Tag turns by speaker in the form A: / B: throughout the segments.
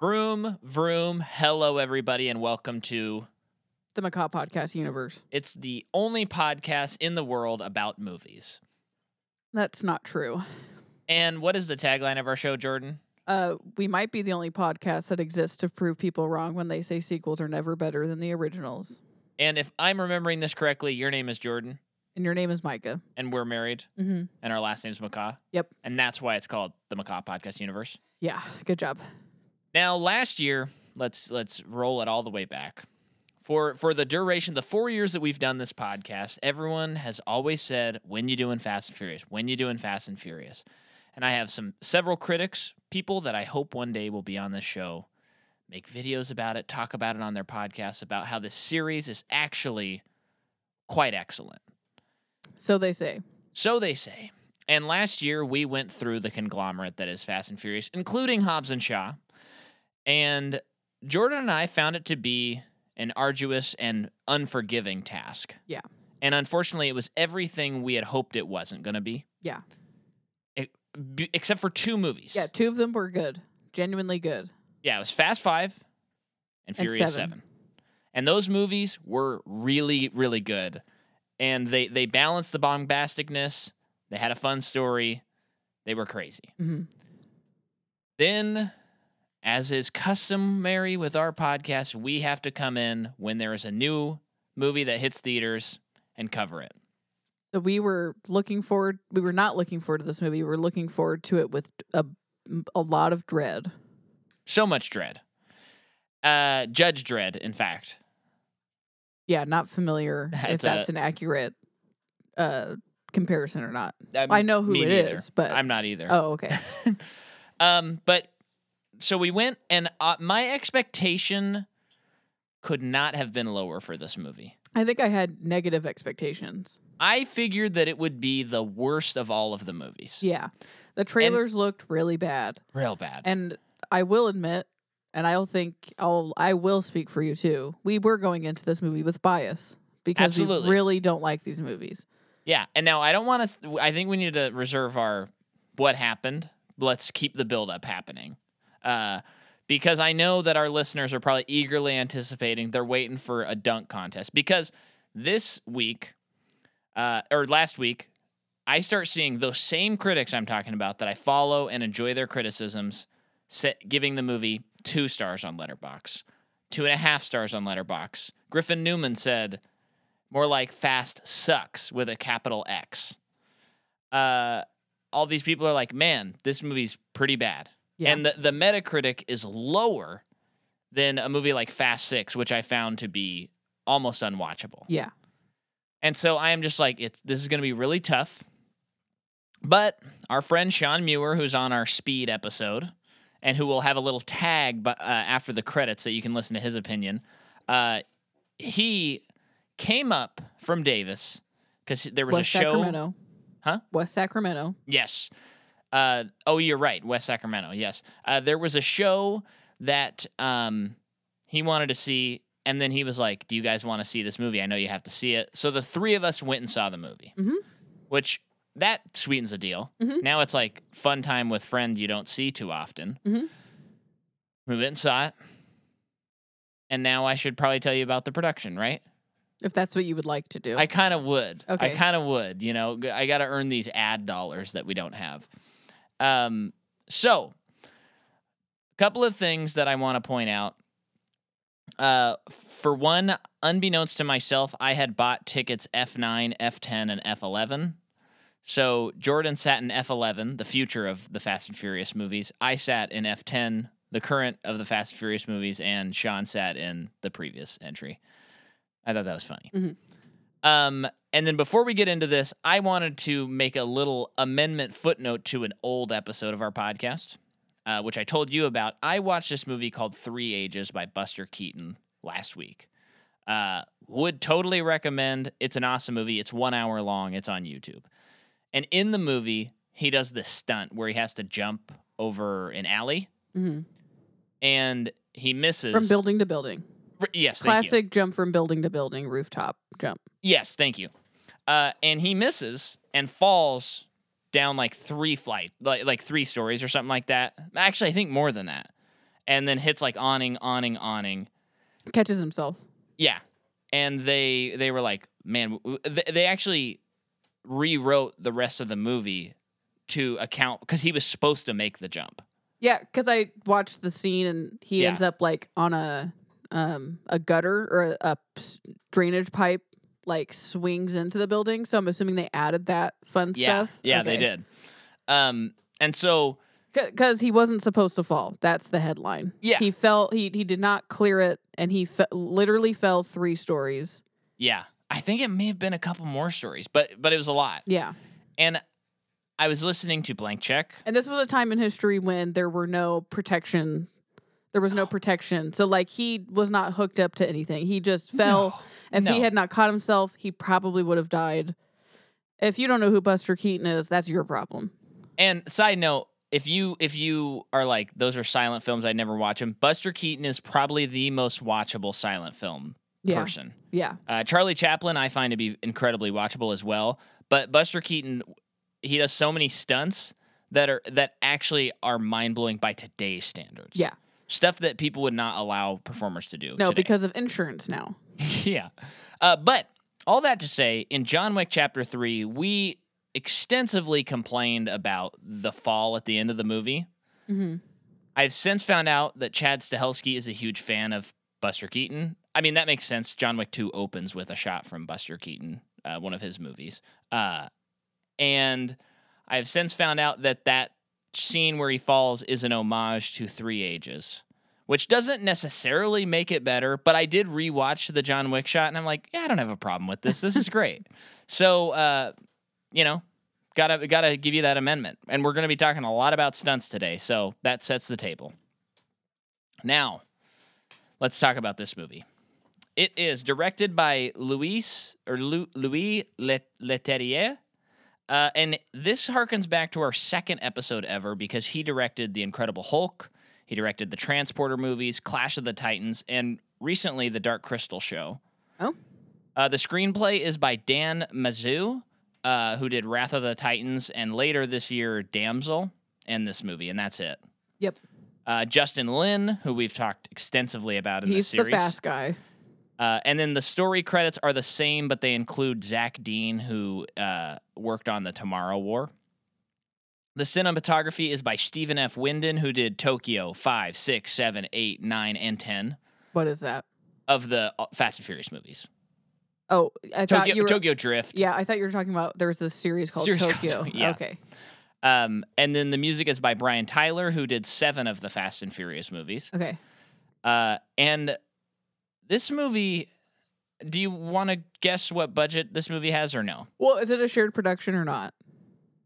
A: Vroom, vroom. Hello, everybody, and welcome to
B: The Macaw Podcast Universe.
A: it's the only podcast in the world about movies.
B: That's not true.
A: And what is the tagline of our show, Jordan?
B: Uh, we might be the only podcast that exists to prove people wrong when they say sequels are never better than the originals.
A: And if I'm remembering this correctly, your name is Jordan,
B: And your name is Micah.
A: and we're married,
B: Mm-hmm.
A: and our last name's Macaw.
B: Yep.
A: And that's why it's called the Macaw Podcast Universe.
B: Yeah, good job.
A: Now, last year, let's let's roll it all the way back. For for the duration, the four years that we've done this podcast, everyone has always said, "When you doing Fast and Furious? When you doing Fast and Furious?" And I have some several critics, people that I hope one day will be on this show, make videos about it, talk about it on their podcasts about how this series is actually quite excellent.
B: So they say.
A: So they say. And last year we went through the conglomerate that is Fast and Furious, including Hobbs and Shaw. And Jordan and I found it to be an arduous and unforgiving task.
B: Yeah.
A: And unfortunately, it was everything we had hoped it wasn't going to be.
B: Yeah.
A: It, b- except for two movies.
B: Yeah, two of them were good, genuinely good.
A: Yeah, it was Fast Five and
B: And
A: Furious
B: Seven.
A: Seven. And those movies were really, really good. And they they balanced the bombasticness. They had a fun story. They were crazy.
B: Mm-hmm.
A: Then, as is customary with our podcast, we have to come in when there is a new movie that hits theaters and cover it.
B: So we were looking forward. We were not looking forward to this movie. We were looking forward to it with a a lot of dread.
A: So much dread. Uh, Judge Dread, in fact.
B: Yeah, not familiar if
A: That's a-
B: that's an accurate uh, comparison or not.
A: Um,
B: I know who
A: me
B: it
A: neither.
B: is, but
A: I'm not either.
B: oh okay.
A: um, but so we went, and uh, my expectation could not have been lower for this movie.
B: I think I had negative expectations.
A: I figured that it would be the worst of all of the movies.
B: Yeah. The trailers looked really bad.
A: Real bad.
B: And I will admit, and I'll think I'll I will speak for you too. We were going into this movie with bias because
A: Absolutely.
B: we really don't like these movies.
A: yeah. And now I don't want to, I think we need to reserve our what happened. Let's keep the buildup happening. Uh, because I know that our listeners are probably eagerly anticipating. They're waiting for a dunk contest because this week, uh, or last week, I start seeing those same critics I'm talking about that I follow and enjoy their criticisms, set, giving the movie two stars on Letterbox, two and a half stars on Letterbox. Griffin Newman said, more like "fast sucks" with a capital X. Uh, all these people are like, "Man, this movie's pretty bad."
B: Yeah.
A: And the, the Metacritic is lower than a movie like Fast Six, which I found to be almost unwatchable.
B: yeah.
A: And so I am just like, it's this is going to be really tough. But our friend Sean Muir, who's on our speed episode, and who will have a little tag bu- uh, after the credits that you can listen to his opinion, uh, he came up from Davis because there was a
B: West
A: show.
B: Sacramento.
A: Huh?
B: West Sacramento.
A: Yes. Uh, oh, you're right. West Sacramento. Yes. Uh, there was a show that um, he wanted to see, and then he was like, "Do you guys want to see this movie? I know you have to see it." So the three of us went and saw the movie,
B: Mhm.
A: which that sweetens the deal.
B: Mhm.
A: Now it's like fun time with friend you don't see too often.
B: Mhm.
A: We went and saw it, and now I should probably tell you about the production, right?
B: If that's what you would like to do.
A: I kind of would. I
B: Okay.
A: kind of would. You know, G- I got to earn these ad dollars that we don't have. Um, so, a couple of things that I want to point out. Uh, for one, unbeknownst to myself, I had bought tickets F9, F10, and F11. So Jordan sat in F11, the future of the Fast and Furious movies. I sat in F10, the current of the Fast and Furious movies, and Sean sat in the previous entry. I thought that was funny.
B: Mhm.
A: Um, and then before we get into this, I wanted to make a little amendment footnote to an old episode of our podcast, uh, which I told you about. I watched this movie called Three Ages by Buster Keaton last week. Uh, would totally recommend. It's an awesome movie. It's one hour long. It's on YouTube. And in the movie, he does this stunt where he has to jump over an alley
B: Mhm.
A: and he misses
B: From building to building.
A: R- Yes, thank you.
B: Classic jump from building to building, rooftop jump.
A: Yes, thank you. Uh, and he misses and falls down like three flight, like like three stories or something like that. Actually, I think more than that. and then hits like awning, awning, awning.
B: Catches himself.
A: Yeah, and they they were like, man, w- w- they, they actually rewrote the rest of the movie to account because he was supposed to make the jump.
B: Yeah, because I watched the scene and he
A: Yeah.
B: ends up like on a um a gutter or a, a s- drainage pipe like swings into the building. So I'm assuming they added that fun
A: yeah,
B: stuff.
A: yeah, they did. Um, and so
B: Because he wasn't supposed to fall. That's the headline.
A: Yeah.
B: he fell. He he did not clear it, and he fe- literally fell three stories.
A: yeah, I think it may have been a couple more stories, but but it was a lot.
B: Yeah,
A: And I was listening to Blank Check.
B: and this was a time in history when there were no protection. There was no protection. So like he was not hooked up to anything. He just fell. If
A: No.
B: he had not caught himself, he probably would have died. If you don't know who Buster Keaton is, that's your problem.
A: And side note, if you if you are like those are silent films, I never watch them. Buster Keaton is probably the most watchable silent film
B: Yeah.
A: person.
B: Yeah.
A: Uh, Charlie Chaplin I find to be incredibly watchable as well, but Buster Keaton he does so many stunts that are that actually are mind blowing by today's standards.
B: Yeah.
A: Stuff that people would not allow performers to do.
B: No,
A: today.
B: because of insurance now.
A: yeah. Uh, but all that to say, in John Wick Chapter 3, we extensively complained about the fall at the end of the movie.
B: hmm
A: I've since found out that Chad Stahelski is a huge fan of Buster Keaton. I mean, that makes sense. John Wick 2 opens with a shot from Buster Keaton, uh, one of his movies. Uh, and I've since found out that that scene where he falls is an homage to Three Ages, which doesn't necessarily make it better, but I did rewatch the John Wick shot and I'm like, yeah, I don't have a problem with this. This is great. so, uh, you know, gotta gotta give you that amendment and we're gonna be talking a lot about stunts today so that sets the table now let's talk about this movie it is directed by luis or Lu, louis Let- leterrier uh, and this harkens back to our second episode ever because he directed the incredible hulk he directed the transporter movies clash of the titans and recently the dark crystal show
B: Oh.
A: uh, the screenplay is by Dan Mazu, uh, who did Wrath of the Titans and later this year Damsel and this movie, and that's it.
B: Yep.
A: Uh, Justin Lin, who we've talked extensively about in this
B: He's the
A: series.
B: fast guy.
A: Uh, and then the story credits are the same, but they include Zach Dean, who uh, worked on the Tomorrow War. The cinematography is by Stephen F. Winden, who did Tokyo 5, 6, 7, 8, 9, and 10
B: What is that?
A: of the uh, Fast and Furious movies.
B: Oh, I thought
A: Tokyo,
B: you were.
A: Tokyo Drift.
B: Yeah, I thought you were talking about there was this series called
A: Series called
B: Tokyo.
A: Tokyo, yeah.
B: Okay.
A: Um, and then the music is by Brian Tyler, who did seven of the Fast and Furious movies.
B: Okay.
A: Uh, and this movie, do you want to guess what budget this movie has or no?
B: Well, is it a shared production or not?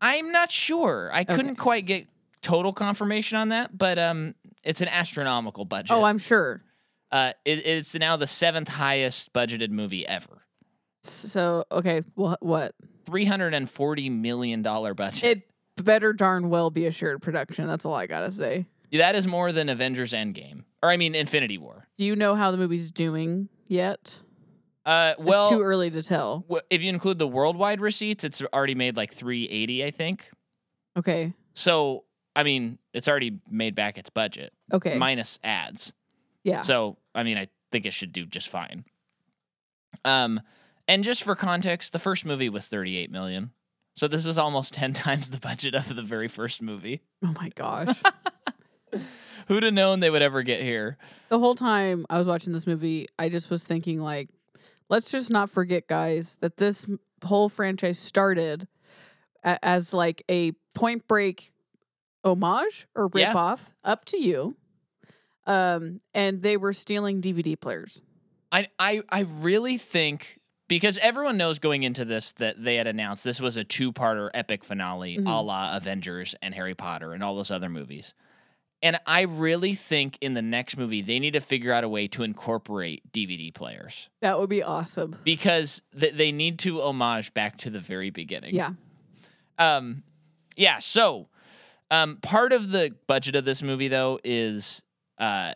A: I'm not sure. I
B: Okay.
A: couldn't quite get total confirmation on that, but um, it's an astronomical budget.
B: Oh, I'm sure.
A: uh, it, it's now the seventh highest budgeted movie ever.
B: So okay, well, what?
A: Three hundred and forty million dollar budget.
B: It better darn well be a shared production. That's all I gotta say.
A: that is more than Avengers Endgame, or I mean Infinity War.
B: Do you know how the movie's doing yet?
A: Uh, well,
B: it's too early to tell.
A: Wh- if you include the worldwide receipts, it's already made like 380, I think.
B: Okay.
A: So, I mean, it's already made back its budget
B: Okay.
A: minus ads.
B: yeah.
A: So, I mean, I think it should do just fine. Um, and just for context, the first movie was 38 million. So this is almost 10 times the budget of the very first movie.
B: oh my gosh.
A: Who'd have known they would ever get here?
B: the whole time I was watching this movie, I just was thinking like, let's just not forget, guys, that this m- whole franchise started a- as like a Point Break homage or
A: Yeah.
B: rip off, up to you. Um, and they were stealing DVD players.
A: I, I, I really think because everyone knows going into this that they had announced this was a two-parter epic finale
B: Mhm.
A: a la Avengers and Harry Potter and all those other movies. And I really think in the next movie they need to figure out a way to incorporate DVD players
B: That would be awesome.
A: because th- they need to homage back to the very beginning.
B: Yeah.
A: Um, yeah. So, um, part of the budget of this movie though is uh,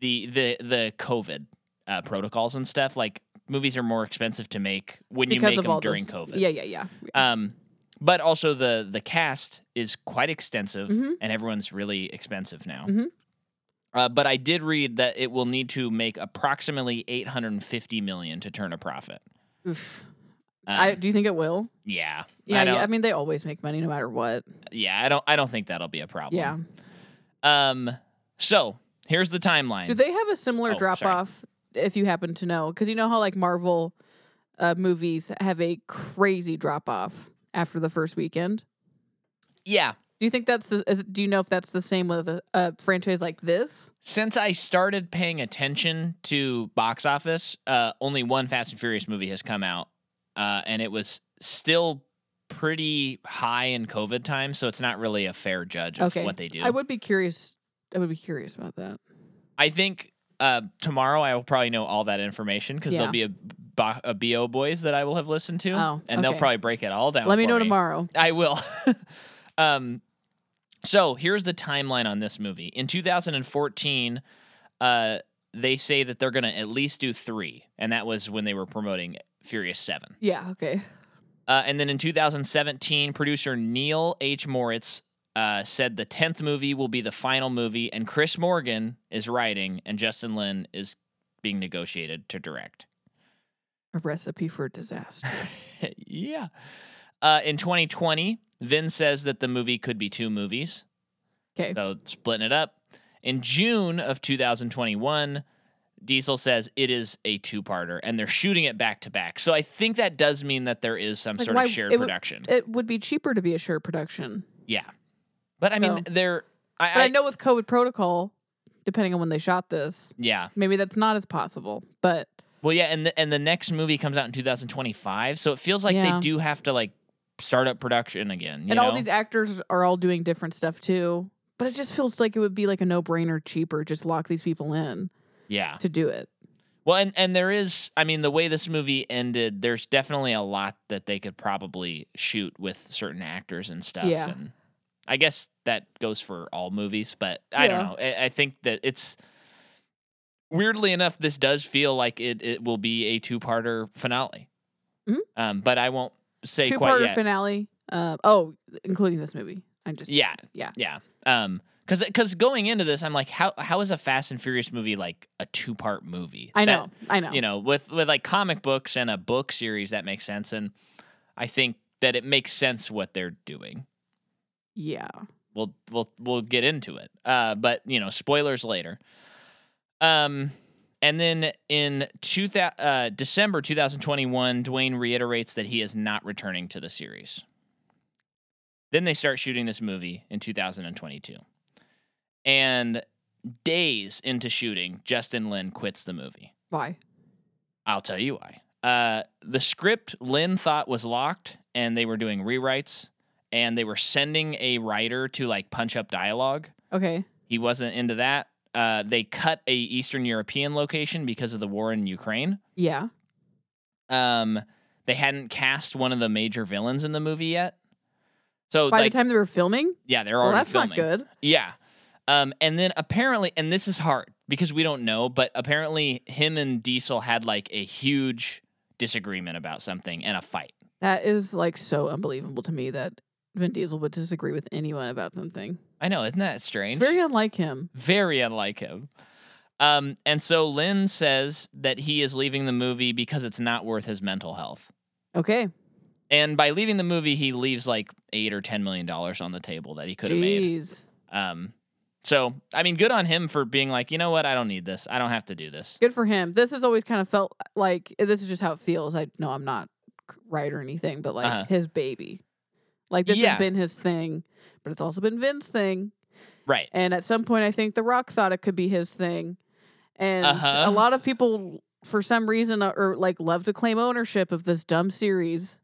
A: the the the COVID uh, protocols and stuff. Like movies are more expensive to make when
B: because
A: you make
B: of
A: them
B: all
A: during
B: this.
A: COVID.
B: Yeah, yeah, yeah.
A: Um, but also the the cast is quite extensive,
B: Mhm.
A: and everyone's really expensive now.
B: Mhm.
A: Uh, but I did read that it will need to make approximately 850 million to turn a profit.
B: Oof.
A: Um,
B: I do you think it will?
A: yeah,
B: Yeah,
A: I
B: yeah.
A: don't,
B: I mean, they always make money no matter what.
A: yeah, I don't, I don't think that'll be a problem.
B: Yeah.
A: Um. So here's the timeline.
B: Do they have a similar
A: Oh, sorry.
B: drop off? If you happen to know, because you know how like Marvel uh, movies have a crazy drop off after the first weekend.
A: yeah.
B: Do you think that's the? Is, do you know if that's the same with a, a franchise like this?
A: Since I started paying attention to box office, uh, only one Fast and Furious movie has come out, uh, and it was still pretty high in COVID time, so it's not really a fair judge of
B: Okay.
A: what they do.
B: I would be curious. I would be curious about that.
A: I think uh, tomorrow I will probably know all that information because
B: Yeah.
A: there'll be a, bo- a bo boys that I will have listened to,
B: Oh,
A: and they'll
B: okay.
A: probably break it all down.
B: Let me
A: for
B: know tomorrow.
A: I will. um, so here's the timeline on this movie. In 2014, uh, they say that they're going to at least do three, and that was when they were promoting Furious Seven.
B: Yeah. Okay.
A: Uh, and then in 2017, producer Neil H. Moritz uh, said the 10th movie will be the final movie, and Chris Morgan is writing, and Justin Lin is being negotiated to direct.
B: A recipe for disaster.
A: yeah. Uh, in 2020, Vin says that the movie could be two movies.
B: Okay.
A: So splitting it up. In June of 2021, Diesel says it is a two-parter, and they're shooting it back to back. So I think that does mean that there is some
B: Like,
A: sort
B: why-
A: of shared
B: it would-
A: production.
B: It would be cheaper to be a sure production.
A: yeah, but I mean,
B: So-
A: there.
B: But
A: I,
B: I,
A: I
B: know with COVID protocol, depending on when they shot this,
A: yeah.
B: maybe that's not as possible. But
A: Well, yeah, and the, and the next movie comes out in 2025, so it feels like
B: Yeah.
A: they do have to like start up production again. You
B: and
A: know?
B: all these actors are all doing different stuff too. But it just feels like it would be like a no brainer, cheaper. Just lock these people in
A: yeah.
B: to do it.
A: Well, and, and there is, I mean, the way this movie ended, there's definitely a lot that they could probably shoot with certain actors and stuff.
B: Yeah.
A: And I guess that goes for all movies, but I don't
B: Yeah.
A: know. I, I think that it's weirdly enough, this does feel like it, it will be a two parter finale.
B: Mhm.
A: Um, but I won't say
B: Two
A: quite
B: parter
A: yet.
B: finale. Uh, oh, including this movie. I'm just
A: yeah.
B: yeah.
A: Yeah. Um, cause, cause going into this, I'm like, how, how is a Fast and Furious movie like a two part movie?
B: I
A: That-
B: know. I know.
A: you know with with like comic books and a book series that makes sense and i think that it makes sense what they're doing
B: Yeah.
A: we'll we'll we'll get into it uh but you know spoilers later um and then in two thousand uh, December 2021, Dwayne reiterates that he is not returning to the series. Then they start shooting this movie in 2022. And days into shooting, Justin Lin quits the movie.
B: Why?
A: I'll tell you why. Uh, the script Lynn thought was locked, and they were doing rewrites, and they were sending a writer to like punch up dialogue.
B: Okay.
A: He wasn't into that. Uh, they cut a Eastern European location because of the war in Ukraine.
B: Yeah.
A: Um, they hadn't cast one of the major villains in the movie yet. So
B: By
A: like,
B: the time they were filming,
A: yeah, they're
B: well,
A: already
B: that's
A: filming.
B: not good.
A: Yeah. Um, and then apparently, and this is hard because we don't know, but apparently him and Diesel had like a huge disagreement about something and a fight.
B: That is like so unbelievable to me that Vin Diesel would disagree with anyone about something.
A: I know, isn't that strange?
B: It's very unlike him.
A: Very unlike him. Um, and so Lynn says that he is leaving the movie because it's not worth his mental health.
B: Okay.
A: And by leaving the movie, he leaves like eight or ten million dollars on the table that he could have made.
B: Jeez.
A: Um, so I mean, good on him for being like, you know what, I don't need this. I don't have to do this.
B: Good for him. This has always kind of felt uh, like this is just how it feels. I know I'm not c- right or anything, but like
A: Uh-huh.
B: his baby. Like this
A: Yeah.
B: has been his thing, but it's also been Vin's thing.
A: Right.
B: And at some point, I think The Rock thought it could be his thing. And
A: Uh-huh.
B: a lot of people, for some reason, are, are like love to claim ownership of this dumb series.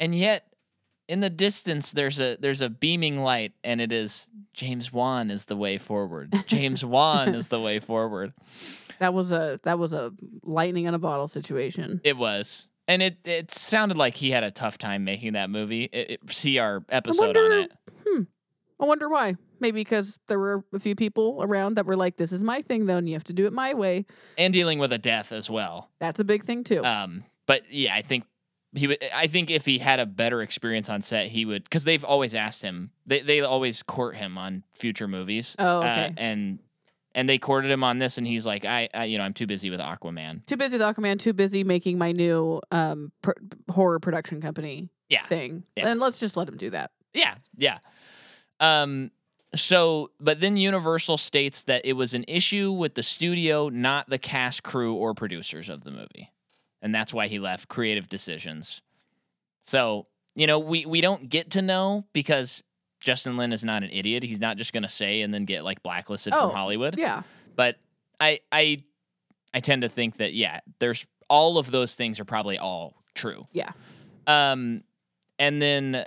A: and yet in the distance there's a there's a beaming light and it is james wan is the way forward james wan is the way forward
B: That was a that was a lightning in a bottle situation.
A: it was and it it sounded like he had a tough time making that movie It- it- see our episode on
B: wonder- hmm,
A: it
B: I wonder why. Maybe because there were a few people around that were like, "This is my thing, though, and you have to do it my way."
A: and dealing with a death as well
B: That's a big thing too.
A: um but yeah i think he would i think if he had a better experience on set he would because they've always asked him they, they always court him on future movies uh,
B: oh, okay.
A: and and they courted him on this, and he's like, I, I you know, I'm too busy with Aquaman.
B: Too busy with Aquaman. Too busy making my new um pr- horror production company
A: Yeah.
B: thing.
A: Uh, Yeah.
B: And let's just let him do that.
A: Yeah, yeah. Um so but then Universal states that it was an issue with the studio, not the cast, crew or producers of the movie. And that's why he left creative decisions. So, you know, we we don't get to know because Justin Lin is not an idiot. He's not just going to say and then get like blacklisted
B: Oh,
A: from Hollywood.
B: Yeah.
A: But I I I tend to think that yeah, there's all of those things are probably all true.
B: Yeah.
A: Um, and then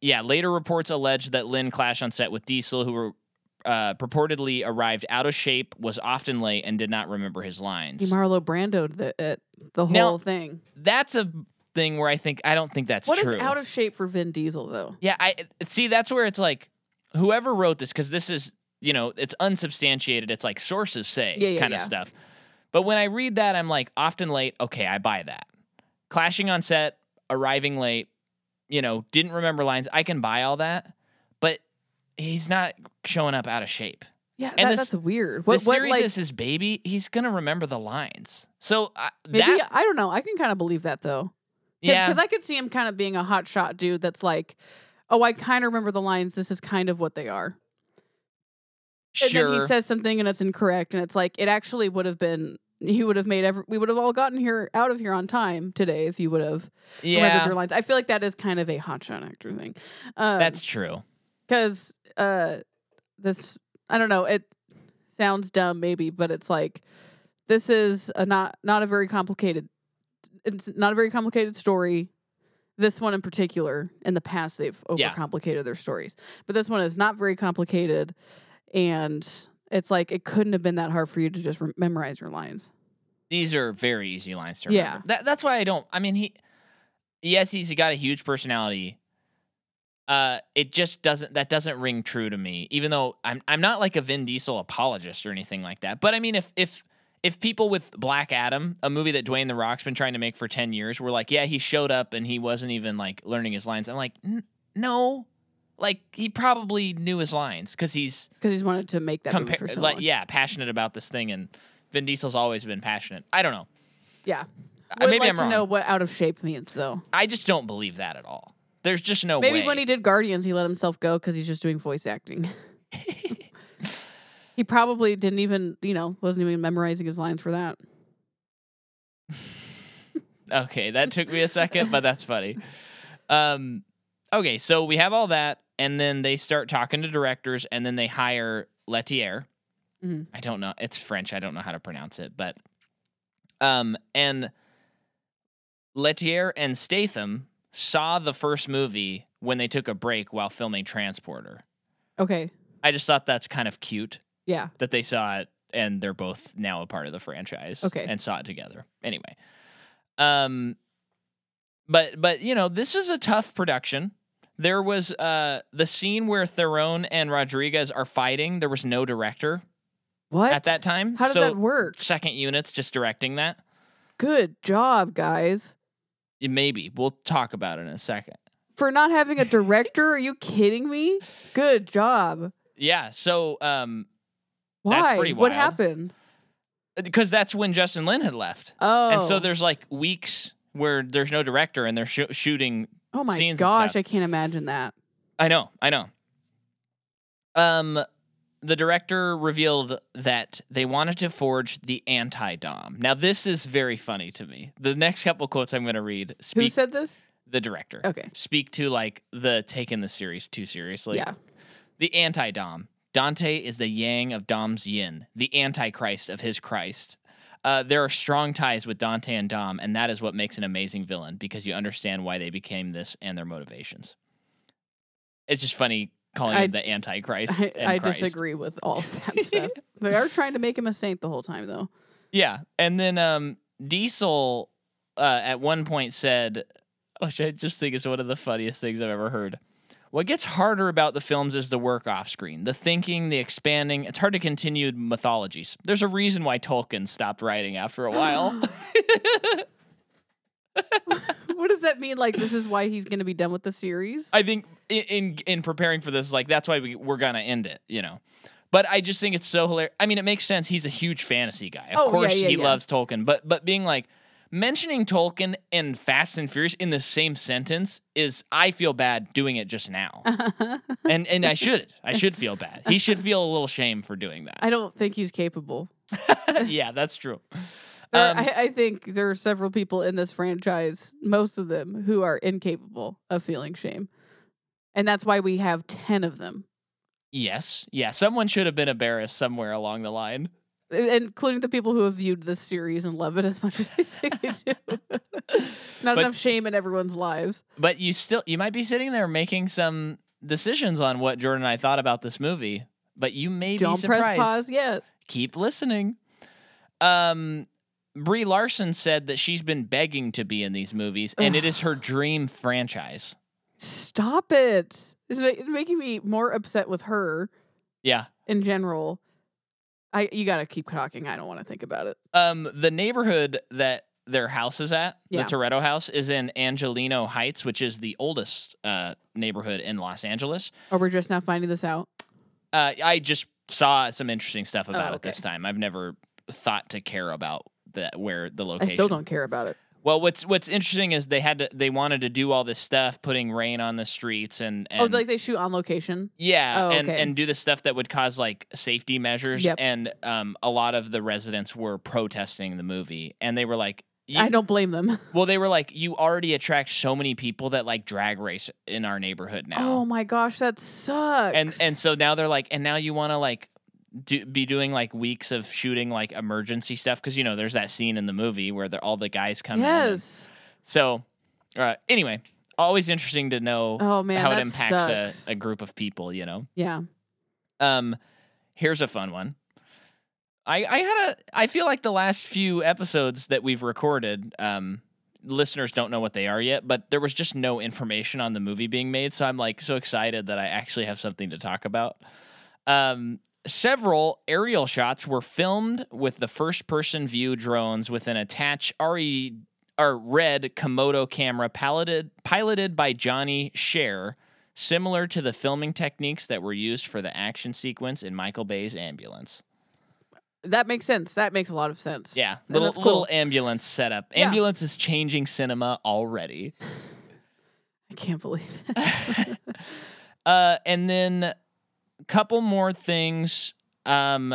A: yeah, later reports allege that Lynn clashed on set with Diesel, who were, uh, purportedly arrived out of shape, was often late, and did not remember his
B: He
A: lines.
B: Marlo Brando the it, the whole
A: Now,
B: thing.
A: That's a thing where I think I don't think that's
B: What is
A: true.
B: out of shape for Vin Diesel though?
A: Yeah, I see. That's where it's like, whoever wrote this, because this is you know it's unsubstantiated. It's like sources say
B: Yeah, yeah,
A: kind of
B: yeah.
A: stuff. But when I read that, I'm like, often late. Okay, I buy that. Clashing on set, arriving late. You know, didn't remember lines. I can buy all that, but he's not showing up out of shape.
B: Yeah,
A: And
B: that,
A: this-
B: that's weird. What,
A: the
B: what,
A: series
B: like,
A: is his baby. He's gonna remember the lines. So uh,
B: maybe
A: that,
B: I don't know. I can kind of believe that though.
A: yeah,
B: because I could see him kind of being a hot shot dude that's like, oh, I kind of remember the lines. This is kind of what they are. And then he
A: sure.
B: says something and it's incorrect, and it's like it actually would have been. He would have made every. We would have all gotten here out of here on time today if you would have
A: "Oh
B: remembered
A: yeah,
B: your lines. I feel like that is kind of a hot shot actor thing. Um,
A: that's true.
B: because uh, this I don't know. It sounds dumb maybe, but it's like this is a not not a very complicated. It's not a very complicated story. This one in particular, in the past they've
A: Yeah.
B: overcomplicated their stories, but this one is not very complicated, and it's like it couldn't have been that hard for you to just re- memorize your lines.
A: these are very easy lines to
B: Yeah.
A: remember. That, that's why I don't. I mean, he, yes, he's got a huge personality. Uh, it just doesn't. That doesn't ring true to me. Even though I'm, I'm not like a Vin Diesel apologist or anything like that. But I mean, if if if people with Black Adam, a movie that Dwayne the Rock's been trying to make for ten years, were like, yeah, he showed up and he wasn't even like learning his lines. I'm like, "N- no, like he probably knew his lines because he's
B: Because he's wanted to make that movie
A: compare,
B: for so
A: like,
B: long.
A: yeah, passionate about this thing, and Vin Diesel's always been passionate. I don't know.
B: Yeah.
A: I-
B: Would
A: maybe
B: like
A: I'm
B: to
A: wrong.
B: know what out of shape means, though.
A: I just don't believe that at all. There's just no
B: Maybe
A: way.
B: when he did Guardians, he let himself go because he's just doing voice acting. he probably didn't even, you know, wasn't even memorizing his lines for that.
A: okay, that took me a second, but that's funny. Um, okay, so we have all that, and then they start talking to directors, and then they hire Letier.
B: Mhm.
A: I don't know; it's French. I don't know how to pronounce it, but um, and Letier and Statham saw the first movie when they took a break while filming Transporter.
B: Okay.
A: I just thought that's kind of cute
B: Yeah.
A: that they saw it and they're both now a part of the franchise
B: Okay.
A: and saw it together anyway um but but you know this is a tough production there was uh the scene where Theron and Rodriguez are fighting there was no director
B: What?
A: at that time
B: How does
A: so
B: that work?
A: second units just directing that
B: Good job, guys.
A: maybe we'll talk about it in a second
B: For not having a director? Are you kidding me? Good job.
A: yeah so um
B: Why?
A: That's pretty
B: What
A: wild.
B: happened?
A: because that's when Justin Lin had left
B: Oh.
A: and so there's like weeks where there's no director and they're shoo- shooting
B: Oh my
A: scenes and
B: gosh,
A: stuff.
B: I can't imagine that.
A: I know, I know. Um, the director revealed that they wanted to forge the anti-dom. Now, this is very funny to me. The next couple quotes I'm going to read
B: Who
A: speak
B: said this?
A: the director
B: Okay.
A: speak to like the taking the series too seriously.
B: yeah.
A: The anti Dom. Dante is the yang of Dom's yin, the antichrist of his Christ. Uh, there are strong ties with Dante and Dom, and that is what makes an amazing villain because you understand why they became this and their motivations. It's just funny calling
B: I-
A: him the antichrist.
B: I,
A: and
B: I
A: Christ.
B: disagree with all of that stuff. They are trying to make him a saint the whole time, though.
A: Yeah, and then um, Diesel uh, at one point said, "Which I just think is one of the funniest things I've ever heard." What gets harder about the films is the work off screen, the thinking, the expanding. It's hard to continue mythologies. There's a reason why Tolkien stopped writing after a while.
B: what does that mean? Like, this is why he's going to be done with the series?
A: I think in, in in preparing for this, like that's why we we're gonna end it, you know. But I just think it's so hilarious. I mean, it makes sense. He's a huge fantasy guy. Of
B: Oh, yeah,
A: course,
B: yeah,
A: he
B: yeah.
A: loves Tolkien. But but being like mentioning Tolkien and Fast and Furious in the same sentence is I feel bad doing it just now, and and I should I should feel bad. He should feel a little shame for doing that.
B: I don't think he's capable.
A: yeah, that's true.
B: There-
A: Um,
B: I, I think there are several people in this franchise, most of them, who are incapable of feeling shame. And that's why we have 10 of them,
A: Yes, yeah. Someone should have been embarrassed somewhere along the line.
B: i- including the people who have viewed this series and love it as much as they say they do. Not
A: But-
B: enough shame in everyone's lives.
A: But you still you might be sitting there making some decisions on what Jordan and I thought about this movie. But you may be
B: Don't
A: surprised.
B: press pause yet.
A: Keep listening. Um Brie Larson said that she's been begging to be in these movies and it is her dream franchise.
B: Stop it. It's, ma- it's making me more upset with her
A: Yeah.
B: in general. I You got to keep talking. I don't want to think about it.
A: Um the neighborhood that their house is at,
B: Yeah.
A: the Toretto house, is in Angelino Heights, which is the oldest uh, neighborhood in Los Angeles.
B: Or we're just now finding this out.
A: Uh, I just saw some interesting stuff about
B: Oh, okay.
A: it this time. I've never thought to care about that where the
B: I
A: location.
B: still don't care about it.
A: Well, what's what's interesting is they had to they wanted to do all this stuff, putting rain on the streets and, and
B: oh, like they shoot on location.
A: yeah,
B: Oh,
A: and
B: okay.
A: and do the stuff that would cause like safety measures.
B: Yep.
A: And um, a lot of the residents were protesting the movie, and they were like. you-
B: I don't blame them.
A: well, they were like, you already attract so many people that like drag race in our neighborhood now.
B: Oh my gosh, that sucks.
A: and and so now they're like and now you want to like do, be doing like weeks of shooting like emergency stuff because you know there's that scene in the movie where they're, all the guys come in and-
B: yes.
A: so uh, anyway always interesting to know
B: Oh man,
A: how
B: that
A: it impacts
B: sucks.
A: a, a group of people you know
B: yeah.
A: um here's a fun one i i had a i feel like the last few episodes that we've recorded um listeners don't know what they are yet but there was just no information on the movie being made so i'm like so excited that i actually have something to talk about um Several aerial shots were filmed with the first person view drones with an attached RE or red Komodo camera piloted piloted by Johnny Scher, similar to the filming techniques that were used for the action sequence in Michael Bay's ambulance.
B: That makes sense. That makes a lot of sense.
A: Yeah,
B: And
A: little
B: that's cool.
A: little ambulance setup.
B: Yeah.
A: Ambulance is changing cinema already.
B: I can't believe it.
A: uh, and then couple more things. Um,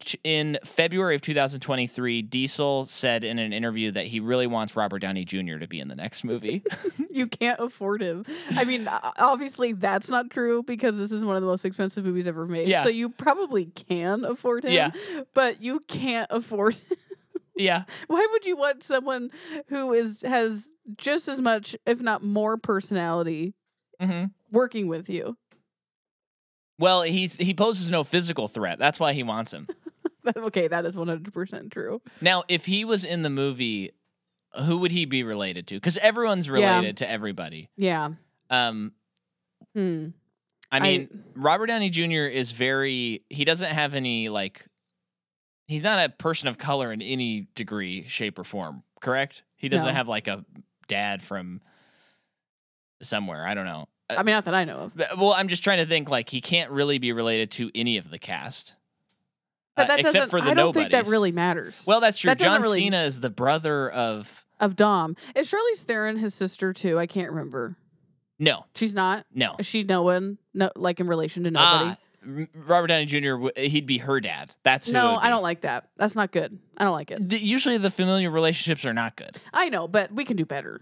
A: t- in February of 2023, Diesel said in an interview that he really wants Robert Downey Jr. to be in the next movie.
B: you can't afford him. I mean, o- obviously that's not true because this is one of the most expensive movies ever made.
A: Yeah.
B: So you probably can afford him.
A: Yeah.
B: But you can't afford
A: yeah,
B: Why would you want someone who is has just as much, if not more, personality
A: hmm
B: working with you?
A: Well, he's he poses no physical threat. That's why he wants him.
B: okay, that is one hundred percent true.
A: Now, if he was in the movie, who would he be related to? Because everyone's
B: Yeah.
A: related to everybody.
B: Yeah.
A: Um,
B: Hmm.
A: I mean, Robert Downey Jr. is very. He doesn't have any like. He's not a person of color in any degree, shape, or form. Correct. He doesn't
B: No.
A: have like a dad from somewhere. I don't know. Uh,
B: I mean, not that I know of.
A: but- well, I'm just trying to think. Like, he can't really be related to any of the cast,
B: But
A: Uh,
B: that
A: except
B: doesn't.
A: for the
B: I don't think that
A: nobodies.
B: really matters.
A: Well, that's true.
B: That doesn't
A: John
B: really-
A: Cena is the brother of.
B: of Dom is Charlize Theron his sister too? I can't remember.
A: No,
B: She's not.
A: no.
B: Is she no one? No, like in relation to nobody.
A: Ah, R- Robert Downey Jr. w- He'd be her dad. That's who it
B: no,
A: would
B: I
A: be.
B: don't like that. That's not good. I don't like it.
A: The- usually, the familiar relationships are not good.
B: I know, but we can do better.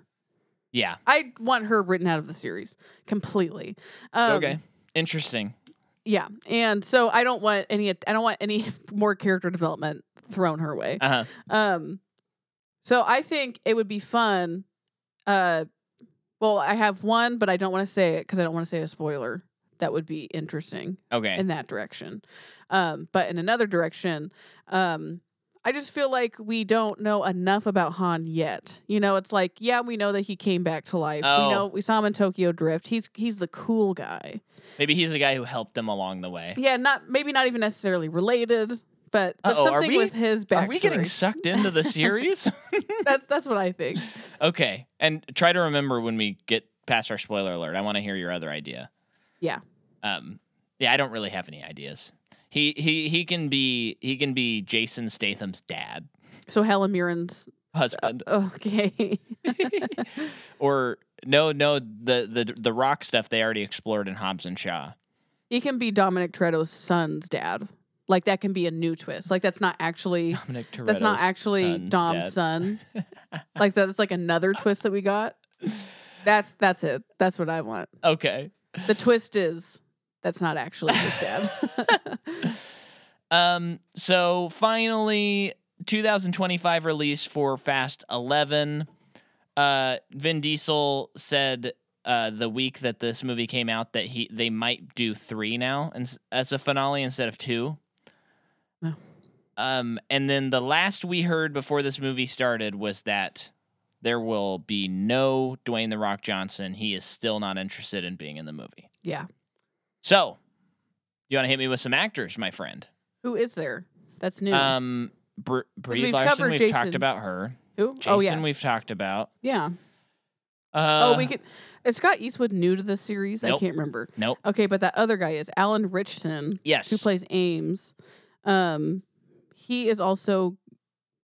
A: Yeah.
B: I want her written out of the series completely. Um,
A: okay. Interesting.
B: Yeah, and so I don't want any. I don't want any more character development thrown her way.
A: Uh huh.
B: Um, so I think it would be fun. Uh, well, I have one, but I don't want to say it because I don't want to say a spoiler. That would be interesting
A: Okay.
B: in that direction. Um, but in another direction, um, I just feel like we don't know enough about Han yet. You know, it's like, yeah, we know that he came back to life.
A: Oh.
B: We know we saw him in Tokyo Drift. He's he's the cool guy.
A: Maybe he's the guy who helped them along the way.
B: Yeah, not maybe not even necessarily related, but, but
A: Uh-oh, are
B: something
A: we-
B: with his backstory.
A: Are we getting sucked into the series?
B: that's that's what I think.
A: okay. And try to remember when we get past our spoiler alert. I want to hear your other idea.
B: Yeah.
A: Um. Yeah, I don't really have any ideas. He he he can be he can be Jason Statham's dad,
B: So Helen Mirren's
A: husband,
B: okay.
A: or no no the the the rock stuff they already explored in Hobbs and Shaw.
B: he can be Dominic Toretto's son's dad. Like that can be a new twist. Like that's not actually
A: Dominic Toretto's
B: that's not actually
A: son's
B: Dom's
A: dad.
B: son. like that's like another twist that we got. That's that's it. That's what I want.
A: Okay.
B: The twist is that's not actually his dad.
A: Um. So finally, 2025 release for Fast 11. Uh, Vin Diesel said uh, the week that this movie came out that he they might do three now and as a finale instead of two.
B: Wow.
A: Um, and then the last we heard before this movie started was that there will be no Dwayne the Rock Johnson. He is still not interested in being in the movie.
B: yeah.
A: So, you want to hit me with some actors, my friend?
B: Who is there? That's new.
A: Um, Br- Brie
B: we've
A: Larson,
B: covered
A: we've talked
B: Jason.
A: about her.
B: Who?
A: Jason,
B: oh yeah.
A: we've talked about.
B: yeah.
A: Uh,
B: oh, we could. Is Scott Eastwood new to this series?
A: Nope.
B: I can't remember.
A: Nope.
B: Okay, but that other guy is Alan Richson,
A: Yes.
B: who plays Ames. Um, he is also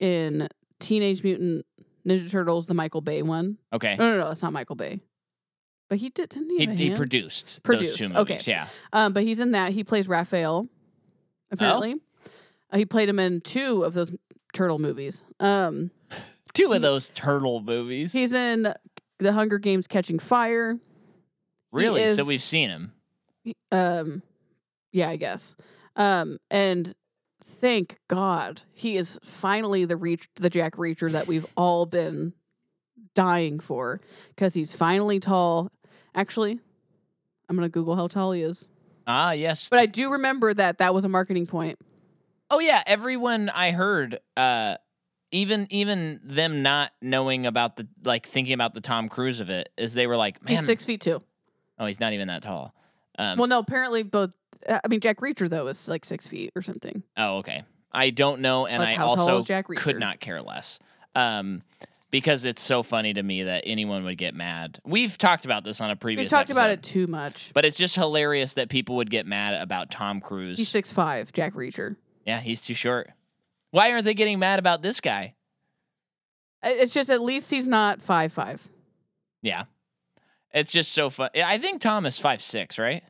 B: in Teenage Mutant Ninja Turtles, the Michael Bay one.
A: Okay.
B: No, no, no, that's not Michael Bay. But he did, didn't he?
A: He,
B: Have a
A: he
B: hand?
A: produced, those
B: Produced,
A: two
B: okay.
A: movies. Yeah.
B: um, but he's in that. He plays
A: Oh.
B: Raphael. Apparently, Uh, he played him in two of those turtle movies. Um,
A: Two of those turtle movies.
B: he's in the Hunger Games: Catching Fire.
A: really?
B: he
A: So
B: is-
A: we've seen him.
B: um yeah i guess um and thank god he is finally the reach the jack reacher that we've all been dying for because he's finally tall actually i'm gonna google how tall he is
A: Ah, yes.
B: but i do remember that that was a marketing point
A: oh yeah. Everyone I heard, uh, even even them not knowing about the like thinking about the Tom Cruise of it is they were like, man,
B: he's six feet two
A: oh, he's not even that tall. Um,
B: well no apparently both uh, i mean jack reacher though is like six feet or something
A: oh, okay. I don't know, and
B: That's
A: I
B: how tall
A: also
B: is Jack
A: could
B: Reacher.
A: not care less. Um, because it's so funny to me that anyone would get mad. We've talked about this on a previous.
B: we've talked about
A: episode,
B: it too much
A: but it's just hilarious that people would get mad about Tom Cruise.
B: he's six five jack reacher
A: yeah, he's too short. Why aren't they getting mad about this guy?
B: I- it's just at least he's not five five
A: It's just so fun. I think Tom is five six, right?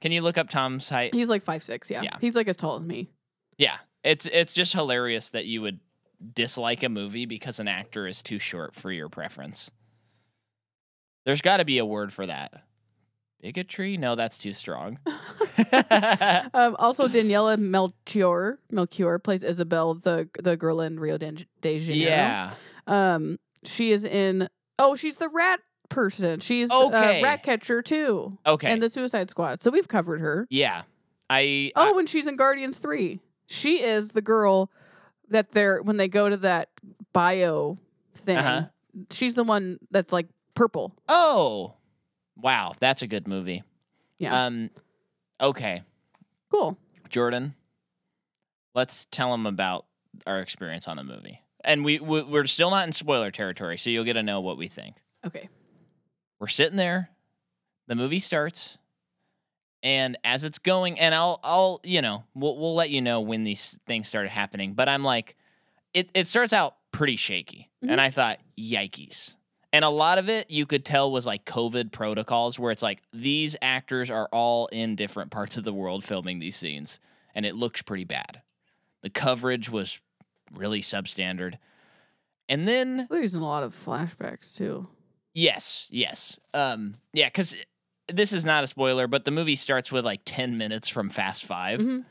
A: Can you look up Tom's height?
B: He's like five six. Yeah.
A: Yeah.
B: He's like as tall as me.
A: Yeah, it's it's just hilarious that you would dislike a movie because an actor is too short for your preference. There's got to be a word for that. Bigotry? No, that's too strong.
B: Um, also, Daniela Melchior Melchior plays Isabel, the the girl in Rio de, de Janeiro.
A: yeah.
B: Um, she is in. Oh, she's the rat person. She's
A: Okay.
B: uh, rat catcher too,
A: Okay.
B: and the Suicide Squad. So we've covered her.
A: yeah. I
B: Oh, when she's in Guardians three, she is the girl that they're when they go to that bio thing.
A: Uh-huh.
B: She's the one that's like purple.
A: I- oh. Wow, that's a good movie.
B: Yeah.
A: Um okay,
B: cool.
A: Jordan. Let's tell them about our experience on the movie. And we we- we're still not in spoiler territory, so you'll get to know what we think.
B: Okay.
A: we're sitting there the movie starts and as it's going and i'll i'll you know we'll, we'll let you know when these things started happening but i'm like it, it starts out pretty shaky and i thought yikes and a lot of it you could tell was like covid protocols where it's like these actors are all in different parts of the world filming these scenes and it looks pretty bad the coverage was really substandard and then
B: They're using a lot of flashbacks too.
A: Yes, yes. Um, yeah, because this is not a spoiler, but the movie starts with like 10 minutes from Fast 5
B: Mhm.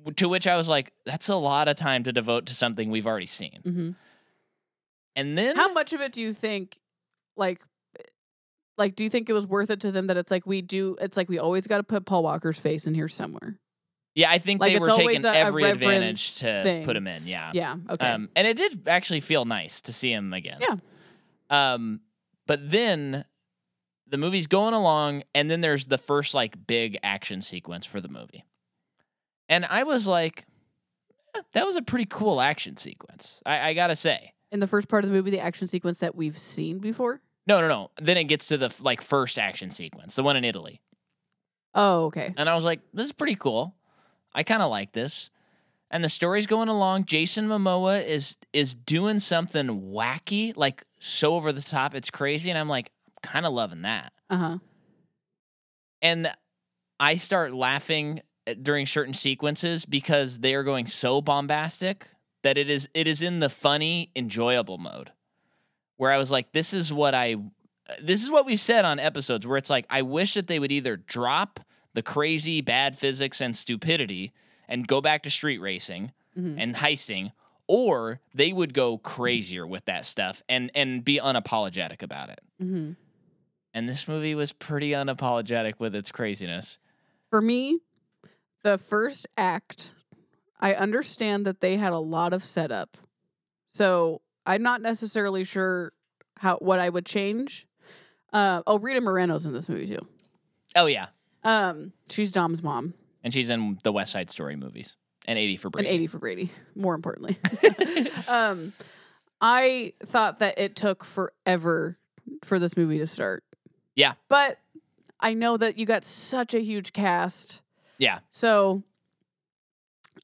A: w- to which I was like, that's a lot of time to devote to something we've already seen.
B: Mm-hmm.
A: And then,
B: How much of it do you think, like, eh, like do you think it was worth it to them that it's like we do? It's like we always got to put Paul Walker's face in here somewhere.
A: yeah, I think
B: like,
A: they
B: it's
A: were taking
B: always a- a
A: every
B: reverence
A: advantage to
B: thing.
A: put him in. Yeah.
B: Yeah. Okay.
A: Um, and it did actually feel nice to see him again.
B: Yeah.
A: Um, but then the movie's going along, and then there's the first like big action sequence for the movie, and I was like, "Eh, that was a pretty cool action sequence. I, I gotta say.
B: in the first part of the movie, the action sequence that we've seen before.
A: No, no, no. Then it gets to the f- like first action sequence, the one in Italy.
B: Oh, okay.
A: And I was like, this is pretty cool. I kind of like this. And the story's going along. Jason Momoa is is doing something wacky, like so over the top. It's crazy. And I'm like, I'm kind of loving that.
B: Uh huh.
A: And I start laughing at- during certain sequences because they are going so bombastic that it is it is in the funny, enjoyable mode. Where I was like, this is what I this is what we've said on episodes where it's like, I wish that they would either drop the crazy bad physics and stupidity and go back to street racing
B: Mhm.
A: and heisting or they would go crazier with that stuff and and be unapologetic about it
B: hmm
A: and this movie was pretty unapologetic with its craziness
B: For me, the first act, I understand that they had a lot of setup, so I'm not necessarily sure how what I would change. Uh, oh, Rita Moreno's in this movie too.
A: oh yeah
B: Um, she's Dom's mom.
A: and she's in the west side story movies and 80 for
B: An
A: Brady.
B: 80 for Brady, more importantly. um, I thought that it took forever for this movie to start.
A: Yeah.
B: But I know that you got such a huge cast.
A: Yeah.
B: So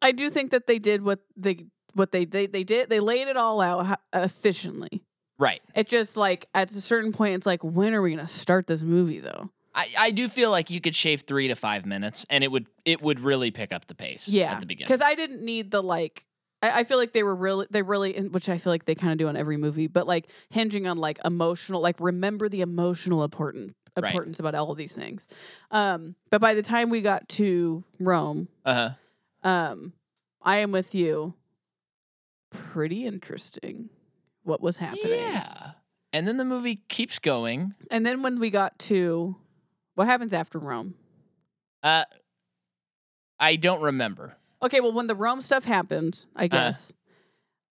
B: I do think that they did what they what they they, they did. They laid it all out ho- efficiently.
A: right
B: It just like at a certain point it's like when are we going to start this movie though?
A: I, I do feel like you could shave three to five minutes and it would it would really pick up the pace
B: Yeah,
A: at the beginning
B: because I didn't need the like. I, I feel like they were really, they really, and which I feel like they kind of do on every movie, but like hinging on like emotional, like remember the emotional important
A: Right.
B: importance about all of these things. Um, but by the time we got to Rome,
A: uh-huh
B: um, I am with you. Pretty interesting, what was happening.
A: yeah and then the movie keeps going
B: And then when we got to, what happens after Rome?
A: uh i don't remember
B: Okay, well, when the Rome stuff happened, I guess,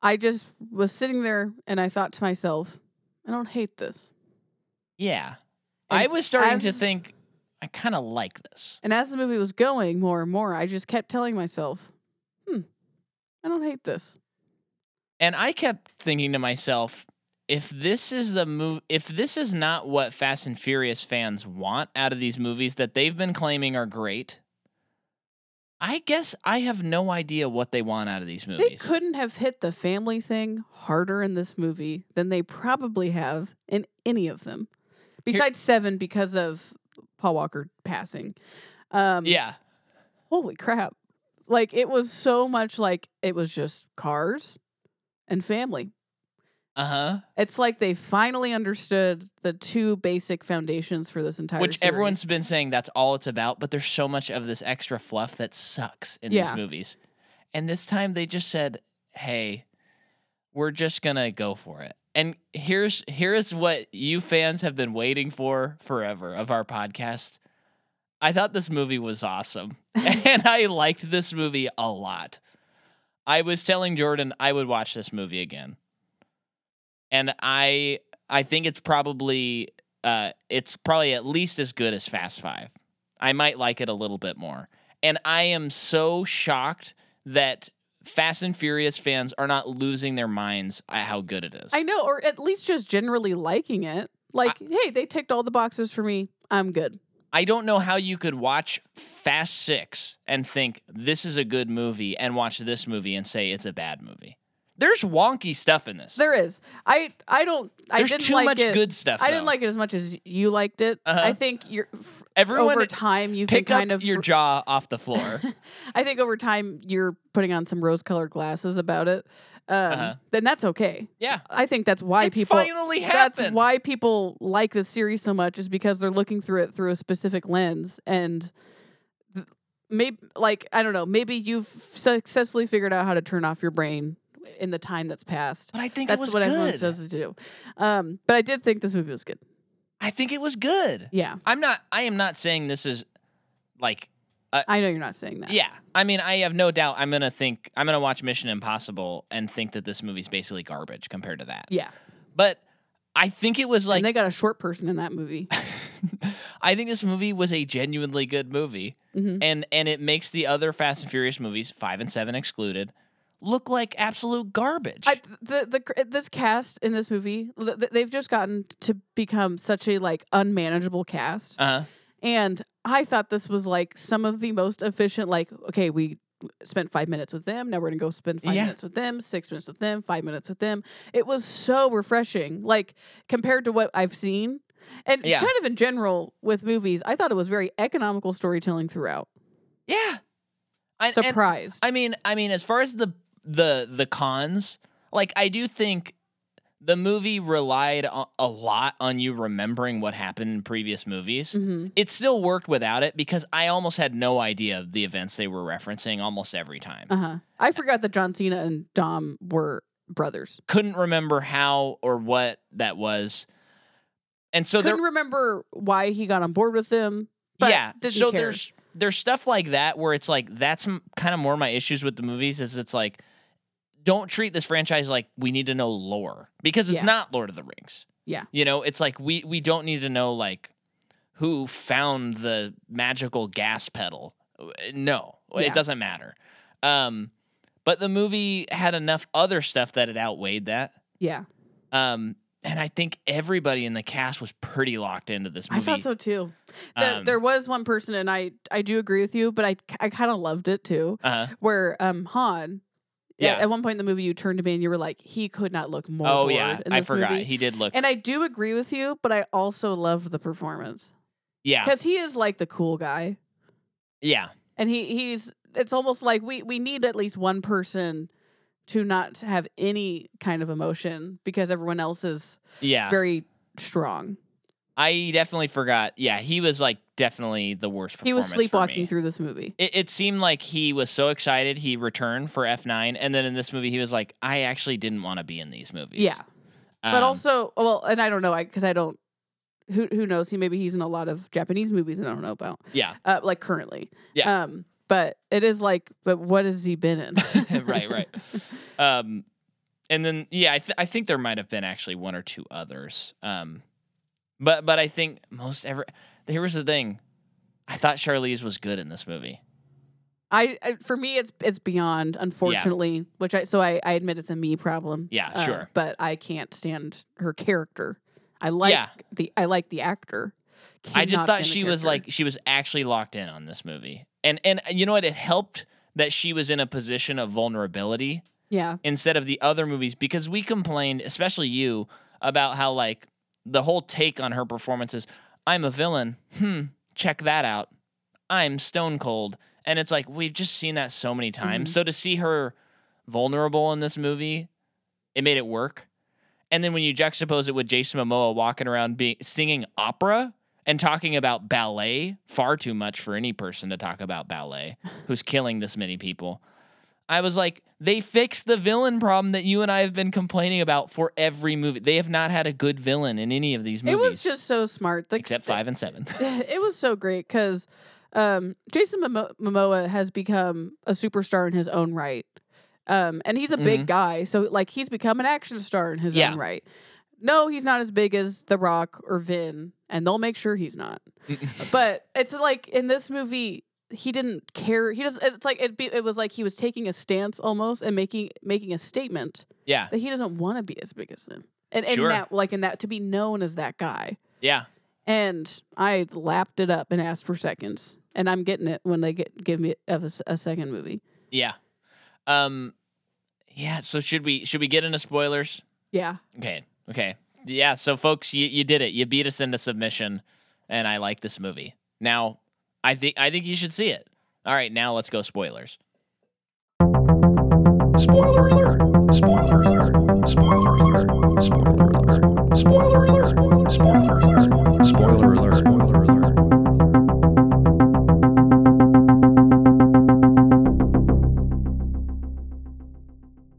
B: I just was sitting there and I thought to myself, I don't hate this.
A: Yeah.
B: And
A: I was starting to
B: as-
A: think I kind of like this.
B: And as the movie was going more and more, I just kept telling myself, hmm, I don't hate this.
A: And I kept thinking to myself, if this is the move if this is not what Fast and Furious fans want out of these movies that they've been claiming are great, I guess I have no idea what they want out of these movies.
B: They couldn't have hit the family thing harder in this movie than they probably have in any of them, besides seven because of Paul Walker passing. Um,
A: Yeah.
B: holy crap. Like it was so much like it was just cars and family.
A: Uh-huh.
B: It's like they finally understood the two basic foundations for this entire
A: Which
B: series.
A: everyone's been saying that's all it's about, but there's so much of this extra fluff that sucks in
B: Yeah.
A: these movies. And this time they just said, "Hey, we're just going to go for it." And here's here's what you fans have been waiting for forever of our podcast. I thought this movie was awesome, and I liked this movie a lot. I was telling Jordan I would watch this movie again. And I I think it's probably uh, it's probably at least as good as Fast Five. I might like it a little bit more. And I am so shocked that Fast and Furious fans are not losing their minds at how good it is.
B: I know, or at least just generally liking it. Like, hey, they ticked all the boxes for me. I'm good.
A: I don't know how you could watch Fast Six and think this is a good movie and watch this movie and say it's a bad movie. There's wonky stuff in this.
B: There is. I I don't. I
A: There's
B: didn't
A: too
B: like
A: much
B: it.
A: good stuff.
B: I didn't
A: though.
B: like it as much as you liked it.
A: Uh-huh.
B: I think you're f-
A: everyone
B: over time you've been
A: pick
B: kind
A: up
B: of.
A: your jaw off the floor.
B: I think over time you're putting on some rose-colored glasses about it. Um,
A: Uh-huh.
B: Then that's okay.
A: yeah,
B: I think that's why
A: it's
B: people
A: finally happened.
B: That's why people like this series so much is because they're looking through it through a specific lens and maybe like I don't know, maybe you've successfully figured out how to turn off your brain in the time that's passed.
A: But I think it
B: That's
A: was
B: what everyone
A: good.
B: says to do. Um, but I did think this movie was good.
A: I think it was good.
B: Yeah.
A: I'm not. I am not saying this is like.
B: I know you're not saying that.
A: Yeah, I mean, I have no doubt. I'm gonna think. I'm gonna watch Mission Impossible and think that this movie's basically garbage compared to that.
B: Yeah.
A: But I think it was like.
B: and they got a short person in that movie.
A: I think this movie was a genuinely good movie,
B: hmm
A: and and it makes the other Fast and Furious movies, five and seven excluded, look like absolute garbage.
B: I, the the cr- this cast in this movie, th- th- they've just gotten to become such a like unmanageable cast.
A: uh,
B: And I thought this was like some of the most efficient, like, okay, we spent five minutes with them. Now we're gonna go spend five
A: Yeah.
B: minutes with them, six minutes with them, five minutes with them. It was so refreshing, like compared to what I've seen. And
A: Yeah.
B: kind of in general with movies, I thought it was very economical storytelling throughout.
A: Yeah. I, and-
B: Surprised.
A: I mean, I mean, as far as the the the cons, like I do think the movie relied on, a lot on you remembering what happened in previous movies.
B: hmm
A: It still worked without it because I almost had no idea of the events they were referencing almost every time.
B: Uh huh. I forgot that John Cena and Dom were brothers.
A: Couldn't remember how or what that was. And so there
B: Couldn't remember why he got on board with them. but
A: yeah.
B: didn't
A: so
B: care.
A: there's there's stuff like that where it's like that's m- kind of more my issues with the movies is it's like don't treat this franchise like we need to know lore because it's
B: Yeah.
A: not Lord of the Rings.
B: Yeah.
A: You know, it's like we we don't need to know like who found the magical gas pedal. Uh, No,
B: Yeah.
A: it doesn't matter. Um but the movie had enough other stuff that it outweighed that.
B: Yeah,
A: Um and I think everybody in the cast was pretty locked into this movie.
B: I thought so too. The,
A: Um,
B: there was one person, and I I do agree with you, but I I kind of loved it too,
A: uh-huh.
B: where um Han.
A: Yeah.
B: At, at one point in the movie, you turned to me and you were like, "He could not look more."
A: Oh yeah,
B: bored in
A: I
B: this
A: forgot.
B: movie."
A: He did look.
B: And I do agree with you, but I also love the performance
A: yeah,
B: because he is like the cool guy.
A: yeah,
B: and he he's it's almost like we we need at least one person to not have any kind of emotion because everyone else is
A: yeah.
B: very strong.
A: I definitely forgot. Yeah, he was like definitely the worst. Performance
B: He was
A: for
B: sleepwalking
A: me.
B: through this movie.
A: It, it seemed like he was so excited he returned for F nine, and then in this movie he was like, "I actually didn't want to be in these movies."
B: Yeah. but
A: Um,
B: also, well, and I don't know, I because I don't. Who who knows? He maybe he's in a lot of Japanese movies that I don't know about,
A: yeah,
B: uh, like currently.
A: Yeah.
B: Um, but it is like, but what has he been in?
A: right, right. Um, and then yeah, I th- I think there might have been actually one or two others. Um, but but I think most ever. Here was the thing. I thought Charlize was good in this movie.
B: I, I for me it's it's beyond unfortunately which I so I, I admit it's a me problem. uh,
A: Yeah, sure.
B: But I can't stand her character. I like
A: Yeah.
B: the I like the actor.
A: I just
B: Cannot
A: thought
B: stand the
A: she was like
B: character.
A: she was actually locked in on this movie. And and you know what? It helped that she was in a position of vulnerability
B: yeah
A: instead of the other movies because we complained, especially you, about how like the whole take on her performance is I'm a villain. Hmm, check that out. I'm stone cold. And it's like we've just seen that so many times.
B: Mhm.
A: So to see her vulnerable in this movie, it made it work. And then when you juxtapose it with Jason Momoa walking around being singing opera and talking about ballet, far too much for any person to talk about ballet who's killing this many people. I was like, they fixed the villain problem that you and I have been complaining about for every movie. They have not had a good villain in any of these movies
B: it was just so smart. The,
A: except
B: the-
A: five and seven.
B: it was so great because um, Jason Momo- Momoa has become a superstar in his own right, um, and he's a big guy. So like he's become an action star in his
A: Mm-hmm. Yeah.
B: own right. No, he's not as big as The Rock or Vin, and they'll make sure he's not. but it's like in this movie, he didn't care. He doesn't. It's like it. Be, it was like he was taking a stance almost and making making a statement
A: yeah,
B: that he doesn't want to be as big as them. And, and
A: Sure.
B: that like in that to be known as that guy
A: yeah,
B: and I lapped it up and asked for seconds, and I'm getting it when they get give me of a, s- a second movie.
A: yeah, um, yeah. So should we should we get into spoilers?
B: Yeah,
A: Okay, okay, yeah. So folks, you you did it. You beat us into submission, and I like this movie. Now, I think I think you should see it. All right, now let's go spoilers.
C: Spoiler alert. Spoiler alert. Spoiler alert. Spoiler alert. Spoiler alert. Spoiler alert. Spoiler alert. Spoiler alert.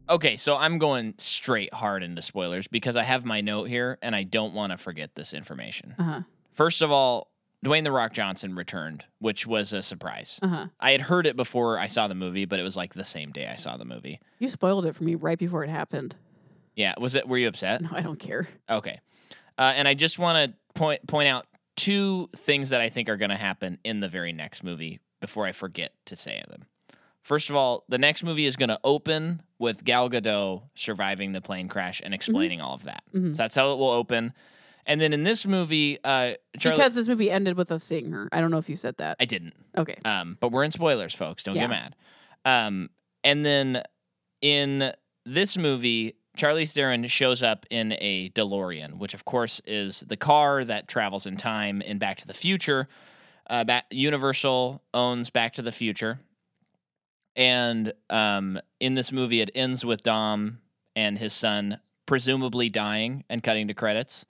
A: Okay, so I'm going straight hard into spoilers because I have my note here, and I don't want to forget this information.
B: uh huh,
A: First of all, Dwayne the Rock Johnson returned, which was a surprise.
B: uh huh.
A: I had heard it before I saw the movie, but it was like the same day I saw the movie.
B: You spoiled it for me right before it happened.
A: Yeah, was it? Were you upset?
B: No, I don't care.
A: Okay, uh, and I just want to point point out two things that I think are going to happen in the very next movie before I forget to say them. First of all, the next movie is going to open with Gal Gadot surviving the plane crash and explaining all of that.
B: Mhm.
A: So that's how it will open. And then in this movie, uh, Charlie,
B: because this movie ended with us seeing her. I don't know if you said that.
A: I didn't.
B: Okay.
A: Um, but we're in spoilers, folks. Don't
B: Yeah.
A: get mad. Um, and then in this movie, Charlie Theron shows up in a DeLorean, which of course is the car that travels in time in Back to the Future. Uh, Ba Universal owns Back to the Future, and um, in this movie, it ends with Dom and his son presumably dying and cutting to credits,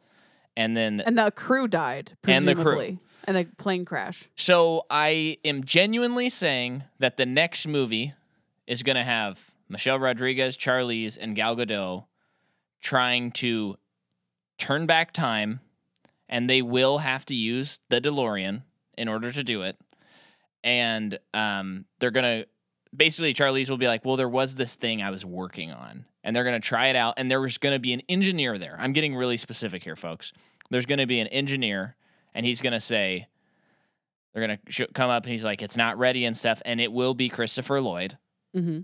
A: and then
B: And the crew died,
A: And the crew.
B: presumably, and a plane crash.
A: So I am genuinely saying that the next movie is going to have Michelle Rodriguez, Charlize, and Gal Gadot trying to turn back time, and they will have to use the DeLorean in order to do it. And um, they're going to basically, Charlize will be like, Well, there was this thing I was working on. And they're going to try it out. And there was going to be an engineer there. I'm getting really specific here, folks. There's going to be an engineer, and he's going to say, they're gonna sh- come up and he's like, "It's not ready" and stuff, and it will be Christopher Lloyd.
B: hmm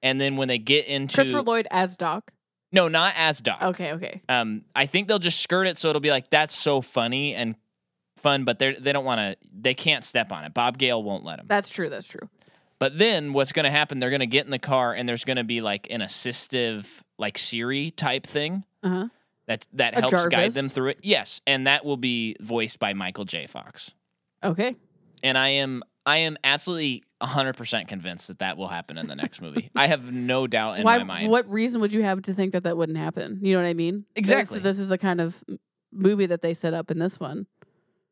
A: And then when they get into
B: Christopher Lloyd Oh. as Doc.
A: no, not as Doc.
B: Okay. Okay.
A: Um, I think they'll just skirt it so it'll be like that's so funny and fun, but they they don't want to. They can't step on it. Bob Gale won't let him.
B: That's true. That's true.
A: But then what's going to happen? They're going to get in the car and there's going to be like an assistive, like Siri type thing
B: Uh huh.
A: that that
B: A
A: helps guide
B: Jarvis?
A: them through it. Yes, and that will be voiced by Michael J. Fox.
B: Okay.
A: and I am I am absolutely 100% convinced that that will happen in the next movie. I have no doubt in
B: Why?
A: my mind.
B: What reason would you have to think that that wouldn't happen? You know what I mean? This-
A: Exactly.
B: This, is the kind of m- movie that they set up in this one.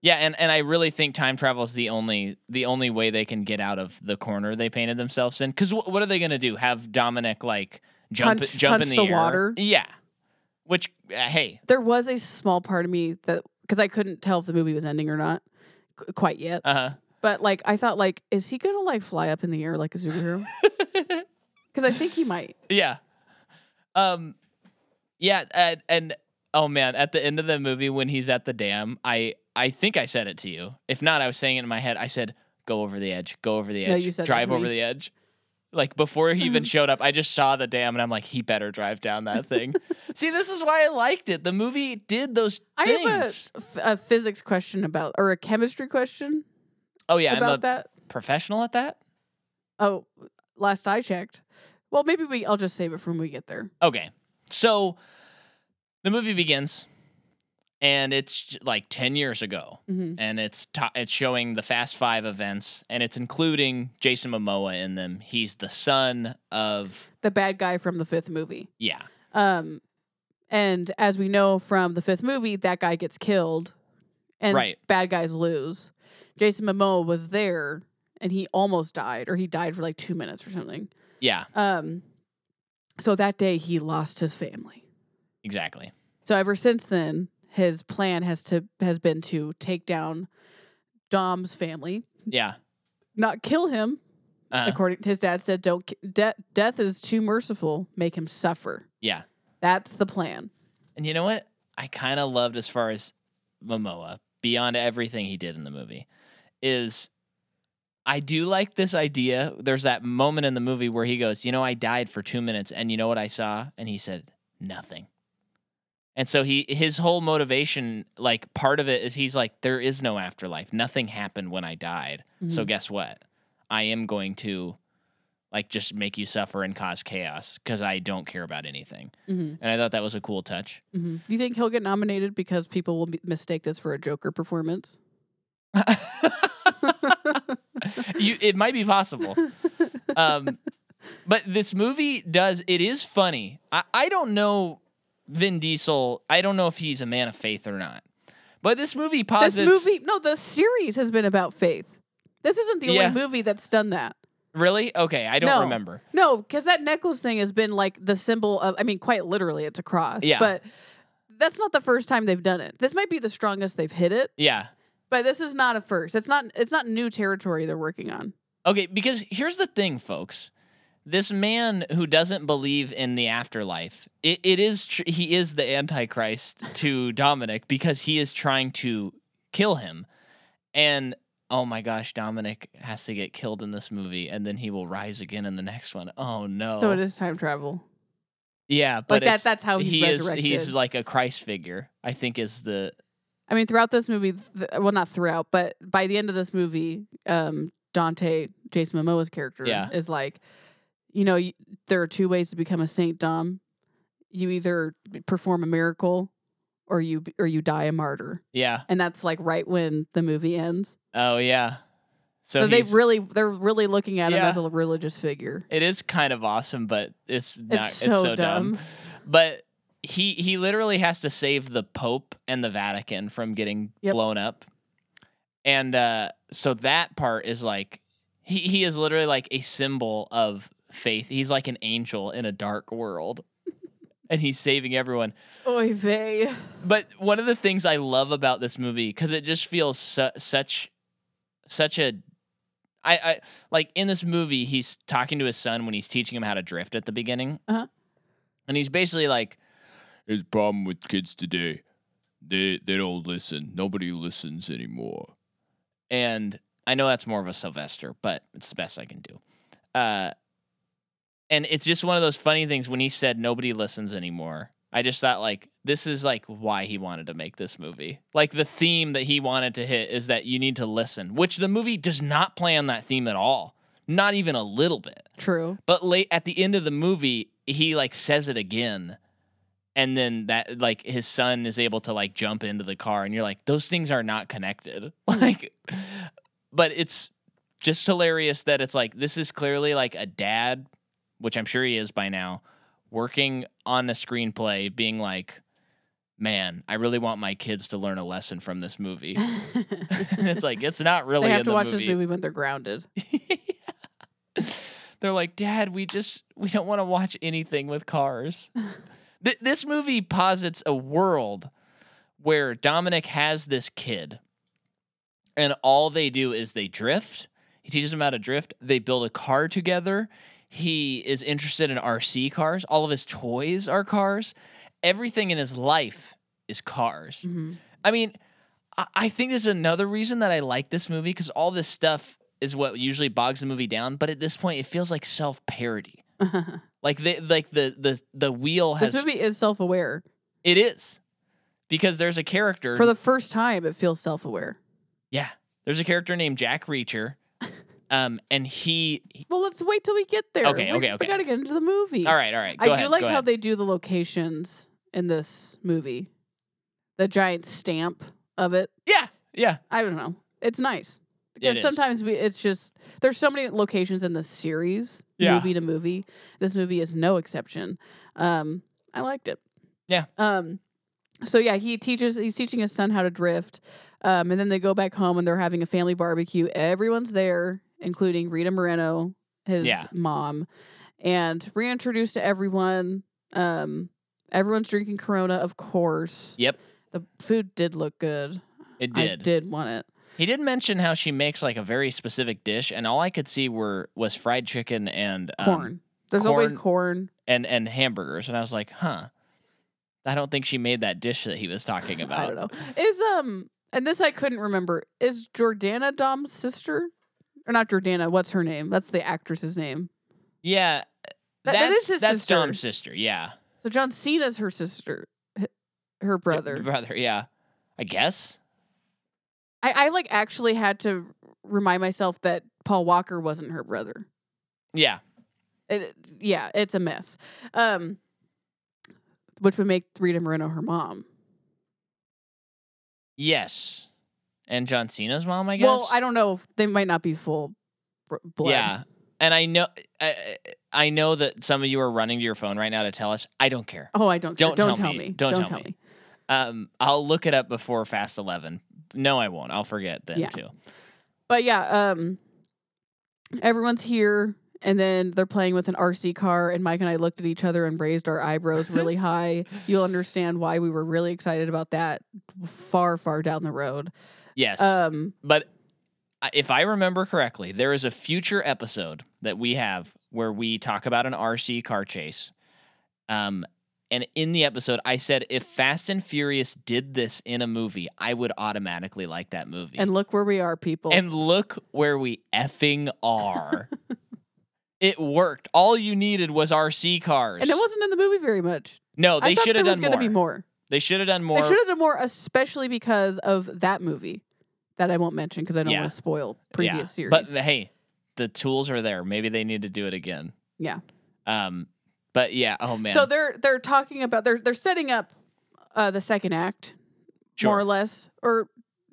A: Yeah, and, and I really think time travel is the only the only way they can get out of the corner they painted themselves in. Because what are they going to do? Have Dominic like jump
B: Punch-
A: jump in the,
B: punch the
A: air?
B: water?
A: Yeah. Which uh, hey,
B: There was a small part of me that because I couldn't tell if the movie was ending or not qu- quite yet.
A: uh
B: But like I thought, like is he gonna like fly up in the air like a superhero? Because I think he might.
A: yeah, um, yeah, and, and oh man, at the end of the movie when he's at the dam, I I think I said it to you. If not, I was saying it in my head. I said, "Go over the edge, go over the edge,
B: No, you said that
A: drive
B: to
A: over
B: me.
A: the edge." Like before he even showed up, I just saw the dam and I'm like, he better drive down that thing. See, this is why I liked it. The movie did those
B: I
A: things.
B: have a, f- a physics question about or a chemistry question
A: oh yeah, I'm
B: about
A: a
B: that.
A: professional at that.
B: Oh, last I checked. Well, maybe we. I'll just save it for when we get there.
A: Okay. So the movie begins and it's j- like 10 years ago
B: Mhm.
A: and it's to- it's showing the Fast 5 events and it's including Jason Momoa in them. He's the son of
B: The bad guy from the fifth movie.
A: yeah.
B: Um, and as we know from the fifth movie, that guy gets killed, and
A: Right.
B: bad guys lose. Jason Momoa was there, and he almost died, or he died for like two minutes or something.
A: Yeah,
B: Um, so that day he lost his family.
A: exactly.
B: So ever since then, his plan has to has been to take down Dom's family,
A: Yeah.
B: not kill him.
A: Uh,
B: According to his dad, said, "Don't ki- de- death is too merciful. Make him suffer."
A: yeah.
B: That's the plan.
A: And you know what? I kind of loved as far as Momoa beyond everything he did in the movie is I do like this idea. There's that moment in the movie where he goes, "You know, I died for 2 minutes and you know what I saw?" And he said, "Nothing." And so he his whole motivation, like part of it is he's like there is no afterlife. Nothing happened when I died. So
B: Mhm.
A: guess what? I am going to like just make you suffer and cause chaos cuz I don't care about anything.
B: Mhm.
A: And I thought that was a cool touch.
B: hmm Do you think he'll get nominated because people will be- mistake this for a Joker performance?
A: you, it might be possible. Um, but this movie does, it is funny. I, I don't know Vin Diesel, I don't know if he's a man of faith or not. But this movie
B: This
A: posits.
B: movie, no, the series has been about faith. This isn't the
A: Yeah.
B: only movie that's done that.
A: Really? Okay, I don't
B: No.
A: remember.
B: No, because that necklace thing has been like the symbol of, I mean, quite literally, it's a cross.
A: Yeah.
B: But that's not the first time they've done it. This might be the strongest they've hit it,
A: Yeah.
B: but this is not a first. It's not. It's not new territory they're working on.
A: Okay, because here's the thing, folks. This man who doesn't believe in the afterlife, it, it is tr- he is the antichrist to Dominic because he is trying to kill him. And oh my gosh, Dominic has to get killed in this movie and then he will rise again in the next one. Oh no.
B: So it is time travel.
A: Yeah,
B: Like
A: but
B: that.
A: it's-
B: That's how he's
A: he is
B: resurrected.
A: he's like a Christ figure. I think is the
B: I mean, throughout this movie, th- well, not throughout, but by the end of this movie, um, Dante, Jason Momoa's character,
A: Yeah.
B: is like, you know, y- there are two ways to become a saint, Dom. You either perform a miracle, or you b- or you die a martyr,
A: yeah.
B: and that's like right when the movie ends.
A: Oh yeah. So,
B: So, they
A: he's-
B: really they're really looking at him
A: Yeah.
B: as a religious figure.
A: it is kind of awesome, but it's not, it's,
B: so
A: so dumb.
B: dumb.
A: But he he literally has to save the Pope and the Vatican from getting
B: Yep.
A: blown up, and uh, so that part is like he he is literally like a symbol of faith. He's like an angel in a dark world, and he's saving everyone.
B: Oy vey.
A: But one of the things I love about this movie because it just feels su- such, such a, I, I like in this movie he's talking to his son when he's teaching him how to drift at the beginning,
B: Uh-huh.
A: and he's basically like,
D: Here's the problem with kids today. They they don't listen. Nobody listens anymore.
A: and I know that's more of a Sylvester, but it's the best I can do. Uh, and it's just one of those funny things when he said nobody listens anymore. I just thought like this is like why he wanted to make this movie. Like the theme that he wanted to hit is that you need to listen, which the movie does not play on that theme at all, not even a little bit.
B: True.
A: But late at the end of the movie, he like says it again. And then that like his son is able to like jump into the car and you're like those things are not connected.
B: Hmm.
A: Like but it's just hilarious that it's like this is clearly like a dad, which I'm sure he is by now, working on the screenplay being like man, I really want my kids to learn a lesson from this movie. it's like it's not really
B: they have
A: in
B: to
A: the
B: watch this movie when they're grounded.
A: They're like, Dad, we just we don't want to watch anything with cars. Th- this movie posits a world where Dominic has this kid, and all they do is they drift. He teaches them how to drift. They build a car together. He is interested in RC cars. All of his toys are cars. Everything in his life is cars.
B: Mhm.
A: I mean, I, I think this is another reason that I like this movie because all this stuff is what usually bogs the movie down. But at this point, it feels like self parody. Like the like the the the wheel has
B: this movie is self-aware.
A: it is because there's a character
B: For the first time, it feels self-aware.
A: yeah there's a character named Jack Reacher, um, and he,
B: Well, let's wait till we get there.
A: Okay,
B: we,
A: okay, okay.
B: We gotta get into the movie.
A: all right all right go
B: I
A: ahead,
B: do like
A: go
B: how
A: ahead.
B: they do the locations in this movie. The giant stamp of it.
A: yeah yeah
B: I don't know. It's nice.
A: It
B: Because
A: is.
B: sometimes we, it's just there's so many locations in this series,
A: Yeah.
B: movie to movie. This movie is no exception. Um, I liked it.
A: Yeah.
B: Um, so yeah, he teaches. He's teaching his son how to drift, um, and then they go back home and they're having a family barbecue. Everyone's there, including Rita Moreno, his
A: Yeah.
B: mom, and reintroduced to everyone. Um, everyone's drinking Corona, of course.
A: Yep.
B: The food did look good.
A: it
B: I
A: did.
B: did want it.
A: he did mention how she makes like a very specific dish and all I could see were was fried chicken and um,
B: corn. There's always
A: corn-
B: corn.
A: and and hamburgers and i was like huh i don't think she made that dish that he was talking about
B: I don't know. Is um and this I couldn't remember. Is Jordana Dom's sister? Or not Jordana, what's her name? That's the actress's name.
A: yeah
B: that
A: that's
B: is his
A: that's
B: sister.
A: dom's sister yeah
B: So John Cena's her sister. h- Her
A: D-
B: brother.
A: brother yeah i guess
B: I, I like actually had to remind myself that Paul Walker wasn't her brother.
A: yeah
B: It, yeah, it's a mess. Um which would make Rita Moreno her mom.
A: yes and john cena's mom i guess
B: Well, I don't know if they might not be full br- blood.
A: yeah and i know I, I I know that some of you are running to your phone right now to tell us i don't care
B: Oh, I don't.
A: Don't
B: don't
A: tell
B: tell
A: me.
B: me.
A: Don't tell me. um i'll look it up before fast 11 no i won't i'll forget then
B: Yeah.
A: too
B: But yeah, um everyone's here and then they're playing with an RC car and Mike and I looked at each other and raised our eyebrows really high. You'll understand why we were really excited about that far far down the road.
A: yes
B: Um
A: But I- if I remember correctly, there is a future episode that we have where we talk about an RC car chase. Um, and in the episode, I said if Fast and Furious did this in a movie, I would automatically like that movie.
B: and look where we are people.
A: And look where we effing are. It worked. All you needed was RC cars.
B: And it wasn't in the movie very much.
A: no,
B: I
A: Oh, they
B: thought
A: should have
B: there was
A: done
B: gonna
A: more.
B: be more.
A: They should have done more.
B: They should have done more, especially because of that movie that I won't mention because I don't
A: Yeah.
B: want to spoil
A: Yeah.
B: previous series.
A: But the- hey, the tools are there. Maybe they need to do it again.
B: Yeah.
A: Um. But yeah. Oh man.
B: So they're they're talking about they're they're setting up uh, the second act more
A: Sure.
B: or less, or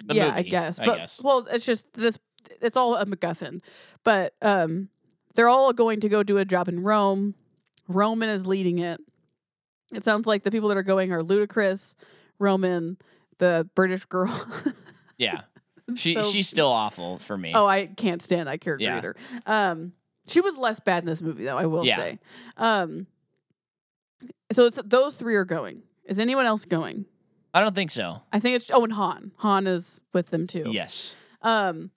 A: The
B: yeah, I
A: movie,
B: guess.
A: I
B: But
A: guess.
B: well, it's just this. It's all a MacGuffin, but um, they're all going to go do a job in Rome. Roman is leading it. It sounds like the people that are going are Ludacris, Roman, the British girl.
A: yeah. She
B: So-
A: she's still awful for me.
B: oh, I can't stand that character
A: Yeah.
B: either. Um, she was less bad in this movie though. I will
A: Yeah.
B: say. Um, so it's those three are going. Is anyone else going?
A: I don't think so.
B: I think it's oh, and Han. Han is with them too.
A: Yes.
B: Um.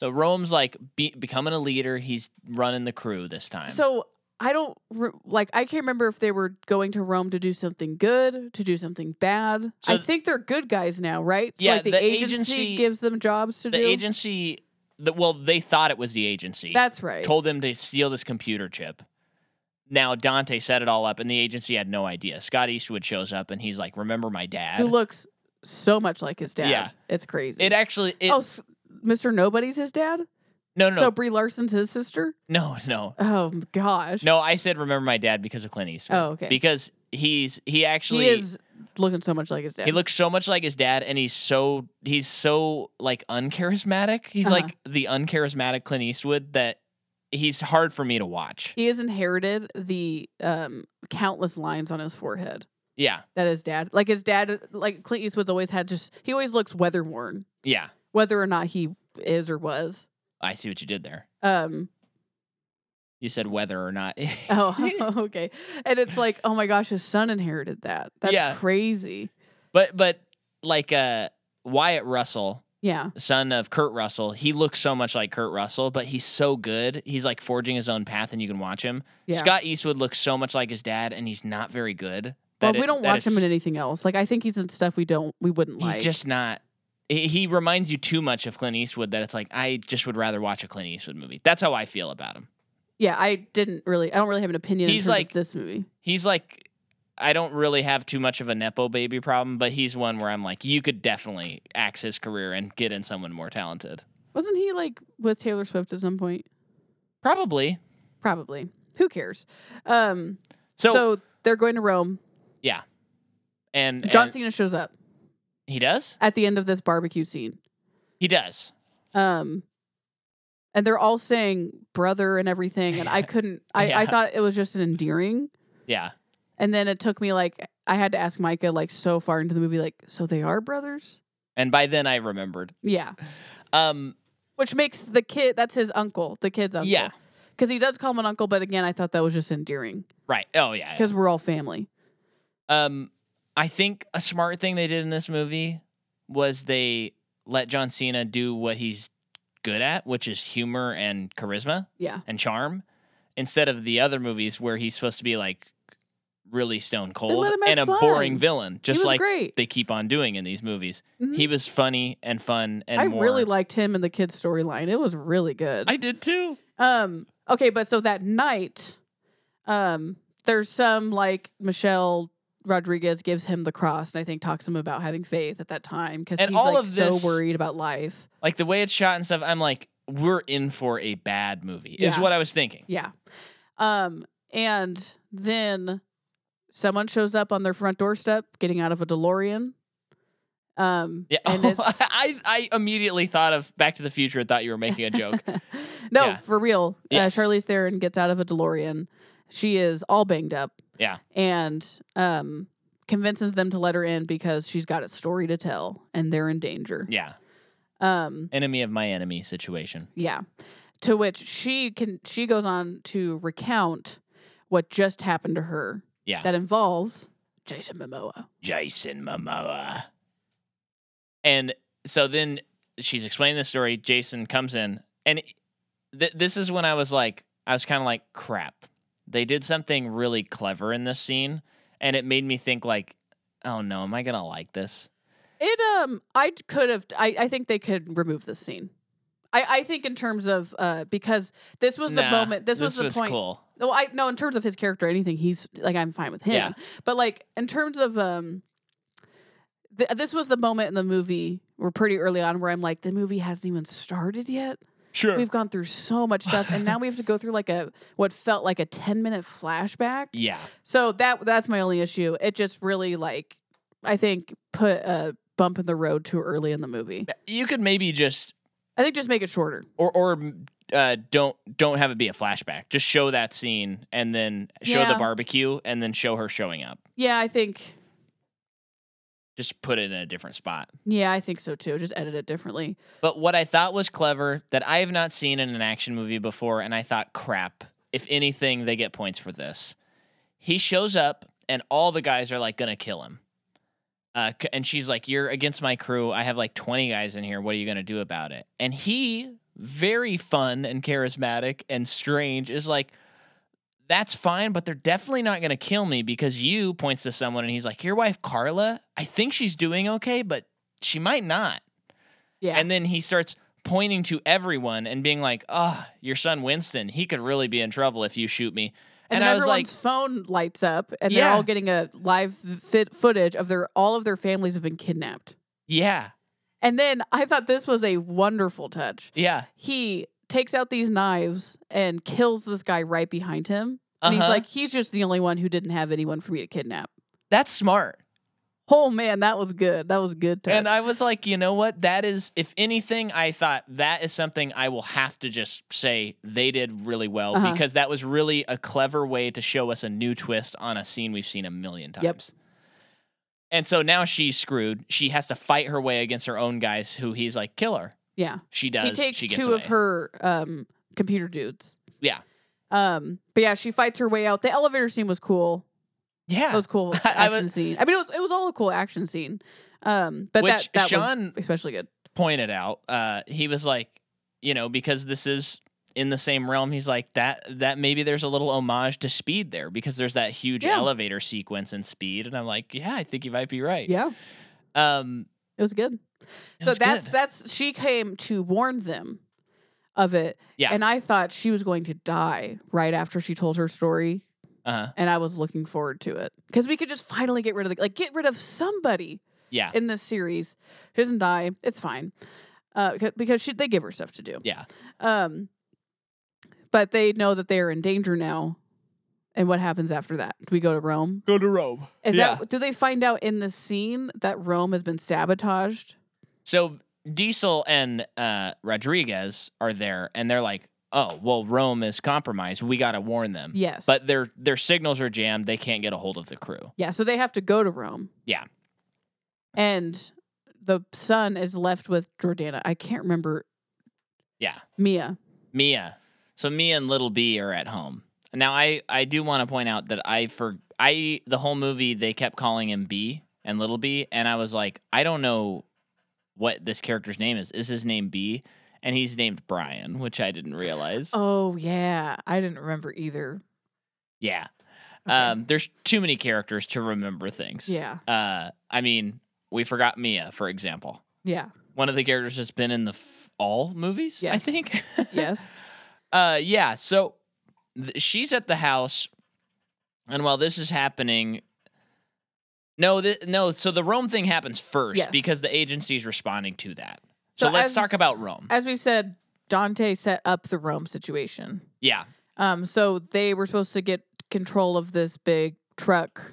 A: So Rome's like be, becoming a leader. He's running the crew this time.
B: So I don't re- like. I can't remember if they were going to Rome to do something good, to do something bad.
A: So
B: I
A: th-
B: think they're good guys now, right? So
A: Yeah,
B: like the,
A: the
B: agency,
A: agency-
B: gives them jobs to
A: the
B: do.
A: agency. The, well, they thought it was the agency.
B: That's right.
A: told them to steal this computer chip. Now Dante set it all up, and the agency had no idea. Scott Eastwood shows up, and he's like, "Remember my dad?"
B: Who looks so much like his dad?
A: Yeah.
B: it's crazy.
A: it actually. It,
B: oh, s- Mr. Nobody's his dad.
A: no, no,
B: So
A: no,
B: Brie Larson's his sister.
A: no, no,
B: Oh m- gosh.
A: no. I said, "Remember my dad" because of Clint Eastwood.
B: Oh, okay.
A: Because he's he actually
B: he is looking so much like his dad.
A: He looks so much like his dad, and he's so he's so like uncharismatic. He's
B: Uh-huh.
A: like the uncharismatic Clint Eastwood that he's hard for me to watch.
B: He has inherited the um, countless lines on his forehead.
A: Yeah,
B: that his dad like his dad like clint eastwood's always had just he always looks weather worn
A: yeah.
B: whether or not he is or was
A: I see what you did there.
B: um
A: You said whether or not.
B: oh okay and it's like oh my gosh his son inherited that that's
A: Yeah.
B: crazy
A: But but like uh Wyatt Russell,
B: yeah
A: son of Kurt Russell, he looks so much like Kurt Russell, but he's so good. He's like forging his own path and you can watch him.
B: yeah
A: Scott Eastwood looks so much like his dad and he's not very good.
B: but
A: that
B: we
A: it-
B: don't
A: that
B: watch him
A: it's-
B: in anything else like i think he's in stuff we don't we wouldn't
A: He's
B: like
A: just not he he reminds you too much of Clint Eastwood that it's like I just would rather watch a Clint Eastwood movie. That's how I feel about him.
B: yeah i didn't really i don't really have an opinion
A: He's
B: in terms
A: like-
B: of this movie
A: He's like I don't really have too much of a nepo baby problem, but he's one where I'm like you could definitely axe his career and get in someone more talented.
B: wasn't he like with taylor swift at some point
A: Probably.
B: probably who cares um so,
A: So,
B: they're going to rome
A: and, and
B: john cena shows up
A: he does.
B: at the end of this barbecue scene
A: He does.
B: um and they're all saying brother and everything and i couldn't I, I
A: Yeah.
B: thought it was just an endearing
A: Yeah.
B: and then it took me like i had to ask micah like so far into the movie like so they are brothers
A: And by then I remembered.
B: yeah
A: Um
B: which makes the kid that's his uncle the kid's uncle
A: Yeah.
B: because he does call him an uncle but again i thought that was just endearing
A: right. Oh yeah. yeah.
B: because we're all family
A: Um I think a smart thing they did in this movie was they let John Cena do what he's good at, which is humor and charisma
B: yeah
A: and charm, instead of the other movies where he's supposed to be like really stone cold
B: let him have
A: and a
B: fun.
A: boring villain,
B: he
A: just
B: was
A: like
B: great
A: they keep on doing in these movies.
B: Mhm.
A: He was funny and fun and
B: i
A: more.
B: really liked him and the kid's storyline it was really good
A: I did too.
B: Um. Okay, but so that night, um, there's some like Michelle Rodriguez gives him the cross, and I think talks him about having faith at that time because
A: And
B: he's
A: all
B: like,
A: of this-
B: so worried about life.
A: like the way it's shot and stuff i'm like we're in for a bad movie is
B: Yeah.
A: what i was thinking
B: Yeah. Um. And then someone shows up on their front doorstep, getting out of a DeLorean. Um.
A: yeah oh,
B: And it's,
A: i i immediately thought of back to the future and thought you were making a joke
B: no,
A: Yeah.
B: for real.
A: Yes.
B: Uh, Charlize Theron gets out of a DeLorean. She is all banged up.
A: Yeah.
B: And um, convinces them to let her in because she's got a story to tell and they're in danger.
A: yeah
B: Um,
A: enemy of my enemy situation
B: yeah. To which she can she goes on to recount what just happened to her.
A: Yeah.
B: That involves Jason Momoa.
A: jason momoa and so then she's explaining the story jason comes in and th- this is when i was like i was kind of like crap they did something really clever in this scene and it made me think like oh no am i gonna like this
B: It um I could have I, I think they could remove this scene. I, I think in terms of uh because this was the
A: Nah,
B: moment this, was the
A: was
B: point
A: cool.
B: well I no in terms of his character anything he's like I'm fine with him
A: Yeah.
B: but like in terms of um th- this was the moment in the movie we're pretty early on where I'm like the movie hasn't even started yet
D: Sure.
B: we've gone through so much stuff and now we have to go through like a what felt like a 10 minute flashback
A: Yeah.
B: so that that's my only issue it just really like I think put a bump in the road too early in the movie
A: You could maybe just
B: I think just make it shorter
A: or or uh, don't don't have it be a flashback. Just show that scene and then show
B: Yeah.
A: the barbecue and then show her showing up.
B: yeah I think
A: Just put it in a different spot.
B: Yeah, I think so too. Just edit it differently.
A: But what I thought was clever that I have not seen in an action movie before, and I thought, crap, if anything, they get points for this. He shows up, and all the guys are like, gonna kill him. Uh, c- and she's like, You're against my crew. I have like 20 guys in here. What are you gonna do about it? And he, very fun and charismatic and strange, is like, that's fine, but they're definitely not going to kill me because you points to someone and he's like, Your wife, Carla, I think she's doing okay, but she might not.
B: Yeah.
A: And then he starts pointing to everyone and being like, "Oh, your son Winston, he could really be in trouble if you shoot me." And,
B: And then
A: I was like,
B: everyone's phone lights up, and they're
A: Yeah.
B: all getting a live fit footage of their all of their families have been kidnapped.
A: "Yeah,
B: And then I thought this was a wonderful touch.
A: yeah."
B: He takes out these knives and kills this guy right behind him, and he's
A: Uh-huh.
B: like, "He's just the only one who didn't have anyone for me to kidnap."
A: That's smart.
B: Oh man, that was good. That was good touch.
A: And I was like, "You know what? That is if anything, I thought that is something I will have to just say they did really well
B: Uh-huh.
A: because that was really a clever way to show us a new twist on a scene we've seen a million times."
B: Yep.
A: And so now she's screwed. She has to fight her way against her own guys who he's like, "Kill her."
B: yeah,
A: She does.
B: he takes
A: she gets
B: two of
A: away.
B: her um, computer dudes.
A: Yeah.
B: Um, but yeah, she fights her way out. The elevator scene was cool.
A: Yeah.
B: That was cool
A: I
B: action
A: was-
B: scene. I mean, it was it was all a cool action scene. Um, but
A: Which
B: that that
A: Sean
B: was especially good.
A: pointed out uh he was like you know because this is in the same realm he's like that that maybe there's a little homage to speed there because there's that huge
B: Yeah.
A: elevator sequence in speed and i'm like yeah i think you might be right
B: Yeah,
A: um
B: it was good.
A: it
B: so
A: was
B: that's
A: good.
B: that's she came to warn them of it.
A: Yeah.
B: and I thought she was going to die right after she told her story,
A: uh-huh
B: and I was looking forward to it because we could just finally get rid of the like get rid of somebody
A: yeah
B: in this series. She doesn't die. It's fine. Uh, c- because she, they give her stuff to do.
A: yeah
B: Um, but they know that they are in danger now. And what happens after that? Do we go to Rome?
A: go to rome
B: Is
A: yeah
B: that do they find out in the scene that Rome has been sabotaged?
A: so diesel and uh rodriguez are there and they're like oh well rome is compromised we gotta warn them
B: Yes.
A: but their their signals are jammed they can't get a hold of the crew
B: yeah, so they have to go to Rome.
A: Yeah.
B: And the son is left with Jordana. I can't remember
A: yeah
B: Mia.
A: Mia. So Mia and Little B are at home. Now I I do want to point out that I for I the whole movie they kept calling him B and Little B and I was like I don't know what this character's name is. Is his name B? And he's named Brian, which I didn't realize.
B: Oh yeah, I didn't remember either.
A: Yeah.
B: Okay.
A: Um there's too many characters to remember things.
B: yeah,
A: Uh I mean, we forgot Mia, for example.
B: yeah,
A: One of the characters that's been in the f- all movies, I
B: Yes.
A: think.
B: yes,
A: Uh, yeah. So th- she's at the house, and while this is happening, no, th- no. So the Rome thing happens first
B: Yes.
A: because the agency's responding to that. So,
B: So
A: let's
B: as-
A: talk about Rome.
B: as we said, Dante set up the Rome situation.
A: yeah,
B: Um, so they were supposed to get control of this big truck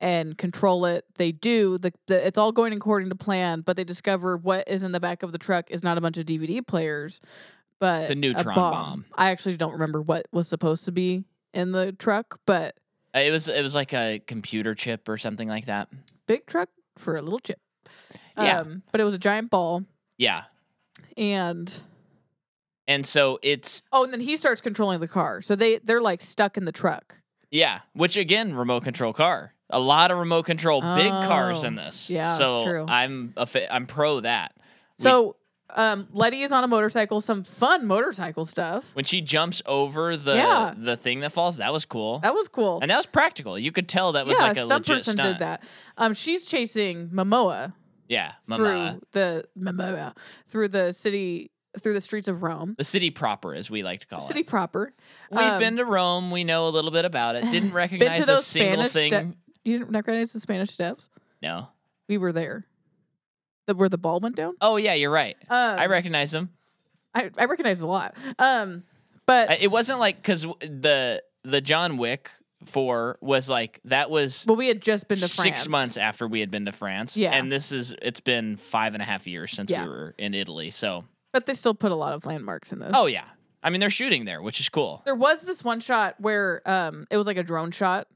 B: and control it. They do. The, the it's all going according to plan, but they discover what is in the back of the truck is not a bunch of DVD players, but
A: The neutron
B: a bomb.
A: bomb.
B: I actually don't remember what was supposed to be in the truck, but
A: Uh, it was it was like a computer chip or something like that.
B: big truck for a little chip.
A: Yeah.
B: Um, but it was a giant ball
A: Yeah,
B: and
A: and so it's
B: oh and then he starts controlling the car. So they they're like stuck in the truck.
A: yeah, which again, remote control car. A lot of remote control big cars in
B: Oh,
A: this.
B: yeah, that's
A: so
B: true.
A: I'm a fa- I'm pro that. We-
B: So um, Letty is on a motorcycle, some fun motorcycle stuff.
A: When she jumps over the
B: Yeah.
A: the thing that falls, that was cool.
B: That was cool.
A: And that was practical. You could tell that was
B: yeah,
A: like a
B: stunt
A: legit
B: person
A: stunt.
B: did that. Um, she's chasing Momoa
A: Yeah, Mama.
B: through the Momoa through the city through the streets of Rome,
A: The city proper, as we like to call
B: city
A: it.
B: proper.
A: We've
B: um,
A: been to Rome. We know a little bit about it. Didn't recognize a
B: those
A: single
B: Spanish
A: thing.
B: step- You didn't recognize the Spanish Steps?
A: no.
B: We were there. The, where the ball went down?
A: Oh yeah, you're right.
B: Um,
A: I recognize them.
B: I, I recognize a lot. Um, but
A: I- It wasn't like because the the John Wick four was like that was
B: well, we had just been to France.
A: six months after we had been to France.
B: Yeah.
A: and this is it's been five and a half years since
B: Yeah.
A: we were in Italy. So
B: but they still put a lot of landmarks in those.
A: oh yeah, I mean they're shooting there, which is cool.
B: there was this one shot where um, it was like a drone shot.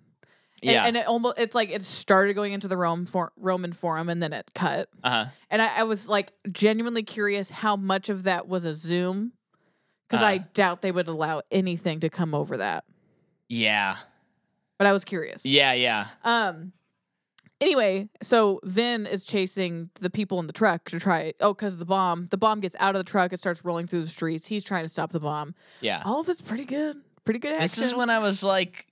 B: And,
A: yeah.
B: and it almost it's like it started going into the Rome for, Roman Forum and then it cut.
A: uh huh.
B: And I, I was like genuinely curious how much of that was a zoom, because I
A: Uh.
B: doubt they would allow anything to come over that.
A: Yeah.
B: But I was curious.
A: Yeah. Yeah.
B: Um. Anyway, so Vin is chasing the people in the truck to try. Oh, because the bomb. The bomb gets out of the truck. It starts rolling through the streets. He's trying to stop the bomb.
A: Yeah.
B: All of it's pretty good. Pretty good action.
A: This is when I was like,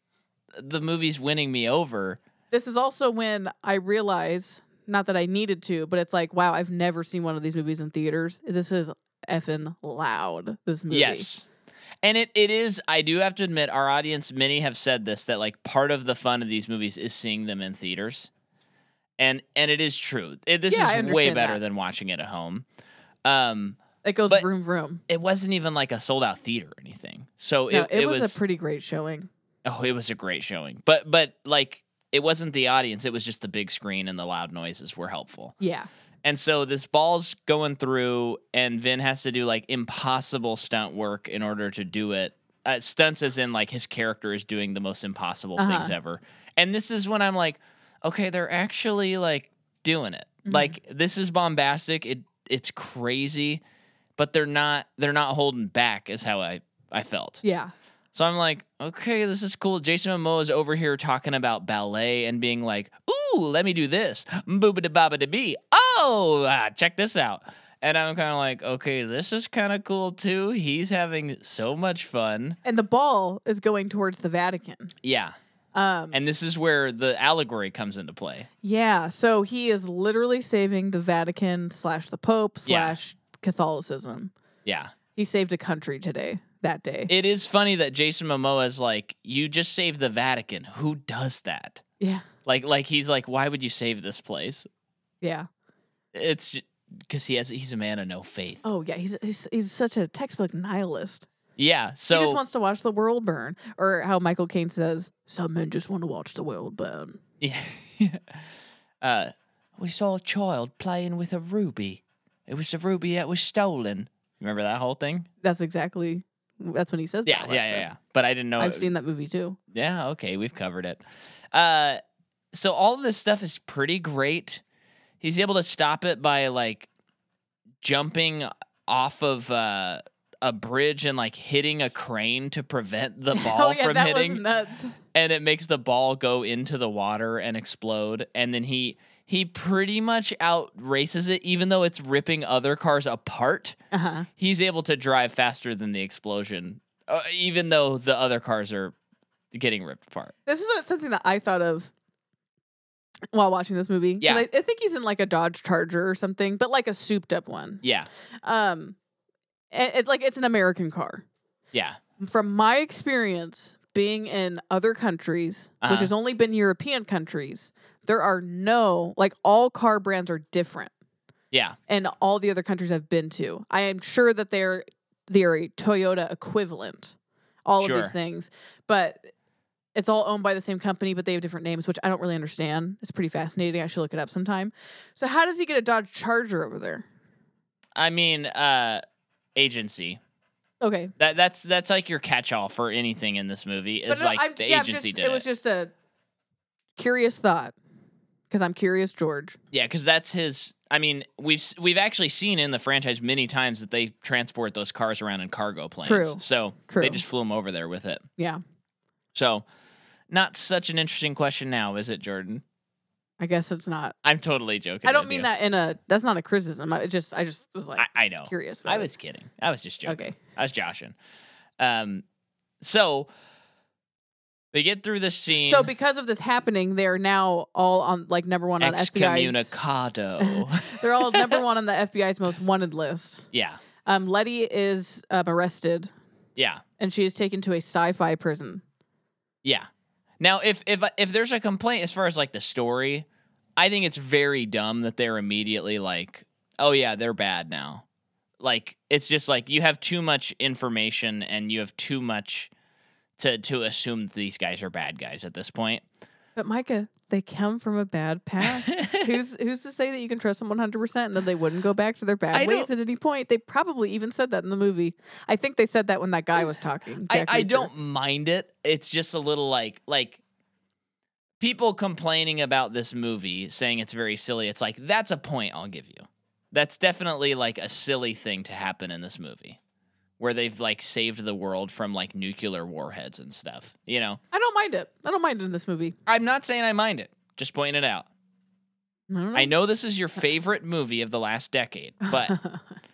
A: the movie's winning me over.
B: This is also when I realize, not that I needed to, but it's like, wow, I've never seen one of these movies in theaters. This is effing loud. This movie.
A: Yes. And it, it is, I do have to admit, our audience, many have said this, that like part of the fun of these movies is seeing them in theaters. And and it is true. It- this
B: Yeah, I
A: is way
B: understand
A: better
B: that.
A: than watching it at home. Um,
B: It goes
A: But-
B: vroom vroom.
A: it wasn't even like a sold out theater or anything. So
B: No,
A: it,
B: it, was, a pretty great showing.
A: oh, it was a great showing. But but like it wasn't the audience, it was just the big screen and the loud noises were helpful.
B: Yeah.
A: And so this ball's going through, and Vin has to do like impossible stunt work in order to do it. Uh, stunts, as in like his character is doing the most impossible things
B: Uh-huh.
A: ever. And this is when I'm like, okay, they're actually like doing it.
B: Mhm.
A: Like this is bombastic. It it's crazy, but they're not they're not holding back. Is how I I felt.
B: Yeah.
A: So I'm like, okay, this is cool. Jason Momoa is over here talking about ballet and being like, ooh, let me do this. Booba da baba da bee. Oh, ah, check this out. And I'm kind of like, okay, this is kind of cool too. He's having so much fun.
B: And the ball is going towards the Vatican.
A: Yeah.
B: Um,
A: And this is where the allegory comes into play.
B: Yeah, so he is literally saving the Vatican slash the Pope
A: Yeah.
B: slash Catholicism.
A: Yeah.
B: He saved a country today, that day.
A: It is funny that Jason Momoa is like, you just saved the Vatican. Who does that?
B: yeah,
A: Like, like he's like, why would you save this place?
B: yeah.
A: It's because he has he's a man of no faith.
B: Oh yeah, he's he's, he's such a textbook nihilist.
A: Yeah. So
B: he just wants to watch the world burn, or how Michael Caine says, "Some men just want to watch the world burn."
A: Yeah. uh, we saw a child playing with a ruby. It was the ruby that was stolen. Remember that whole thing?
B: That's exactly that's when he says.
A: Yeah,
B: that,
A: yeah, yeah,
B: that's it.
A: yeah. Oh, But I didn't know.
B: I've
A: it-
B: seen that movie too.
A: Yeah, okay, we've covered it. Uh, so all this stuff is pretty great. He's able to stop it by like jumping off of uh, a bridge and like hitting a crane to prevent the ball
B: oh yeah,
A: from
B: that
A: hitting.
B: was nuts.
A: and it makes the ball go into the water and explode and then he he pretty much out races it even though it's ripping other cars apart
B: Uh huh.
A: he's able to drive faster than the explosion uh, even though the other cars are getting ripped apart
B: This is something that I thought of while watching this movie. 'Cause
A: Yeah.
B: I, I think he's in like a Dodge Charger or something, but like a souped up one.
A: yeah
B: Um, and it's like it's an American car.
A: yeah
B: From my experience being in other countries, which
A: Uh-huh.
B: has only been European countries, there are no like all car brands are different
A: yeah
B: in all the other countries I've been to. I am sure that they're they're a Toyota equivalent, all of
A: Sure.
B: these things, but it's all owned by the same company, but they have different names, which I don't really understand. It's pretty fascinating. I should look it up sometime. So how does he get a Dodge Charger over there?
A: i mean uh agency
B: Okay,
A: that that's that's like your catch-all for anything in this movie
B: But
A: is
B: no,
A: like
B: I'm-
A: the
B: yeah, I'm
A: agency
B: just-
A: did
B: It was just a curious thought because I'm curious, George.
A: Yeah, because that's his. I mean, we've s- we've actually seen in the franchise many times that they transport those cars around in cargo planes.
B: True.
A: So
B: True.
A: they just flew them over there with it.
B: Yeah,
A: So not such an interesting question now, is it, Jordan?
B: I guess it's not.
A: I'm totally joking.
B: I don't
A: with
B: mean
A: you.
B: that in a. That's not a criticism. I it just I just was like
A: I, I know.
B: curious. about
A: I
B: it.
A: was kidding. I was just joking.
B: okay.
A: I was joshing. Um, so they get through the scene.
B: So because of this happening, they are now all on like number one on FBI's.
A: excommunicado.
B: They're all number one on the FBI's most wanted list.
A: yeah.
B: Um, Letty is um, arrested
A: Yeah.
B: and she is taken to a sci-fi prison.
A: Yeah. Now, if if if there's a complaint as far as like the story, I think it's very dumb that they're immediately like, "Oh yeah, they're bad now." Like it's just like you have too much information and you have too much to to assume that these guys are bad guys at this point.
B: But Micah, they come from a bad past. who's who's to say that you can trust them one hundred percent and that they wouldn't go back to their bad
A: I
B: ways at any point? They probably even said that in the movie. I think they said that when that guy was talking.
A: I,
B: Jack
A: I
B: Reacher.
A: don't mind it. It's just a little like like people complaining about this movie saying it's very silly. It's like that's a point I'll give you. That's definitely like a silly thing to happen in this movie where they've like saved the world from like nuclear warheads and stuff. You know,
B: I don't mind it. I don't mind it in this movie.
A: I'm not saying I mind it. Just pointing it out.
B: I don't know.
A: I know this is your favorite movie of the last decade, but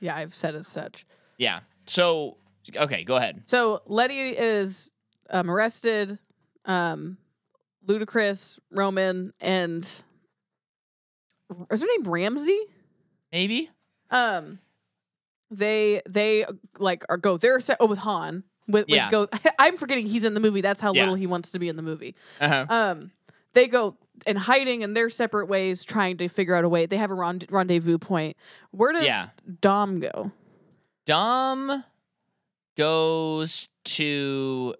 B: yeah, I've said as such.
A: yeah. So okay, go ahead.
B: So Letty is um, arrested. Um, Ludacris, Roman, and is her name Ramsey?
A: Maybe?
B: Um, they they like are go they're se- oh with Han with, with
A: Yeah.
B: go. I'm forgetting he's in the movie. That's how
A: Yeah.
B: little he wants to be in the movie.
A: Uh-huh.
B: Um, they go in hiding in their separate ways, trying to figure out a way. They have a rond- rendezvous point. Where does
A: Yeah.
B: Dom go?
A: Dom goes to.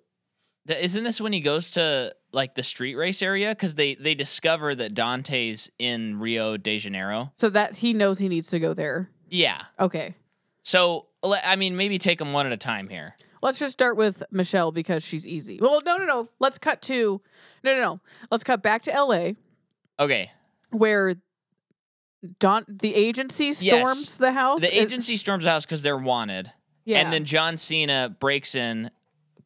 A: th- Isn't this when he goes to like the street race area? Because they they discover that Dante's in Rio de Janeiro.
B: So that he knows he needs to go there.
A: Yeah.
B: Okay,
A: So le- I mean, maybe take them one at a time here.
B: Let's just start with Michelle because she's easy. Well, no, no, no. Let's cut to no, no, no. Let's cut back to L.A.
A: Okay.
B: where Don the agency
A: Yes.
B: storms the house.
A: The
B: It-
A: agency storms the house because they're wanted,
B: yeah.
A: and then John Cena breaks in.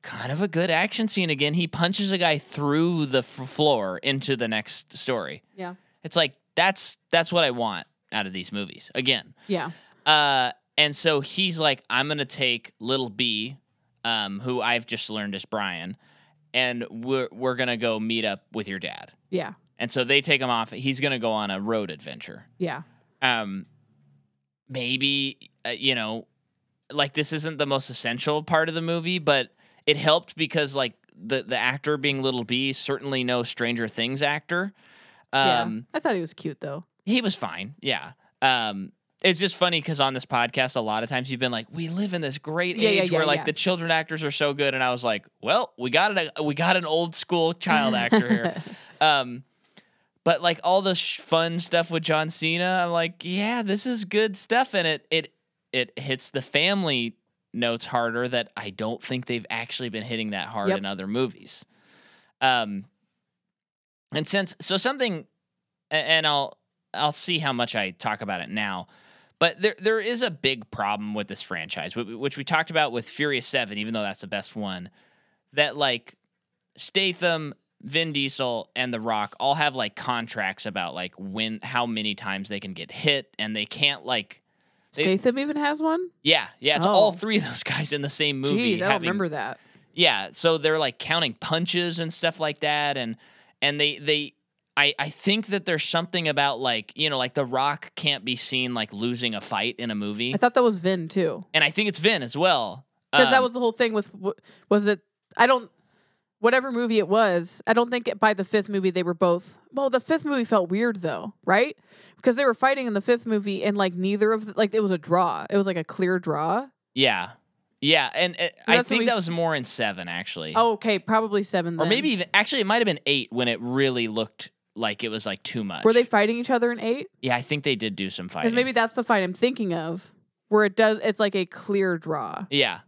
A: Kind of a good action scene again. He punches a guy through the f- floor into the next story.
B: Yeah.
A: It's like that's that's what I want out of these movies again.
B: yeah,
A: Uh, and so he's like, I'm gonna take little B, um, who I've just learned is Brian, and we're we're gonna go meet up with your dad.
B: yeah,
A: And so they take him off. He's gonna go on a road adventure.
B: yeah,
A: Um, maybe uh, you know, like this isn't the most essential part of the movie, but it helped because like the the actor being little B certainly no Stranger Things actor. Um,
B: yeah. I thought he was cute though.
A: he was fine. Yeah. Um, it's just funny because on this podcast, a lot of times you've been like, "We live in this great
B: Yeah,
A: age
B: yeah,
A: where
B: yeah,
A: like
B: yeah.
A: the children actors are so good," and I was like, "Well, we got it. We got an old school child actor here." Um, but like all the sh- fun stuff with John Cena, I'm like, "Yeah, this is good stuff," and it it it hits the family notes harder that I don't think they've actually been hitting that hard
B: Yep.
A: in other movies. Um, and since so something, a- and I'll I'll see how much I talk about it now. But there there is a big problem with this franchise, wh- which we talked about with Furious Seven, even though that's the best one. That like Statham, Vin Diesel, and The Rock all have like contracts about like when how many times they can get hit, and they can't like They-
B: Statham even has one.
A: yeah yeah it's all
B: Oh.
A: three of those guys in the same movie.
B: Jeez, I don't
A: having-
B: remember that.
A: yeah, so they're like counting punches and stuff like that, and and they they I I think that there's something about like you know like The Rock can't be seen like losing a fight in a movie,
B: I thought that was Vin too,
A: and I think it's Vin as well
B: because that
A: Um,
B: was the whole thing with wh- was it? I don't. Whatever movie it was, I don't think it, by the fifth movie they were both. Well, the fifth movie felt weird though, right? Because they were fighting in the fifth movie, and like neither of the, like it was a draw. It was like a clear draw.
A: yeah yeah, and uh, I
B: that's when
A: think
B: we
A: that
B: s-
A: was more in seven actually,
B: Oh, okay, probably seven.
A: or
B: then.
A: maybe even actually it might have been eight when it really looked like it was like too much.
B: were they fighting each other in eight?
A: yeah, I think they did do some
B: Because
A: fighting.
B: maybe that's the fight I'm thinking of, where it does. It's like a clear draw.
A: Yeah.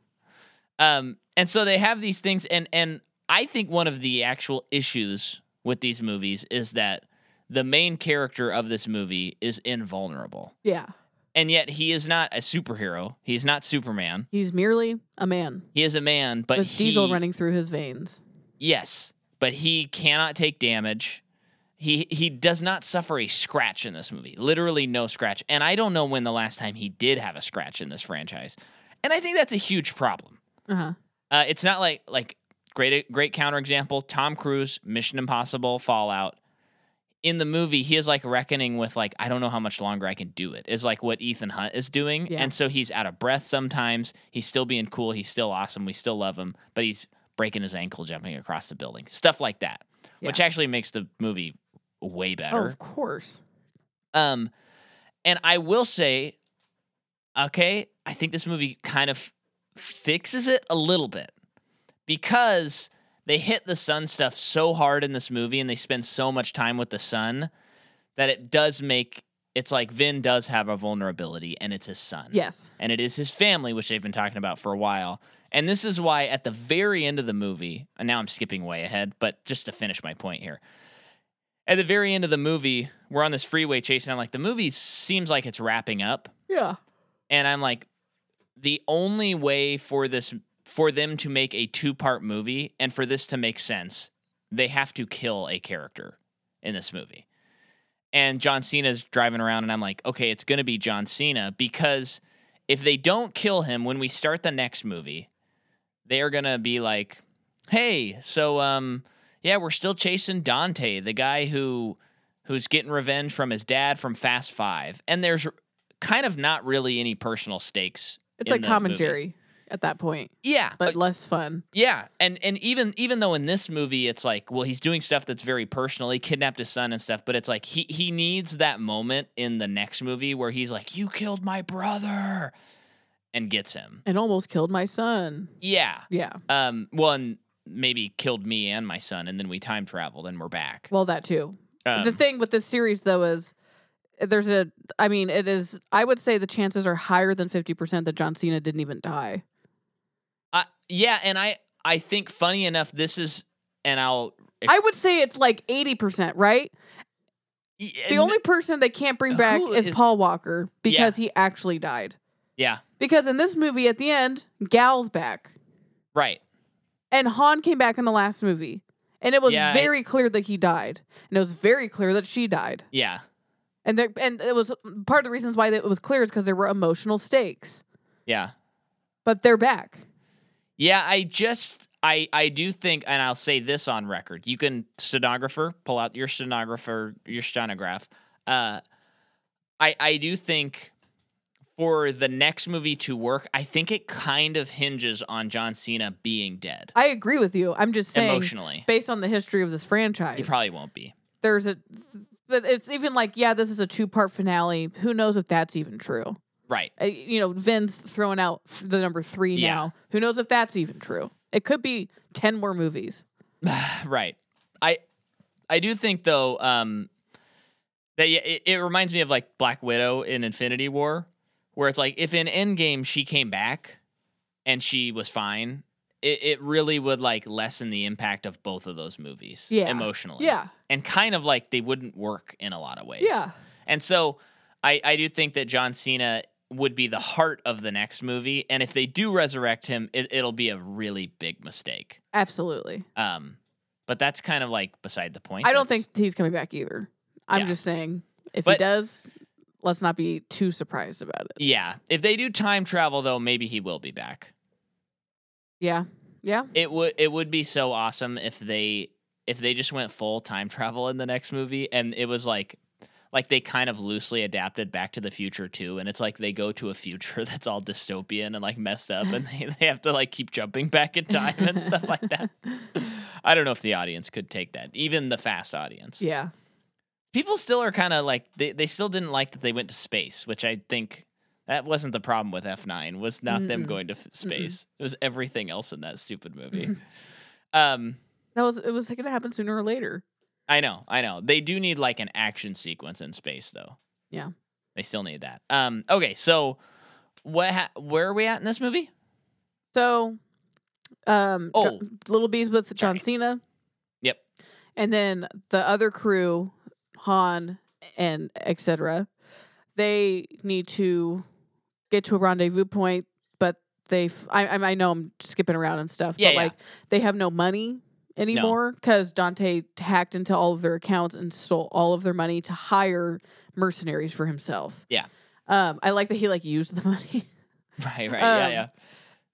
A: Um, and so they have these things, and and I think one of the actual issues with these movies is that the main character of this movie is invulnerable,
B: Yeah,
A: and yet he is not a superhero. He's not Superman.
B: he's merely a man
A: He is a man, but
B: with
A: he,
B: diesel running through his veins.
A: Yes, but he cannot take damage. He he does not suffer a scratch in this movie. Literally no scratch. And I don't know when the last time he did have a scratch in this franchise, and I think that's a huge problem.
B: Uh huh.
A: Uh, it's not like like great great counterexample. Tom Cruise, Mission Impossible, Fallout. in the movie he is like reckoning with like I don't know how much longer I can do it. Is like what Ethan Hunt is doing,
B: Yeah.
A: and so he's out of breath sometimes. He's still being cool. He's still awesome. We still love him, but he's breaking his ankle jumping across the building. Stuff like that, which actually makes the movie way
B: Oh,
A: better.
B: of course.
A: Um, and I will say, okay, I think this movie kind of fixes it a little bit because they hit the sun stuff so hard in this movie and they spend so much time with the sun that it does make it's like Vin does have a vulnerability and it's his son
B: Yes.
A: and it is his family, which they've been talking about for a while. And this is why, at the very end of the movie, and now I'm skipping way ahead, but just to finish my point here, at the very end of the movie, we're on this freeway chase, and I'm like, the movie seems like it's wrapping up,
B: Yeah.
A: and I'm like, the only way for this for them to make a two part movie and for this to make sense, they have to kill a character in this movie. And John Cena's driving around, and I'm like, okay, it's gonna be John Cena because if they don't kill him when we start the next movie, they are gonna be like, hey, so um, yeah, we're still chasing Dante, the guy who who's getting revenge from his dad from Fast Five, and there's kind of not really any personal stakes.
B: It's
A: in
B: like
A: the movie.
B: commentary at that point,
A: Yeah,
B: but less fun.
A: yeah, and and even even though in this movie it's like, well, he's doing stuff that's very personal. He kidnapped his son and stuff, but it's like he he needs that moment in the next movie where he's like, "You killed my brother," and gets him.
B: And almost killed my son.
A: Yeah.
B: Yeah.
A: Um. Well, and maybe killed me and my son, and then we time traveled and we're back.
B: Well, that too.
A: Um,
B: the thing with this series though is there's a I mean, it is I would say the chances are higher than 50% that John Cena didn't even die.
A: I, yeah, and I I think funny enough, this is, and I'll.
B: I would say it's like 80%, right? The only person they can't bring back
A: Who
B: is,
A: is-
B: Paul Walker because he actually died.
A: Yeah.
B: Because in this movie at the end, Gal's back.
A: Right.
B: And Han came back in the last movie. And it was
A: Yeah, I-
B: very clear that he died. And it was very clear that she died.
A: Yeah.
B: And there, and it was part of the reasons why it was clear is because there were emotional stakes.
A: Yeah.
B: But they're back.
A: Yeah, I just I I do think, and I'll say this on record. You can stenographer, pull out your stenographer, your stenograph. Uh, I I do think for the next movie to work, I think it kind of hinges on John Cena being dead
B: I agree with you. I'm just saying,
A: emotionally.
B: based on the history of this franchise,
A: He probably won't be.
B: there's a. But it's even like, yeah, this is a two part finale. Who knows if that's even true?
A: Right.
B: Uh, you know, Vin's throwing out f- the number three
A: Yeah.
B: now. Who knows if that's even true? It could be 10 more movies.
A: right. I I do think though um that yeah, it, it reminds me of like Black Widow in Infinity War where it's like if in Endgame she came back and she was fine, it, it really would like lessen the impact of both of those movies
B: Yeah.
A: emotionally.
B: Yeah.
A: And kind of like they wouldn't work in a lot of ways.
B: Yeah.
A: And so I, I do think that John Cena would be the heart of the next movie. And if they do resurrect him, it, it'll be a really big mistake.
B: Absolutely.
A: Um, but that's kind of like beside the point.
B: I don't
A: That's-
B: think he's coming back either. I'm
A: Yeah.
B: just saying, if he
A: But-
B: does, let's not be too surprised about it.
A: Yeah, if they do time travel though, maybe he will be back.
B: Yeah. Yeah.
A: It would it would be so awesome if they if they just went full time travel in the next movie and it was like like they kind of loosely adapted Back to the Future too, and it's like they go to a future that's all dystopian and like messed up, and they, they have to like keep jumping back in time and stuff like that. I don't know if the audience could take that, even the fast audience.
B: Yeah.
A: people still are kind of like they, they still didn't like that they went to space which i think that wasn't the problem with f9 was not them
B: Mm-mm.
A: going to f- space it was everything else in that stupid movie um
B: That was, it was going to happen sooner or later.
A: i know i know they do need like an action sequence in space though
B: Yeah.
A: they still need that um okay so what ha- where are we at in this movie
B: So, um, Jo-
A: Oh.
B: Little Bees with John
A: Sorry.
B: Cena.
A: Yep.
B: And then the other crew, Han and etc. They need to get to a rendezvous point, but they. f- I I- I know I'm skipping around and stuff,
A: Yeah,
B: but
A: yeah.
B: like they have no money anymore because Dante hacked into all of their accounts and stole all of their money to hire mercenaries for himself.
A: Yeah.
B: Um, I like that he like used the money.
A: right right yeah
B: Um,
A: yeah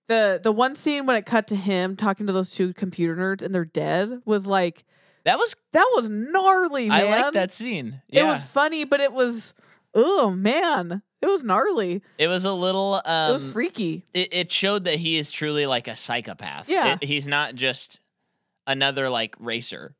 B: the the one scene when it cut to him talking to those two computer nerds and they're dead was like
A: That was
B: That was gnarly, man.
A: I like that scene.
B: It
A: Yeah,
B: was funny, but it was oh man, it was gnarly.
A: a little. Um,
B: it was freaky.
A: it, it showed that he is truly like a psychopath.
B: Yeah.
A: It- he's not just another like racer,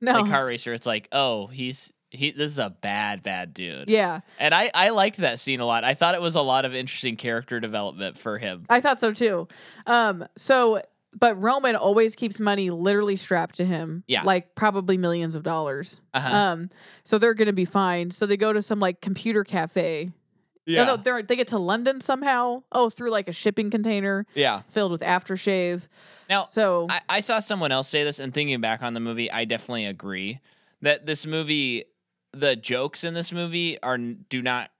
B: No,
A: like car racer. It's like, oh, he's he. This is a bad, bad dude.
B: yeah,
A: And I I liked that scene a lot. I thought it was a lot of interesting character development for him.
B: I thought so too. Um, so but Roman always keeps money literally strapped to him.
A: Yeah.
B: like probably millions of dollars.
A: Uh-huh.
B: Um, so they're gonna be fine. So they go to some like computer cafe.
A: yeah.
B: No, no, they're, they get to London somehow. Oh, through like a shipping container
A: yeah.
B: filled with aftershave.
A: Now
B: So
A: I, I saw someone else say this, and thinking back on the movie, I definitely agree that this movie, the jokes in this movie are n- do not,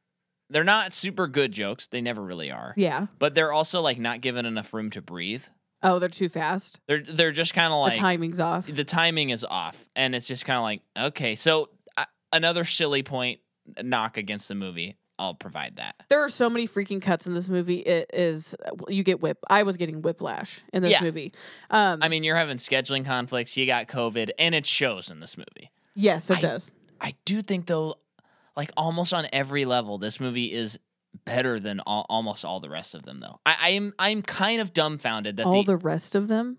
A: they're not super good jokes. They never really are.
B: yeah.
A: But they're also like not given enough room to breathe.
B: Oh, they're too fast.
A: They're they're just kind of like
B: the timing's off.
A: the timing is off, and it's just kind of like okay. So I another silly point knock against the movie. I'll provide that.
B: there are so many freaking cuts in this movie. It is you get whip. I was getting whiplash in this
A: Yeah.
B: movie. Um,
A: I mean, you're having scheduling conflicts. You got COVID, and it shows in this movie.
B: yes, it
A: I-
B: does.
A: I do think though, like almost on every level, this movie is better than all, almost all the rest of them. Though I, I'm I'm kind of dumbfounded that
B: All
A: the,
B: the rest of them,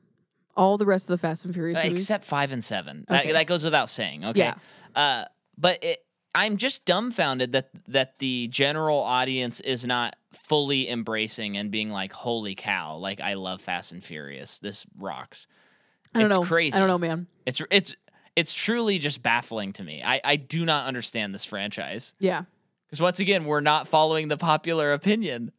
B: all the rest of the Fast and Furious movies.
A: except five and seven
B: Okay.
A: that, that goes without saying. Okay,
B: Yeah,
A: uh, but it, I'm just dumbfounded that that the general audience is not fully embracing and being like, "Holy cow! Like I love Fast and Furious. This rocks."
B: I don't
A: it's
B: know.
A: crazy.
B: I don't know, man.
A: It's it's it's truly just baffling to me. I I do not understand this franchise.
B: Yeah,
A: Because once again, we're not following the popular opinion.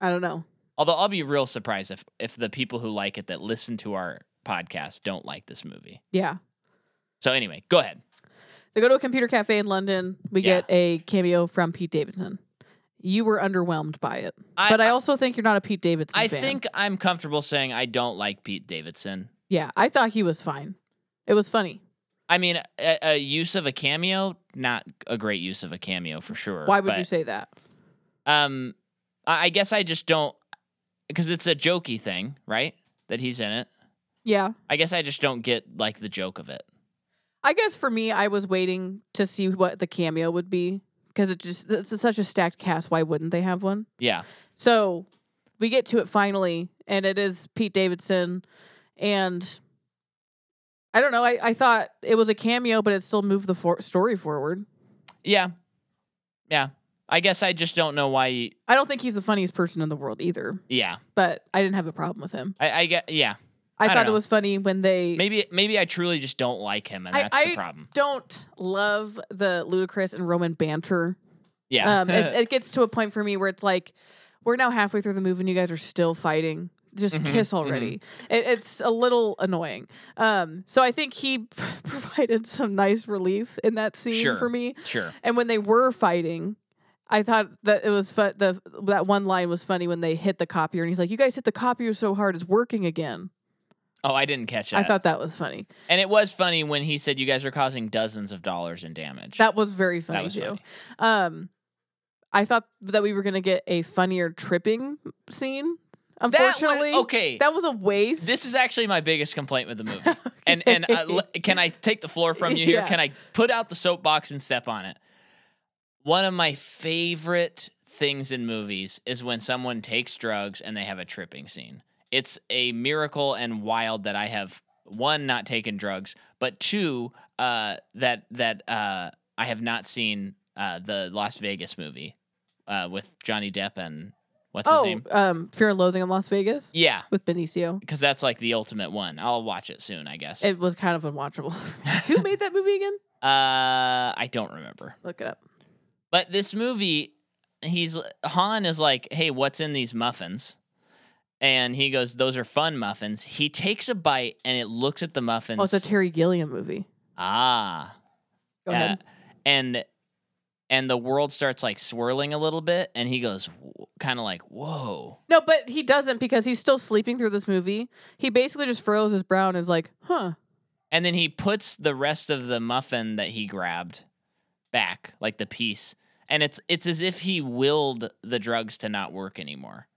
B: I don't know.
A: Although I'll be real surprised if if the people who like it that listen to our podcast don't like this movie.
B: Yeah,
A: So anyway, go ahead.
B: they go to a computer cafe in London. We
A: Yeah.
B: get a cameo from Pete Davidson. You were underwhelmed by it,
A: I,
B: but I
A: I,
B: also think you're not a Pete Davidson.
A: I
B: fan.
A: think I'm comfortable saying I don't like Pete Davidson.
B: Yeah, I thought he was fine. It was funny.
A: I mean, a, a use of a cameo, not a great use of a cameo for sure.
B: Why would you
A: but,
B: say that?
A: Um, I I guess I just don't because it's a jokey thing, right? That he's in it.
B: Yeah,
A: I guess I just don't get like the joke of it.
B: I guess for me, I was waiting to see what the cameo would be because it just it's such a stacked cast. Why wouldn't they have one?
A: Yeah.
B: So we get to it finally, and it is Pete Davidson, and I don't know. I, I thought it was a cameo, but it still moved the for- story forward.
A: Yeah. Yeah. I guess I just don't know why. y-
B: I don't think he's the funniest person in the world either,
A: Yeah.
B: but I didn't have a problem with him.
A: I, I get. Yeah.
B: I,
A: I don't
B: thought it
A: know.
B: was funny when they
A: Maybe. Maybe I truly just don't like him, and
B: I-
A: that's
B: I-
A: the problem.
B: don't love the ludicrous and Roman banter
A: Yeah.
B: um, it, it gets to a point for me where it's like, we're now halfway through the movie and you guys are still fighting. Just
A: Mhm,
B: kiss already. It, it's a little annoying. Um, so I think he provided some nice relief in that scene
A: Sure.
B: for me.
A: sure.
B: And when they were fighting, I thought that it was fun. The that one line was funny when they hit the copier, and he's like, "You guys hit the copier so hard, it's working again."
A: Oh, I didn't catch that.
B: I thought that was funny.
A: and it was funny when he said you guys are causing dozens of dollars in damage.
B: That was very
A: That
B: funny
A: was
B: too.
A: funny.
B: Um, I thought that we were gonna get a funnier tripping scene.
A: That
B: Unfortunately,
A: was okay.
B: That was a waste.
A: this is actually my biggest complaint with the movie. And and uh,
B: Okay.
A: l- can I take the floor from you here?
B: Yeah.
A: Can I put out the soapbox and step on it? One of my favorite things in movies is when someone takes drugs and they have a tripping scene. It's a miracle and wild that I have one not taken drugs, but two uh, that that uh, I have not seen uh, the Las Vegas movie uh, with Johnny Depp and what's his
B: oh,
A: name?
B: um, Fear and Loathing in Las Vegas
A: Yeah,
B: with Benicio.
A: because that's like the ultimate one. I'll watch it soon, I guess.
B: It was kind of unwatchable. Who made that movie again?
A: Uh, I don't remember.
B: Look it up.
A: But this movie, he's Han is like, "Hey, what's in these muffins?" And he goes, "Those are fun muffins." He takes a bite and it looks at the muffins.
B: Oh, it's a Terry Gilliam movie.
A: ah,
B: Go
A: yeah.
B: ahead.
A: And and the world starts like swirling a little bit, and he goes, kind of like, "Whoa."
B: No, but he doesn't because he's still sleeping through this movie. He basically just furrows his brow and is like, "Huh."
A: And then he puts the rest of the muffin that he grabbed back, like the piece. And it's it's as if he willed the drugs to not work anymore.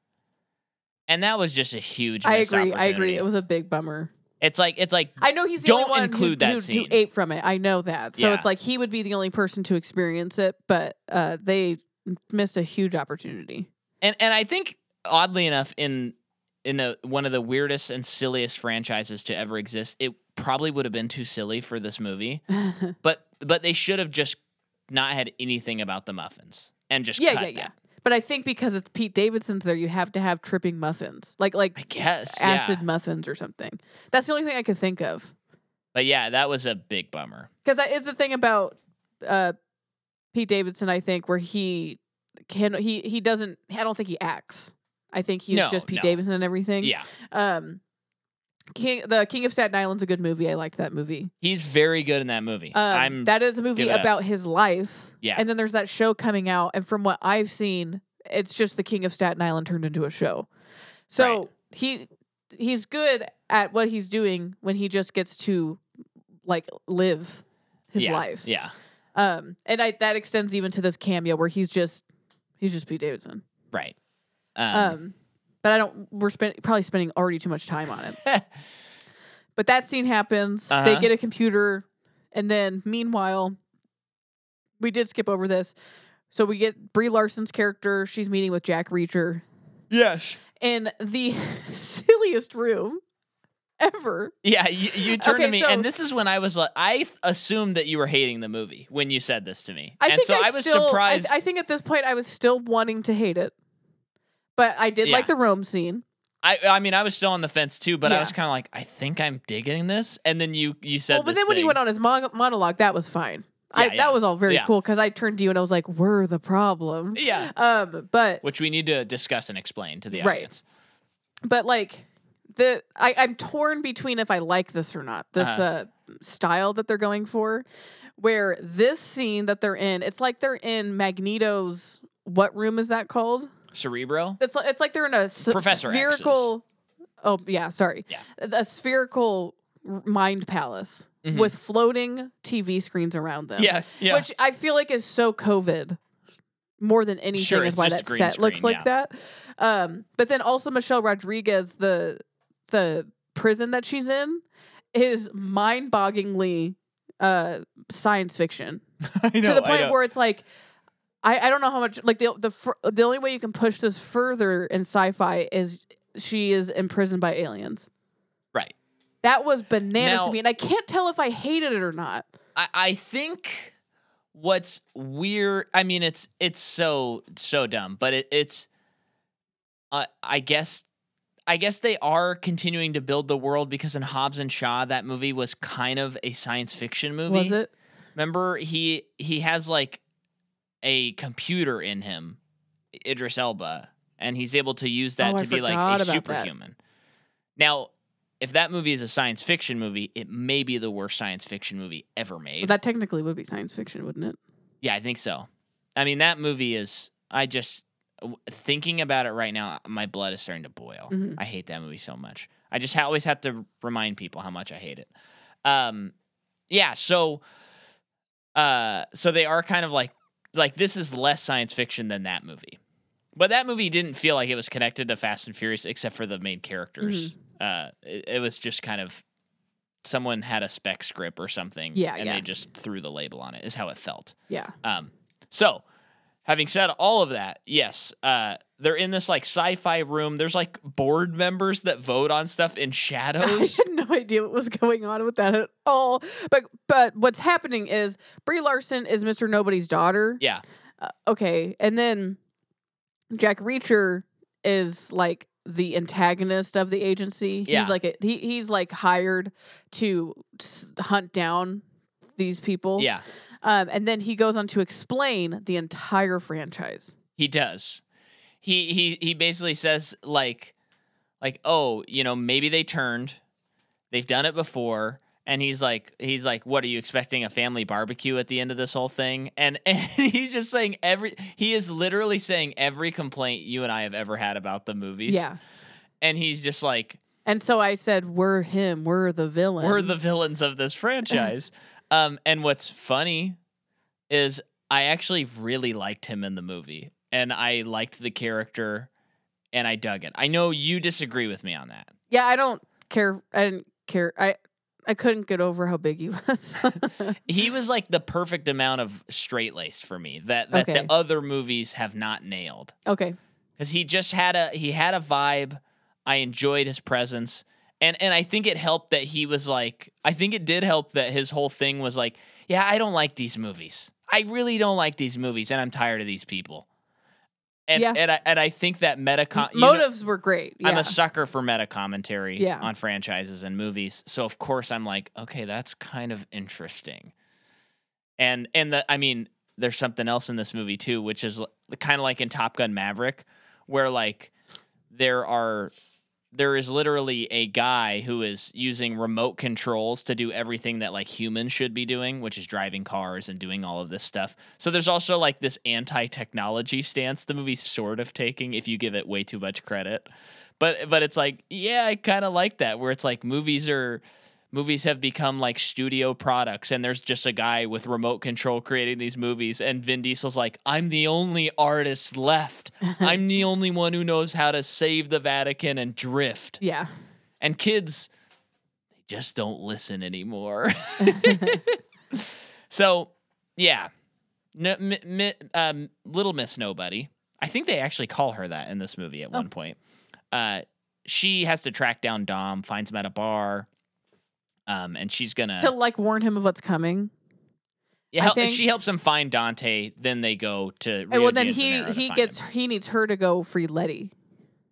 A: And that was just a huge
B: I
A: missed
B: agree. I agree.
A: opportunity.
B: It was a big bummer.
A: It's like it's like
B: I know he's the
A: Don't
B: only one
A: include
B: who,
A: that
B: who,
A: scene.
B: who ate from it. I know that. So
A: Yeah.
B: it's like he would be the only person to experience it, but uh, they missed a huge opportunity.
A: and and I think oddly enough in in a, one of the weirdest and silliest franchises to ever exist, it probably would have been too silly for this movie.
B: yeah,
A: But but they should have just not had anything about the muffins and just
B: yeah,
A: cut
B: yeah.
A: that.
B: But I think because it's Pete Davidson's there, you have to have tripping muffins, like like
A: I guess
B: acid
A: yeah.
B: muffins or something. That's the only thing I could think of.
A: But yeah, that was a big bummer.
B: because that is the thing about uh Pete Davidson. I think where he can he he doesn't. I don't think he acts. I think he's
A: No,
B: just Pete
A: no.
B: Davidson and everything.
A: Yeah,
B: Um, King, the King of Staten Island's a good movie. I liked that movie.
A: he's very good in that movie.
B: Um,
A: I'm
B: that is a movie
A: giving it up.
B: about his life.
A: Yeah.
B: And then there's that show coming out, and from what I've seen, it's just the King of Staten Island turned into a show. So
A: Right.
B: he he's good at what he's doing when he just gets to like live his
A: yeah,
B: life.
A: Yeah,
B: Um, and I that extends even to this cameo where he's just he's just Pete Davidson.
A: right.
B: Um,
A: Um,
B: but I don't we're spend, probably spending already too much time on it. But that scene happens. They
A: Uh-huh.
B: get a computer, and then meanwhile, we did skip over this. So we get Brie Larson's character. She's meeting with Jack Reacher
A: yes.
B: in the silliest room ever.
A: Yeah, you, you turned to
B: Okay,
A: me,
B: so-
A: and this is when I was like, I th- assumed that you were hating the movie when you said this to me,
B: I
A: and
B: think
A: so
B: I,
A: I, was
B: still, I-
A: surprised.
B: I, think at this point I was still wanting to hate it, but I did like
A: Yeah.
B: the Rome scene.
A: I, I mean, I was still on the fence too, but I
B: Yeah.
A: was kind of like, I think I'm digging this, and then you you said,
B: well, but
A: this
B: then when he
A: thing.
B: went on his mon- monologue, that was fine. I,
A: Yeah, yeah.
B: That was all very
A: Yeah.
B: cool because I turned to you and I was like, "We're the problem."
A: yeah,
B: Um, but
A: which we need to discuss and explain to the
B: Right.
A: audience.
B: but like the I, I'm torn between if I like this or not. This
A: Uh-huh.
B: uh, style that they're going for, where this scene that they're in, it's like they're in Magneto's. What room is that called?
A: Cerebro,
B: It's like, it's like they're in a s-
A: Professor X's.
B: spherical. Oh yeah, sorry.
A: Yeah.
B: a spherical r- mind palace
A: Mhm.
B: with floating TV screens around them.
A: yeah, yeah,
B: which I feel like is so COVID more than anything
A: Sure,
B: is
A: it's
B: why
A: just
B: that
A: green
B: set looks
A: screen,
B: like that. Um, but then also Michelle Rodriguez, the the prison that she's in, is mind-bogglingly uh, science fiction
A: I know,
B: to the
A: I
B: point
A: know.
B: where it's like. I, I don't know how much like the the fir- the only way you can push this further in sci-fi is she is imprisoned by aliens.
A: right.
B: That was bananas
A: Now-
B: to me, and I can't tell if I hated it or not.
A: I, I think what's weird i mean it's it's so so dumb but it, it's uh, i guess i guess they are continuing to build the world because in hobbs and shaw that movie was kind of a science fiction movie
B: Was it?
A: remember he he has like a computer in him idris elba and he's able to use that
B: Oh, I
A: to be
B: forgot
A: like a
B: about that.
A: superhuman now if that movie is a science fiction movie it may be the worst science fiction movie ever made
B: Well, that technically would be science fiction, wouldn't it?
A: Yeah, I think so. I mean, that movie is. I just w- thinking about it right now, my blood is starting to boil.
B: Mhm.
A: I hate that movie so much. I just ha- always have to remind people how much I hate it. Um, yeah. So, uh, so they are kind of like like this is less science fiction than that movie, but that movie didn't feel like it was connected to Fast and Furious except for the main characters.
B: Mm-hmm.
A: Uh, it, it was just kind of someone had a spec script or something,
B: Yeah,
A: and
B: yeah.
A: they just threw the label on it. Is how it felt.
B: Yeah.
A: Um, so, having said all of that, yes, uh, they're in this like sci-fi room. There's like board members that vote on stuff in
B: I
A: shadows.
B: had no idea what was going on with that at all. But but what's happening is Brie Larson is Mr. Nobody's daughter.
A: yeah,
B: Uh, okay, and then Jack Reacher is like the antagonist of the agency.
A: Yeah.
B: He's like a, he he's like hired to s- hunt down these people.
A: yeah,
B: Um, and then he goes on to explain the entire franchise.
A: he does. He he he basically says like, like oh, you know, maybe they turned. They've done it before. And he's like, he's like, what are you expecting a family barbecue at the end of this whole thing? And, and he's just saying every, he is literally saying every complaint you and I have ever had about the movies.
B: yeah.
A: And he's just like,
B: And so I said, "We're him. We're the villain.
A: We're the villains of this franchise. um, and what's funny is I actually really liked him in the movie, and I liked the character, and I dug it. I know you disagree with me on that.
B: Yeah, I don't care. I didn't care. I I couldn't get over how big he was.
A: He was like the perfect amount of straight laced for me that that
B: Okay.
A: the other movies have not nailed.
B: okay,
A: because he just had a he had a vibe. I enjoyed his presence, and and I think it helped that he was like I think it did help that his whole thing was like, yeah, I don't like these movies. I really don't like these movies, and I'm tired of these people. And
B: Yeah.
A: and I and I think that meta com- you know-
B: motives were great. Yeah.
A: I'm a sucker for meta commentary
B: Yeah.
A: on franchises and movies. So of course I'm like, okay, that's kind of interesting. And and the I mean, there's something else in this movie too, which is kind of like in Top Gun Maverick, where like there are there is literally a guy who is using remote controls to do everything that like humans should be doing, which is driving cars and doing all of this stuff. So there's also like this anti-technology stance the movie's sort of taking if you give it way too much credit. But but it's like, yeah, I kind of like that where it's like movies are movies have become like studio products and there's just a guy with remote control creating these movies and Vin Diesel's like, "I'm the only artist left. I'm the only one who knows how to save the Vatican and drift."
B: yeah.
A: And kids, they just don't listen anymore. so, yeah, no, mi, mi, um, Little Miss Nobody. I think they actually call her that in this movie at
B: Oh.
A: one point. Uh, she has to track down Dom, finds him at a bar, um, and she's gonna.
B: to like warn him of what's coming.
A: yeah,
B: I
A: hel-
B: think-
A: she helps him find Dante. Then they go to. Rio
B: and well, then
A: de
B: he
A: Janeiro to
B: he
A: find
B: gets
A: him.
B: he needs her to go free Letty.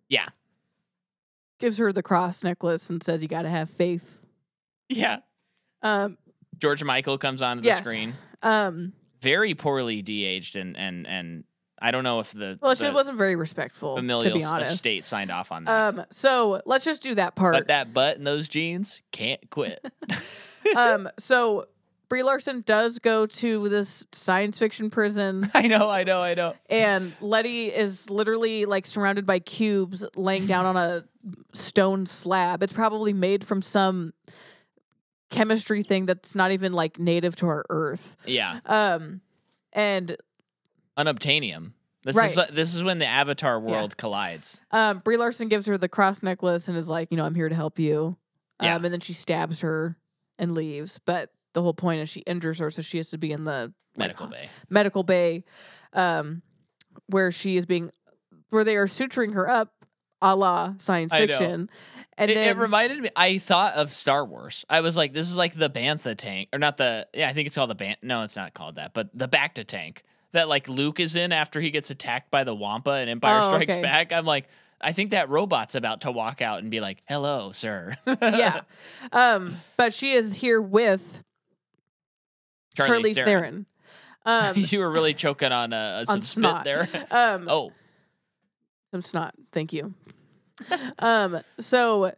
A: Yeah.
B: Gives her the cross necklace and says you got to have faith.
A: Yeah,
B: Um
A: George Michael comes onto
B: Yes.
A: the screen,
B: um
A: very poorly de-aged, and and and I don't know if the
B: well she
A: the,
B: wasn't very respectful to
A: familial
B: be
A: s-
B: honest.
A: estate signed off on that.
B: Um so let's just do that part.
A: but that butt in those jeans can't quit.
B: um so Brie Larson does go to this science fiction prison
A: I know, I know, I know.
B: and Letty is literally like surrounded by cubes laying down on a stone slab. It's probably made from some chemistry thing that's not even like native to our earth.
A: Yeah,
B: Um and
A: unobtainium. This is
B: Right.
A: this is when the Avatar world collides.
B: um Brie Larson gives her the cross necklace and is like, you know, I'm here to help you.
A: Yeah.
B: Um and then she stabs her and leaves, but the whole point is she injures her so she has to be in the like,
A: Medical bay.
B: medical bay um where she is being where they are suturing her up a la science
A: I know. E-,
B: fiction
A: It,
B: and
A: it
B: then
A: reminded me. I thought of Star Wars. I was like, this is like the bantha tank, or not the. Yeah, I think it's called the ban. No, it's not called that, but the Bacta tank that like Luke is in after he gets attacked by the Wampa and Empire
B: Oh,
A: Strikes
B: okay.
A: Back. I'm like, I think that robot's about to walk out and be like, "Hello, sir."
B: yeah um but she is here with
A: Charlize
B: Charlize
A: Theron.
B: Theron, um
A: you were really choking on uh, some
B: on
A: spit
B: snot
A: there.
B: um
A: Oh,
B: some snot thank you um so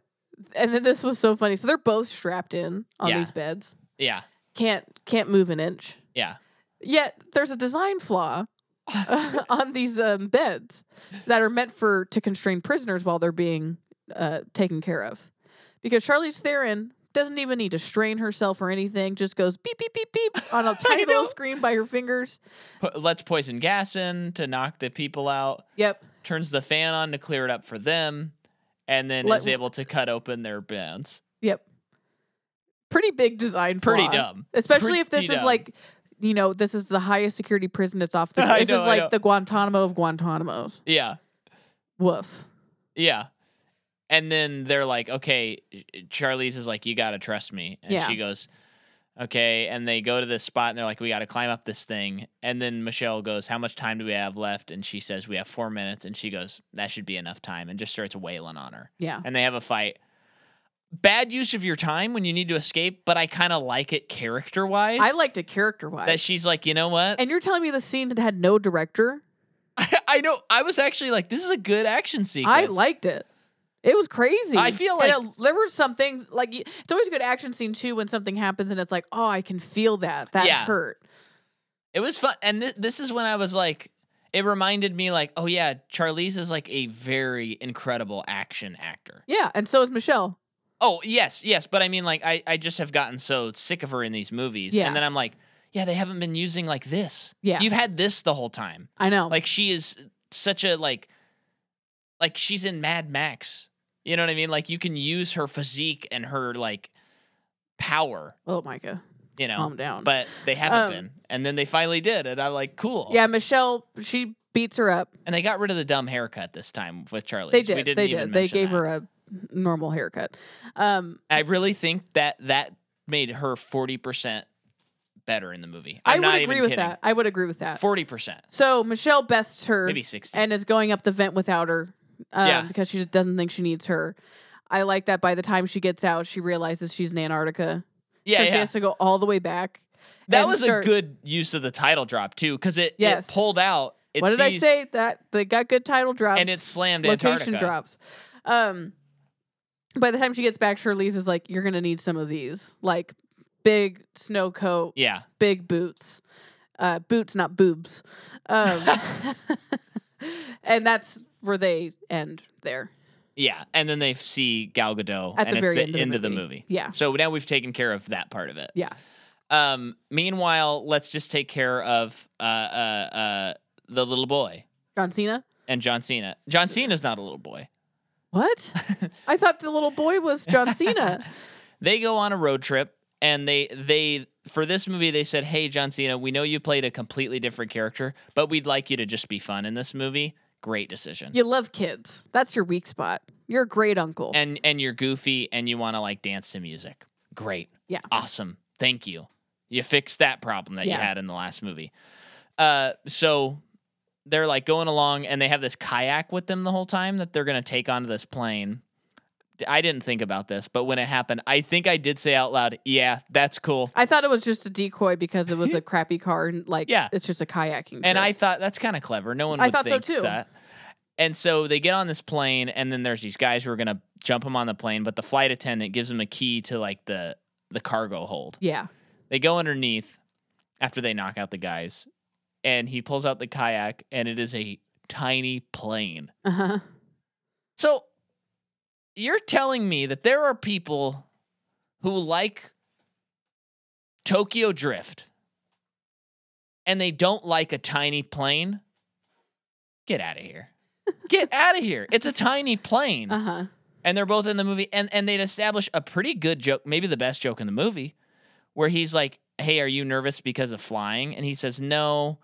B: and then this was so funny so they're both strapped in on
A: Yeah.
B: these beds
A: yeah,
B: can't can't move an inch
A: yeah.
B: Yet there's a design flaw on these um, beds that are meant for to constrain prisoners while they're being uh, taken care of, because Charlize Theron doesn't even need to strain herself or anything; just goes beep beep beep beep on a tiny little
A: know.
B: screen by her fingers.
A: P- lets poison gas in to knock the people out.
B: Yep,
A: Turns the fan on to clear it up for them, and then
B: Let-
A: is able to cut open their bands.
B: yep. Pretty big design.
A: Pretty
B: flaw.
A: dumb.
B: especially if
A: Pretty
B: this is
A: dumb.
B: like. You know, this is the highest security prison. It's off the.
A: I
B: This
A: know,
B: is
A: I
B: like
A: know.
B: the Guantanamo of Guantanamo's.
A: Yeah,
B: Woof.
A: yeah. And then they're like, "Okay," Charlize is like, "You gotta trust me," and
B: Yeah.
A: she goes. Okay, and they go to this spot and they're like, We got to climb up this thing. And then Michelle goes, How much time do we have left? And she says, We have four minutes. And she goes, That should be enough time. And just starts wailing on her.
B: Yeah.
A: and they have a fight. Bad use of your time when you need to escape, but I kind of like it character wise.
B: I liked it character wise.
A: that she's like, you know what?
B: And you're telling me the scene that had no director?
A: I, know. I was actually like, this is a good action sequence.
B: I liked it. It was crazy.
A: I feel
B: And
A: like-
B: it- there was something like y- it's always a good action scene too when something happens and it's like, oh, I can feel that. That
A: Yeah.
B: hurt.
A: it was fun, and thi- this is when I was like, it reminded me like, oh yeah, Charlize is like a very incredible action actor.
B: Yeah, and so is Michelle.
A: Oh yes, yes, but I mean like, I I just have gotten so sick of her in these movies,
B: Yeah.
A: and then I'm like, yeah, they haven't been using like this.
B: Yeah.
A: you've had this the whole time.
B: I know.
A: Like she is such a like like she's in Mad Max. You know what I mean? Like you can use her physique and her like power,
B: Oh, Micah,
A: you know.
B: calm down.
A: But they haven't
B: Um,
A: been. And then they finally did, and I'm like, cool.
B: yeah, Michelle, she beats her up.
A: And they got rid of the dumb haircut this time with Charlie.
B: They
A: We
B: did.
A: didn't
B: They
A: even
B: did. They
A: mention
B: gave
A: that.
B: her a normal haircut. Um,
A: I really think that that made her forty percent better in the movie.
B: I
A: I'm not
B: would agree
A: even
B: with
A: kidding.
B: that. I would agree with that.
A: Forty percent,
B: so Michelle bests her
A: maybe sixty.
B: and is going up the vent without her um,
A: Yeah.
B: because she doesn't think she needs her. I like that by the time she gets out, she realizes she's in Antarctica.
A: yeah,
B: So she
A: yeah.
B: has to go all the way back.
A: That
B: and
A: was
B: start-
A: a good use of the title drop too, because it,
B: Yes.
A: it pulled out. It
B: what did I
A: sees-
B: say? That they got good title drops
A: And it slammed
B: location
A: Antarctica.
B: drops. Um, by the time she gets back, Shirley's is like, "You're gonna need some of these, like big snow coat,
A: Yeah,
B: big boots, uh, boots, not boobs." Um, and that's where they end there
A: yeah. And then they see Gal Gadot,
B: at
A: and
B: the
A: it's
B: very
A: the
B: end, of, the
A: the
B: movie.
A: movie.
B: Yeah,
A: So now we've taken care of that part of it.
B: yeah.
A: Um, meanwhile, let's just take care of uh, uh, uh, the little boy
B: John Cena.
A: and John Cena. John Cena's not a little boy.
B: What? I thought the little boy was John Cena.
A: they go on a road trip and they they for this movie they said hey john cena we know you played a completely different character but we'd like you to just be fun in this movie great decision
B: you love kids. That's your weak spot. You're a great uncle.
A: and and you're goofy and you want to like dance to music great
B: Yeah.
A: awesome thank you you fixed that problem that you
B: Yeah.
A: had in the last movie uh so they're like going along and they have this kayak with them the whole time that they're going to take onto this plane D- i didn't think about this but when it happened i think i did say out loud yeah that's cool
B: I thought it was just a decoy because it was a crappy car and like
A: Yeah.
B: it's just a kayaking.
A: And I
B: trip.
A: thought that's kind of clever. No one would
B: I thought so,
A: think
B: too.
A: that. And so they get on this plane, and then there's these guys who are gonna jump him on the plane, but the flight attendant gives him a key to like the the cargo hold.
B: yeah,
A: They go underneath after they knock out the guys, and he pulls out the kayak, and it is a tiny plane.
B: uh-huh.
A: So you're telling me that there are people who like Tokyo Drift and they don't like a tiny plane? Get out of here. Get out of here. It's a tiny plane.
B: uh huh.
A: And they're both in the movie and and they'd establish a pretty good joke, maybe the best joke in the movie, where he's like, "Hey, are you nervous because of flying?" and he says, "No.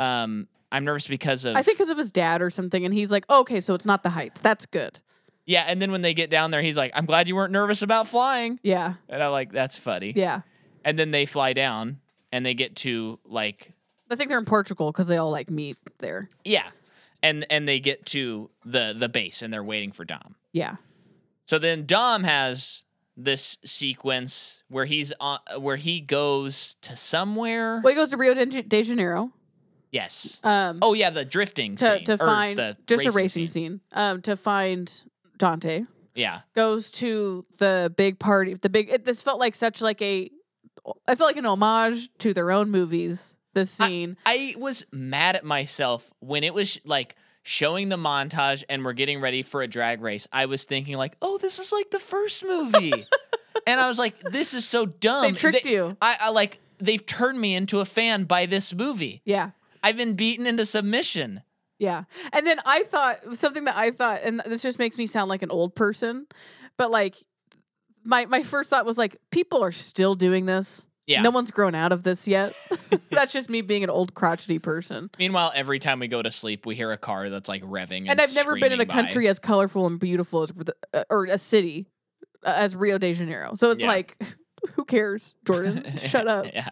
A: Um, I'm nervous because of
B: I think because of his dad or something, and he's like, "Oh, okay, so it's not the heights. That's good.
A: Yeah, and then when they get down there, he's like, "I'm glad you weren't nervous about flying,"
B: Yeah,
A: and I'm like, "That's funny."
B: yeah.
A: And then they fly down, and they get to like,
B: I think they're in Portugal because they all like meet there.
A: yeah, and and they get to the the base, and they're waiting for Dom.
B: Yeah,
A: So then Dom has this sequence where he's on, where he goes to somewhere.
B: well, he goes to Rio de, de Janeiro.
A: Yes.
B: Um,
A: Oh yeah, the drifting
B: to,
A: scene
B: to
A: or
B: find
A: the
B: just a racing scene. Um, to find Dante
A: Yeah,
B: goes to the big party. The big. It, this felt like such like a. I felt like an homage to their own movies. This
A: I-
B: scene.
A: I was mad at myself when it was like showing the montage and we're getting ready for a drag race. I was thinking like, "Oh, this is like the first movie." and I was like, "This is so dumb."
B: they tricked you.
A: I, I like they've turned me into a fan by this movie.
B: Yeah.
A: I've been beaten into submission.
B: Yeah. And then I thought something that I thought, and this just makes me sound like an old person, but like my my first thought was like, people are still doing this.
A: Yeah.
B: No one's grown out of this yet. That's just me being an old crotchety person.
A: Meanwhile, every time we go to sleep, we hear a car that's like revving. And,
B: And, I've never been in a
A: screaming by.
B: country as colorful and beautiful as uh, or a city uh, as Rio de Janeiro. So it's
A: Yeah.
B: like, who cares, Jordan? Shut up.
A: yeah.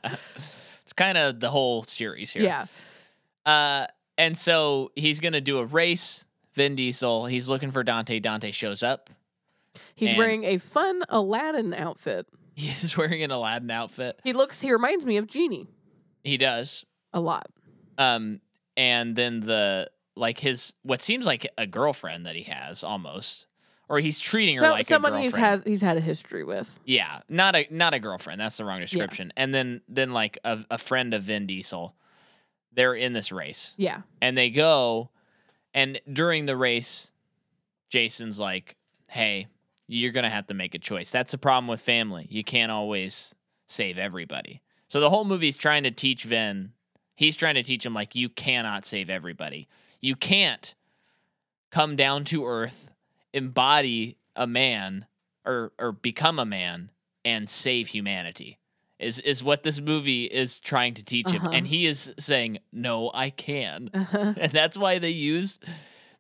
A: It's kind of the whole series here.
B: Yeah.
A: Uh, and so he's gonna do a race. Vin Diesel. He's looking for Dante. Dante shows up.
B: He's
A: And-
B: wearing a fun Aladdin outfit.
A: He's wearing an Aladdin outfit.
B: He looks, he reminds me of Genie
A: He does.
B: a lot.
A: Um, and then the like his what seems like a girlfriend that he has almost, or he's treating her
B: So-
A: like
B: someone
A: a girlfriend.
B: he's had he's had a history with.
A: yeah, not a not a girlfriend. That's the wrong description. And then then like a, a friend of Vin Diesel. They're in this race.
B: Yeah.
A: and they go and during the race jason's like hey you're gonna have to make a choice that's the problem with family you can't always save everybody so the whole movie's trying to teach vin he's trying to teach him like you cannot save everybody you can't come down to earth embody a man or or become a man and save humanity is is what this movie is trying to teach him
B: Uh-huh.
A: and he is saying no I can
B: Uh-huh.
A: and that's why they use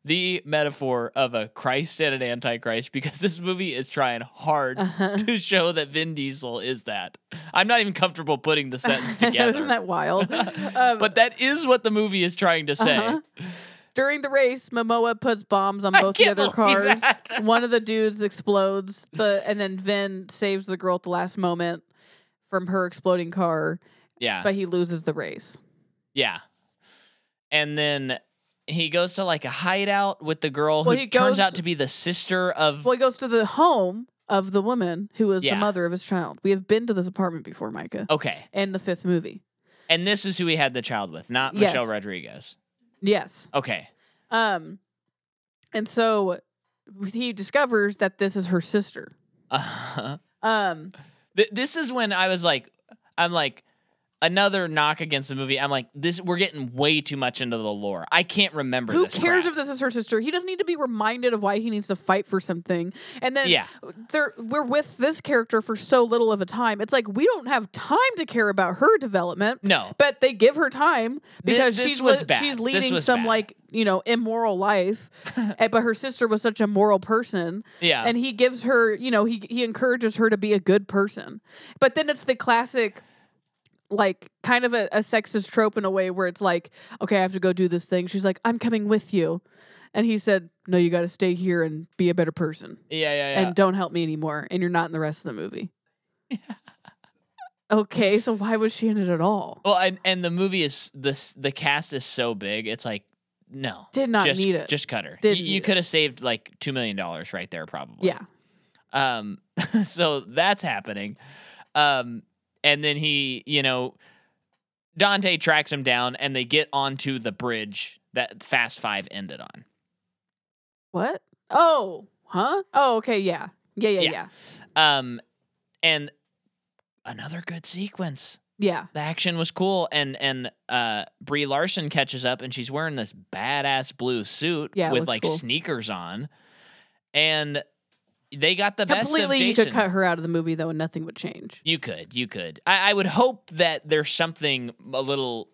A: the metaphor of a Christ and an antichrist because this movie is trying hard
B: Uh-huh.
A: to show that Vin Diesel is that. I'm not even comfortable putting the sentence together.
B: Isn't that wild? Um,
A: but that is what the movie is trying to say.
B: Uh-huh. During the race, Momoa puts bombs on
A: I
B: both the
A: can't
B: other
A: believe
B: cars.
A: that.
B: One of the dudes explodes, the and then Vin saves the girl at the last moment from her exploding car,
A: Yeah.
B: but he loses the race.
A: yeah. And then he goes to like a hideout with the girl
B: Well,
A: who
B: he
A: turns
B: goes-
A: out to be the sister of
B: Well, he goes to the home of the woman who is
A: Mm. Yeah. Oh.
B: the mother of his child. We have been to this apartment before, Micah,
A: Okay.
B: in the fifth movie.
A: And this is who he had the child with, not
B: Yes.
A: Michelle Rodriguez.
B: Yes.
A: Okay.
B: Um, and so he discovers that this is her sister.
A: Uh-huh.
B: Um,
A: Th- this is when I was like, I'm like, another knock against the movie. I'm like, this we're getting way too much into the lore. I can't remember.
B: who
A: this
B: cares
A: crap.
B: if this is her sister? He doesn't need to be reminded of why he needs to fight for something. And then
A: Yeah,
B: there we're with this character for so little of a time. It's like we don't have time to care about her development,
A: no,
B: but they give her time
A: Thi-
B: because
A: this
B: she's
A: was
B: li-
A: bad.
B: she's
A: This
B: leading
A: was
B: some
A: bad.
B: like you know immoral life, and, but her sister was such a moral person,
A: yeah,
B: and he gives her you know he he encourages her to be a good person, but then it's the classic. Like kind of a, a sexist trope in a way where it's like, okay, I have to go do this thing. She's like, I'm coming with you, and he said, No, you got to stay here and be a better person
A: yeah, yeah, yeah.
B: and don't help me anymore and you're not in the rest of the movie okay so why was she in it at all
A: well, and and the movie is this the cast is so big. It's like no,
B: did not
A: just,
B: need it
A: Just cut her.
B: Didn't
A: you
B: need
A: you
B: it.
A: could have saved like two million dollars right there, probably.
B: yeah
A: Um, so that's happening. Um, and then he, you know, Dante tracks him down, and they get onto the bridge that Fast Five ended on.
B: what oh huh oh okay yeah yeah yeah
A: Yeah.
B: yeah yeah,
A: Um, and another good sequence. The action was cool, and and uh, Brie Larson catches up, and she's wearing this badass blue suit
B: Yeah, it
A: with
B: looks
A: like
B: cool.
A: sneakers on, and they got the best
B: completely
A: of
B: you
A: Jason.
B: could cut her out of the movie though and nothing would change
A: You could, you could. I, I would hope that there's something a little.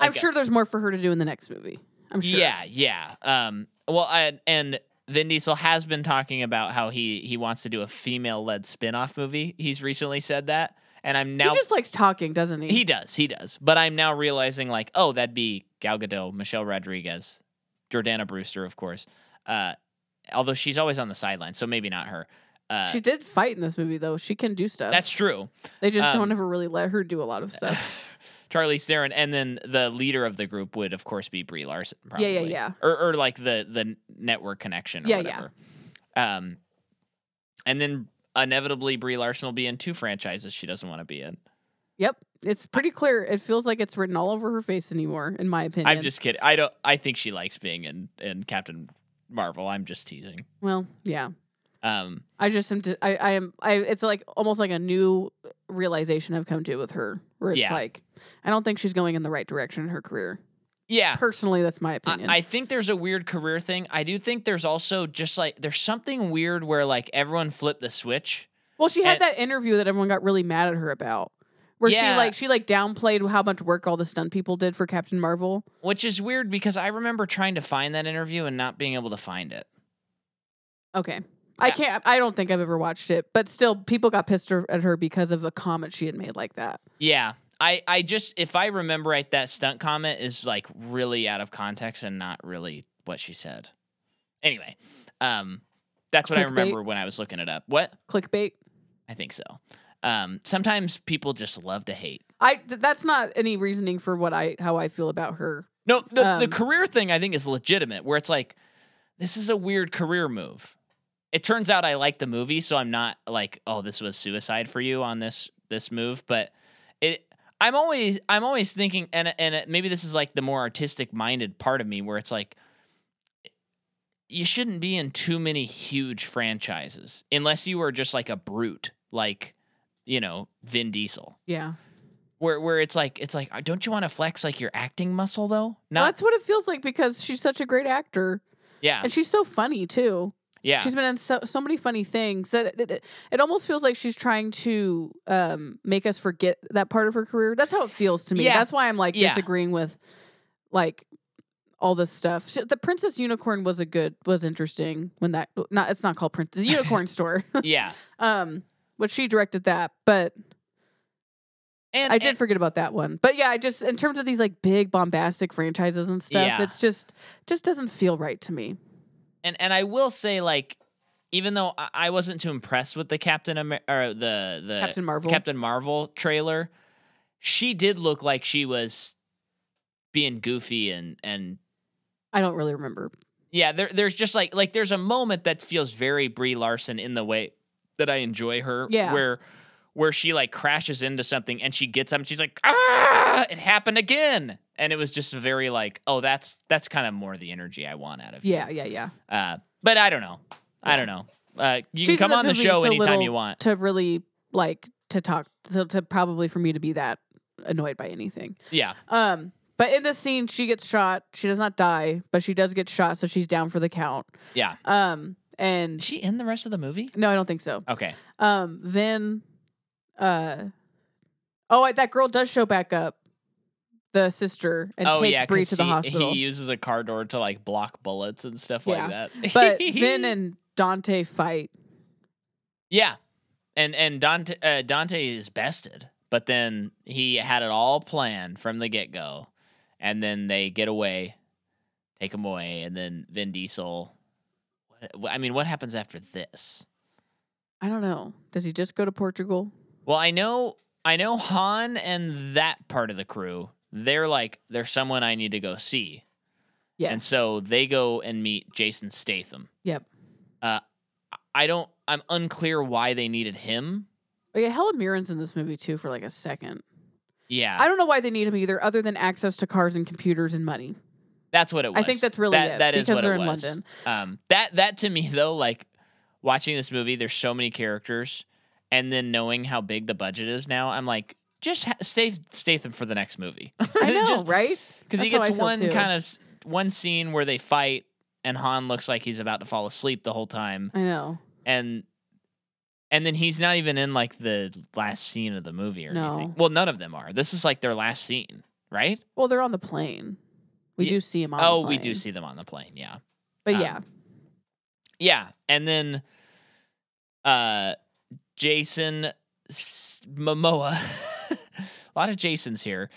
B: i'm
A: like a-
B: sure there's more for her to do in the next movie i'm sure
A: Yeah, yeah. Um. Well, I, and Vin Diesel has been talking about how he he wants to do a female-led spin-off movie. He's recently said that, and I'm now
B: he just likes talking doesn't he
A: He does, he does. But I'm now realizing, like, oh, that'd be Gal Gadot, Michelle Rodriguez, Jordana Brewster, of course. Uh, although she's always on the sideline, so maybe not her. Uh,
B: she did fight in this movie though she can do stuff
A: that's true.
B: they just
A: um, uh,
B: don't ever really let her do a lot of stuff
A: Charlie Theron, and then the leader of the group would, of course, be Brie Larson. Probably.
B: Yeah, yeah, yeah.
A: Or, or like the the network connection. Or
B: Yeah, yeah.
A: whatever. yeah. Um, and then inevitably Brie Larson will be in two franchises she doesn't want to be in.
B: yep it's pretty clear it feels like it's written all over her face anymore in my opinion
A: I'm just kidding. I don't. I think she likes being in in Captain Marvel. I'm just teasing.
B: well yeah
A: Um,
B: I just am. I, I am. I. It's like almost like a new realization I've come to with her, where it's
A: Yeah.
B: like I don't think she's going in the right direction in her career.
A: yeah.
B: Personally, that's my opinion.
A: I, I think there's a weird career thing. I do think there's also just like there's something weird where like everyone flipped the switch.
B: well, she had
A: and-
B: that interview that everyone got really mad at her about, where
A: Yeah.
B: she like she like downplayed how much work all the stunt people did for Captain Marvel.
A: Which is weird because I remember trying to find that interview and not being able to find it.
B: Okay. I
A: Yeah.
B: can't. I don't think I've ever watched it, but still, people got pissed her- at her because of a comment she had made like that.
A: Yeah. I, I just if I remember right, that stunt comment is like really out of context and not really what she said. Anyway, um that's what I
B: Clickbait.
A: remember when I was looking it up. What?
B: Clickbait.
A: I think so. Um sometimes people just love to hate.
B: I. Th- that's not any reasoning for what I how I feel about her
A: No, the, the
B: Um,
A: career thing I think is legitimate, where it's like, this is a weird career move. It turns out I like the movie, so I'm not like, oh, this was suicide for you on this this move. But it, I'm always I'm always thinking, and and it, maybe this is like the more artistic minded part of me, where it's like, you shouldn't be in too many huge franchises unless you are just like a brute, like you know Vin Diesel
B: Yeah.
A: where where it's like it's like uh, don't you want to flex like your acting muscle though?
B: Well,
A: Not
B: that's what it feels like because she's such a great actor
A: yeah
B: and she's so funny too.
A: Yeah.
B: She's been in so, so many funny things that it, it, it almost feels like she's trying to um, make us forget that part of her career. That's how it feels to me.
A: Yeah.
B: That's why I'm like
A: Yeah.
B: disagreeing with like all this stuff. Sh the Princess Unicorn was a good was interesting when that not it's not called Princess Unicorn Store.
A: yeah.
B: Um which she directed that, but
A: And
B: I did
A: and-
B: forget about that one. But yeah, I just in terms of these like big bombastic franchises and stuff,
A: Yeah.
B: it's just just doesn't feel right to me.
A: and and I will say like even though I- I wasn't too impressed with the Captain Amer- or the the
B: Captain Marvel.
A: Uh, Captain Marvel trailer, she did look like she was being goofy and and
B: I don't really remember.
A: yeah, there there's just like like there's a moment that feels very Brie Larson in the way that I enjoy her
B: Yeah.
A: where where she like crashes into something and she gets up and she's like ah it happened again and it was just very like oh that's that's kind of more the energy I want out of you.
B: Yeah, yeah, yeah.
A: Uh, but I don't know. I don't know. Uh, you
B: She's in
A: can come
B: this
A: on the
B: movie
A: show
B: so
A: anytime
B: little
A: you want.
B: To really like to talk so to probably for me to be that annoyed by anything.
A: Yeah.
B: Um but in this scene she gets shot. She does not die, but she does get shot, so she's down for the count.
A: Yeah.
B: Um and
A: Is she in the rest of the movie?
B: no, I don't think so.
A: Okay.
B: Um then uh Oh, I, that girl does show back up. The sister and
A: oh
B: takes
A: yeah,
B: Bree
A: 'cause
B: to the
A: he,
B: hospital.
A: he uses a car door to like block bullets and stuff like that.
B: but Vin and Dante fight.
A: yeah, and and Dante uh, Dante is bested, but then he had it all planned from the get go, and then they get away, take him away, and then Vin Diesel. What, I mean, what happens after this?
B: I don't know. Does he just go to Portugal?
A: Well, I know I know Han and that part of the crew. They're like there's someone I need to go see.
B: Yes.
A: And so they go and meet Jason Statham.
B: Yep.
A: Uh I don't I'm unclear why they needed him.
B: Oh, yeah, Helen Mirren's in this movie too for like a second.
A: Yeah.
B: I don't know why they need him either, other than access to cars and computers and money.
A: that's what it was.
B: I think that's really
A: that,
B: it,
A: that is
B: because
A: what
B: they're
A: it
B: in
A: was.
B: London.
A: Um that that to me though like watching this movie there's so many characters and then knowing how big the budget is now I'm like just ha- save Statham for the next movie.
B: I know,
A: Just-
B: right?
A: because he gets
B: That's how I feel,
A: one
B: too.
A: kind of s- one scene where they fight and han looks like he's about to fall asleep the whole time
B: I know.
A: and and then he's not even in like the last scene of the movie or
B: No.
A: anything well none of them are this is like their last scene right
B: Well, they're on the plane. We
A: Ye-
B: do see him on.
A: oh
B: the
A: we do
B: plane.
A: see them on the plane yeah
B: But
A: um,
B: yeah,
A: yeah and then uh jason S- momoa a lot of jasons here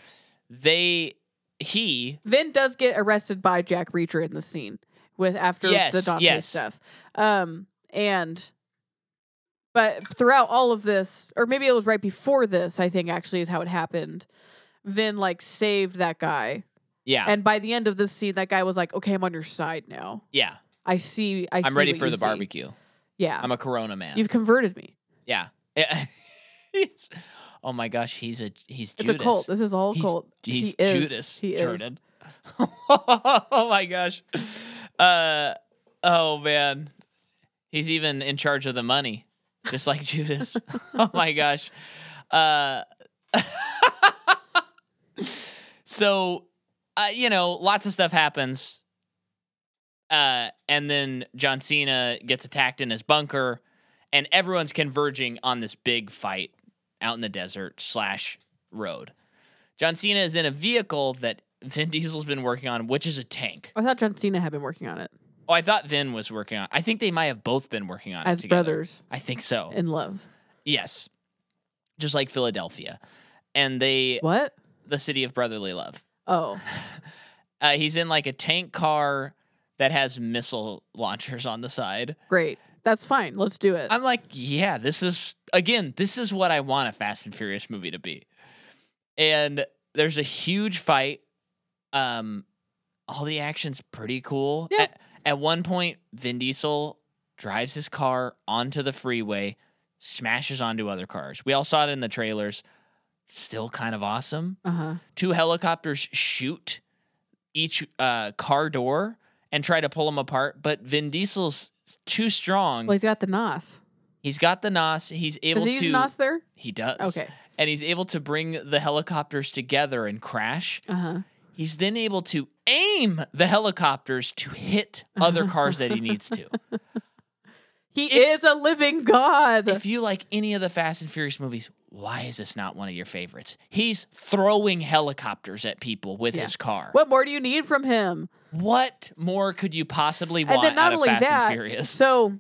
A: they he
B: Vin does get arrested by Jack Reacher in the scene with after the
A: Yes,
B: Dante
A: yes.
B: stuff. Um, and but throughout all of this, or maybe it was right before this, I think actually is how it happened. Vin like saved that guy,
A: yeah
B: and by the end of this scene, that guy was like, "Okay, I'm on your side now.
A: yeah
B: I see. I
A: i'm
B: see
A: ready
B: what
A: for
B: you
A: the
B: see."
A: barbecue
B: Yeah,
A: i'm a corona man
B: you've converted me.
A: Yeah. Yeah. It's- oh my gosh, he's a he's
B: It's
A: Judas.
B: a cult. This is all
A: He's-
B: cult.
A: He's
B: he is.
A: Judas.
B: He is.
A: Jordan. oh my gosh. Uh oh man. He's even in charge of the money, just like Judas. oh my gosh. Uh so uh, you know, lots of stuff happens. Uh, and then John Cena gets attacked in his bunker, and everyone's converging on this big fight out in the desert slash road. John Cena is in a vehicle that Vin Diesel's been working on, which is a tank.
B: I thought John Cena had been working on it
A: Oh, I thought Vin was working on. I think they might have both been working on it
B: as
A: together.
B: brothers
A: I think so.
B: in love.
A: yes, just like Philadelphia, and they
B: What?
A: the city of brotherly love.
B: Oh,
A: Uh, he's in like a tank car that has missile launchers on the side.
B: great. That's fine. Let's do it.
A: I'm like, yeah, this is again, this is what I want a Fast and Furious movie to be. And there's a huge fight. Um, all the action's pretty cool.
B: Yeah.
A: At, at one point, Vin Diesel drives his car onto the freeway, smashes onto other cars. We all saw it in the trailers. Still kind of awesome.
B: Uh huh.
A: Two helicopters shoot each uh, car door and try to pull them apart, but Vin Diesel's too strong.
B: Well, he's got the nos.
A: He's got the nos. He's able
B: Does he
A: to.
B: use nos there?
A: He does.
B: Okay.
A: And he's able to bring the helicopters together and crash.
B: Uh huh.
A: He's then able to aim the helicopters to hit other cars that he needs to.
B: He
A: If-
B: is a living god.
A: If you like any of the Fast and Furious movies, why is this not one of your favorites? He's throwing helicopters at people with
B: Yeah.
A: his car. What,
B: what more do you need from him?
A: more could you possibly
B: And
A: want
B: then not
A: out of
B: only
A: Fast
B: that,
A: and Furious?
B: so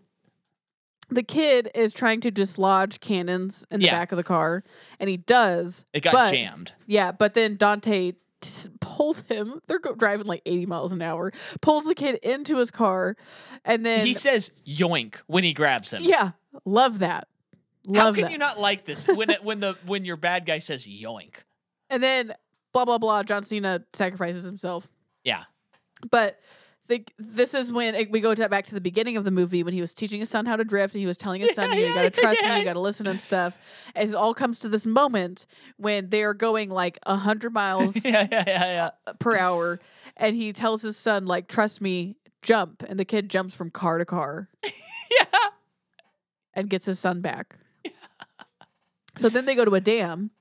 B: the kid is trying to dislodge cannons in the
A: Yeah.
B: back of the car, and he does.
A: It got
B: but-
A: jammed.
B: Yeah, but then Dante t- pulls him. They're go- driving like 80 miles an hour. Pulls the kid into his car, and then
A: he says yoink when he grabs him.
B: yeah, love that. Love
A: How can
B: that.
A: you not like this when it, when the when your bad guy says yoink?
B: and then blah blah blah. John Cena sacrifices himself.
A: Yeah.
B: But the, this is when it, we go to, back to the beginning of the movie when he was teaching his son how to drift and he was telling his son, you, know, you
A: Yeah,
B: gotta trust
A: yeah.
B: me, you gotta listen and stuff. As it all comes to this moment when they're going like 100 miles
A: yeah, yeah, yeah,
B: per hour and he tells his son, like, trust me, jump. And the kid jumps from car to car
A: yeah. Yeah.
B: and gets his son back. So then they go to a dam.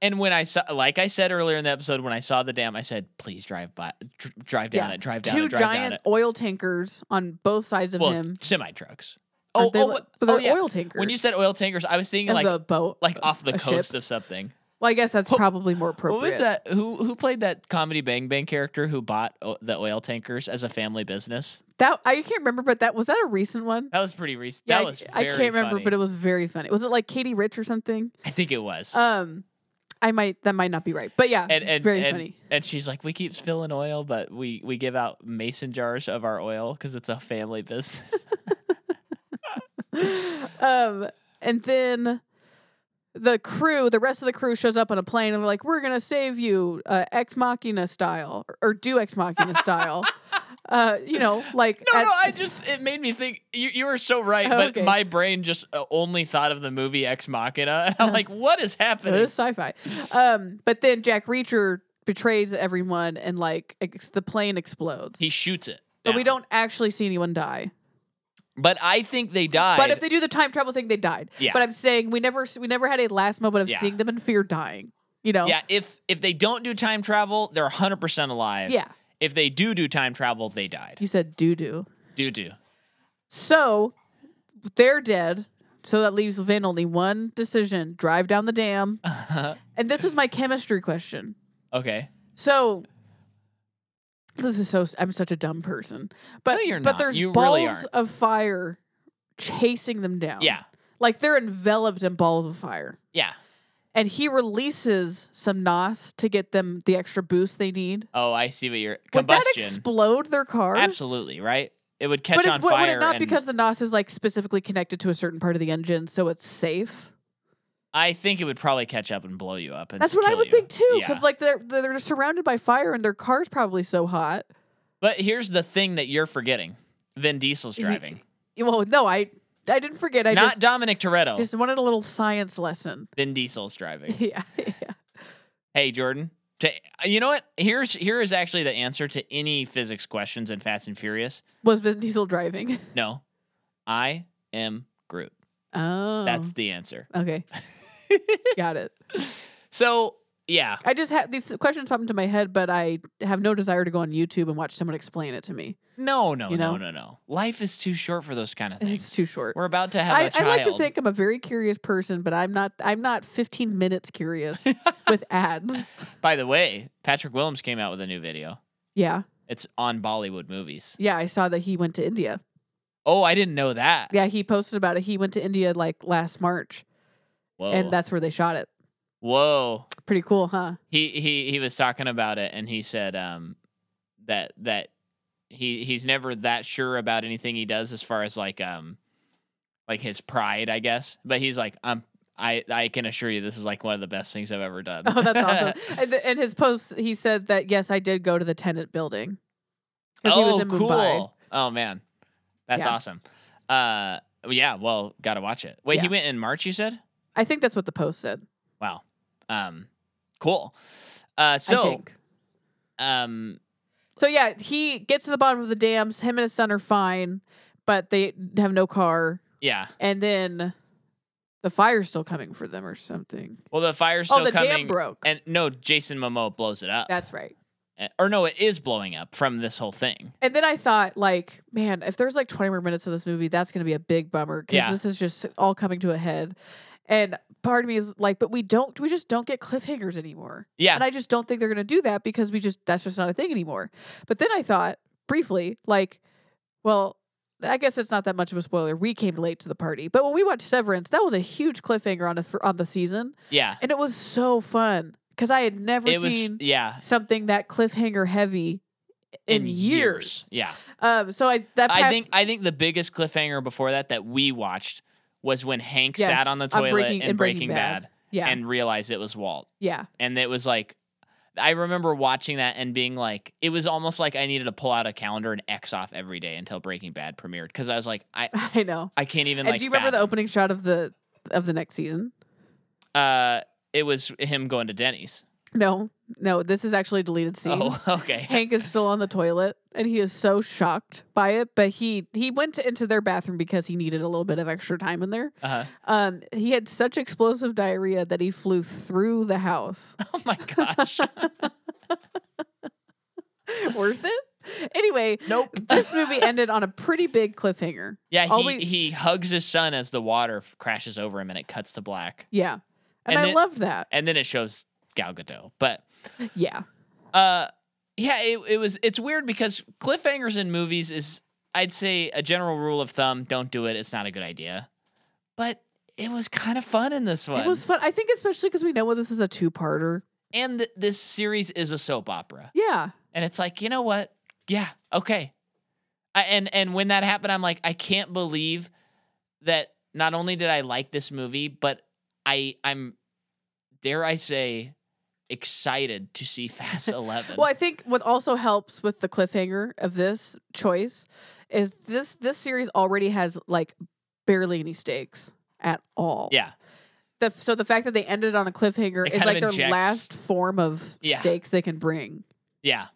A: And when I saw, like I said earlier in the episode, when I saw the dam, I said, "Please drive by, dr- drive down
B: Yeah.
A: it, drive down
B: Two
A: it, drive down
B: giant
A: it."
B: oil tankers on both sides of
A: Well,
B: him.
A: semi trucks.
B: Aren't
A: Oh,
B: they
A: oh,
B: li-
A: what-
B: but
A: oh,
B: they're
A: yeah.
B: oil tankers.
A: When you said oil tankers, I was thinking
B: of
A: like
B: the boat,
A: like off the
B: a ship.
A: coast of something.
B: Well, I guess that's
A: Wha-
B: probably more appropriate.
A: What was that? Who who played that comedy Bang Bang character who bought o- the oil tankers as a family business?
B: That I can't remember, but that was that a recent one.
A: That was pretty recent.
B: Yeah,
A: that
B: I-
A: was.
B: I,
A: very
B: can't remember,
A: funny.
B: but it was very funny. Was it like Katie Rich or something?
A: I think it was.
B: Um, I might that might not be right, but yeah,
A: and and
B: very
A: and,
B: funny.
A: and she's like, we keep spilling oil, but we we give out mason jars of our oil because it's a family business.
B: um, and then the crew, the rest of the crew shows up on a plane and they're like, "We're gonna save you, uh, ex machina style, or, or do ex machina style." Uh, you know, like
A: No,
B: at-
A: no, I just it made me think. You you were so right,
B: Oh,
A: but
B: okay.
A: my brain just uh, only thought of the movie Ex Machina. And I'm
B: Uh-huh.
A: like, what is
B: It
A: happening?
B: is sci-fi. Um, but then Jack Reacher betrays everyone, and like ex- the plane explodes.
A: He shoots it,
B: but we
A: down.
B: don't actually see anyone die.
A: But I think they died.
B: But if they do the time travel thing, they died.
A: Yeah.
B: But I'm saying we never we never had a last moment of
A: Yeah.
B: seeing them in fear dying. You know.
A: yeah, if if they don't do time travel, they're 100 percent alive.
B: Yeah.
A: If they do do time travel, they died.
B: You said doo doo.
A: Do do.
B: So they're dead. So that leaves Vin only one decision: drive down the dam. And this is my chemistry question.
A: okay.
B: So this is so I'm such a dumb person. But
A: No, you're
B: but
A: not.
B: there's
A: You
B: balls
A: really aren't.
B: of fire chasing them down.
A: Yeah.
B: Like they're enveloped in balls of fire.
A: Yeah.
B: And he releases some NOS to get them the extra boost they need.
A: Oh, I see what you're
B: Would that
A: combustion.
B: explode their car?
A: Absolutely right. It would catch
B: But
A: on
B: is, would,
A: fire.
B: would it not
A: and
B: because the NOS is like specifically connected to a certain part of the engine, so it's safe?
A: I think it would probably catch up and blow you up. And
B: That's what I
A: kill
B: would
A: you.
B: think too,
A: Yeah.
B: because like they're they're surrounded by fire and their car's probably so hot.
A: But here's the thing that you're forgetting: Vin Diesel's
B: He-
A: driving,
B: Well, no, I I didn't forget. I
A: not
B: just
A: Dominic Toretto.
B: Just wanted a little science lesson.
A: Vin Diesel's driving.
B: Yeah, yeah.
A: hey, Jordan. Ta- you know what? Here's here is actually the answer to any physics questions in Fast and Furious.
B: Was Vin Diesel driving?
A: No, I am Groot.
B: Oh,
A: That's the answer.
B: okay. Got it.
A: So yeah,
B: I just had these questions pop into my head, but I have no desire to go on YouTube and watch someone explain it to me.
A: no, no,
B: You know?
A: no, no, no. Life is too short for those kind of
B: It's
A: things.
B: too short.
A: We're about to have a
B: I, I
A: child.
B: like to think I'm a very curious person, but I'm not. I'm not 15 minutes curious with ads.
A: By the way, Patrick Willems came out with a new video.
B: Yeah,
A: It's on Bollywood movies.
B: yeah. I saw that he went to India.
A: Oh, I didn't know that.
B: Yeah, he posted about it. He went to India like last March,
A: Whoa.
B: and that's where they shot it.
A: Whoa.
B: Pretty cool, huh?
A: he he he was talking about it and he said um that that he he's never that sure about anything he does as far as like um like his pride I guess but he's like I'm I I can assure you this is like one of the best things I've ever done
B: Oh, that's awesome. And, th- and his post, he said that, yes, I did go to the tenant building. 'Cause he was
A: oh
B: in
A: cool
B: Mumbai.
A: oh man that's
B: Yeah.
A: awesome uh yeah well gotta watch it wait he
B: Yeah.
A: went in March you said
B: I think that's what the post said.
A: wow um cool uh so
B: I think.
A: um
B: So, yeah, he gets to the bottom of the dams. Him and his son are fine, but they have no car.
A: yeah
B: And then the fire's still coming for them or something.
A: well the fire's still
B: oh, the
A: coming
B: dam broke.
A: and no Jason Momoa blows it up
B: that's right.
A: Eh, Or no, it is blowing up from this whole thing.
B: And then I thought, like, man, if there's like 20 more minutes of this movie, that's going to be a big bummer because
A: Yeah.
B: this is just all coming to a head. And part of me is like, but we don't, we just don't get cliffhangers anymore.
A: Yeah.
B: And I just don't think they're going to do that because we just, that's just not a thing anymore. But then I thought briefly, like, well, I guess it's not that much of a spoiler. We came late to the party, but when we watched Severance, that was a huge cliffhanger on the on the season,
A: yeah.
B: and it was so fun because I had never
A: It was
B: seen
A: yeah.
B: something that cliffhanger heavy in, years.
A: Yeah.
B: Um, so I that
A: I
B: path-
A: think I think the biggest cliffhanger before that that we watched was when Hank
B: Yes,
A: sat on the
B: on
A: toilet
B: Breaking-
A: in
B: in
A: Breaking,
B: Breaking
A: Bad,
B: Bad. yeah,
A: and realized it was Walt.
B: yeah,
A: And it was like I remember watching that and being like it was almost like I needed to pull out a calendar and X off every day until Breaking Bad premiered cuz I was like I
B: I know.
A: I can't even
B: And,
A: like
B: do you remember the
A: fathom.
B: opening shot of the of the next season?
A: uh it was him going to Denny's.
B: No, no, this is actually a deleted scene.
A: Oh, okay.
B: Hank is still on the toilet, and he is so shocked by it. But he he went to, into their bathroom because he needed a little bit of extra time in there.
A: Uh-huh.
B: Um, he had such explosive diarrhea that he flew through the house.
A: Oh my gosh.
B: Worth it? Anyway,
A: nope.
B: this movie ended on a pretty big cliffhanger.
A: Yeah, he,
B: all we-
A: he hugs his son as the water f- crashes over him and it cuts to black.
B: Yeah, and,
A: And
B: I
A: it-
B: loved that.
A: And then it shows Gal Gadot. But
B: Yeah,
A: uh yeah, it, it was it's weird because cliffhangers in movies is I'd say a general rule of thumb, don't do it, it's not a good idea. But it was kind of fun in this one.
B: it was fun. I think especially because we know this is a two-parter.
A: and th- this series is a soap opera.
B: Yeah,
A: And it's like, you know what? Yeah, okay. I, and and when that happened, I'm like, I can't believe that not only did I like this movie, but I I'm dare I say excited to see Fast Eleven.
B: Well, I think what also helps with the cliffhanger of this choice is this this series already has like barely any stakes at all.
A: yeah,
B: The, so the fact that they ended on a cliffhanger
A: It
B: is
A: kind
B: like
A: of
B: their
A: injects-
B: last form of
A: Yeah.
B: stakes they can bring.
A: yeah.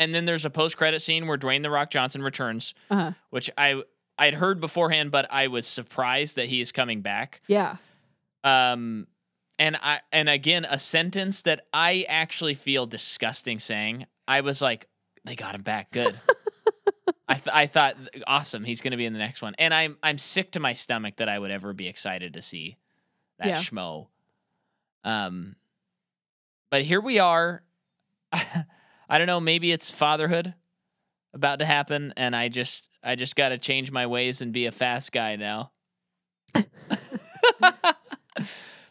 A: And then there's a post credit scene where Dwayne the Rock Johnson returns,
B: Uh-huh.
A: which I I'd heard beforehand, but I was surprised that he is coming back.
B: Yeah.
A: um and i and again a sentence that i actually feel disgusting saying i was like they got him back good I, th- I thought awesome he's going to be in the next one and i'm i'm sick to my stomach that i would ever be excited to see that
B: Yeah.
A: schmo um but here we are i don't know maybe it's fatherhood about to happen and i just i just got to change my ways and be a fast guy now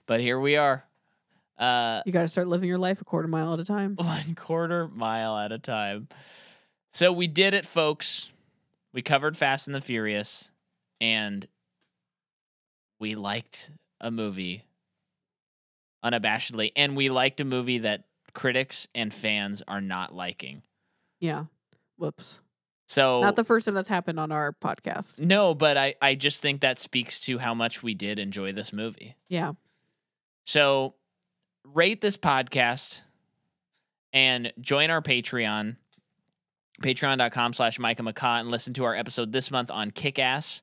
A: but here we are uh
B: You got to start living your life a quarter mile at a time.
A: one quarter mile at a time so we did it folks we covered fast and the furious and we liked a movie unabashedly and we liked a movie that critics and fans are not liking
B: Yeah. Whoops.
A: so
B: Not the first time that's happened on our podcast.
A: no but i i just think that speaks to how much we did enjoy this movie
B: Yeah.
A: So rate this podcast and join our Patreon, patreon.com slash Micah McCaw, and listen to our episode this month on Kick Ass.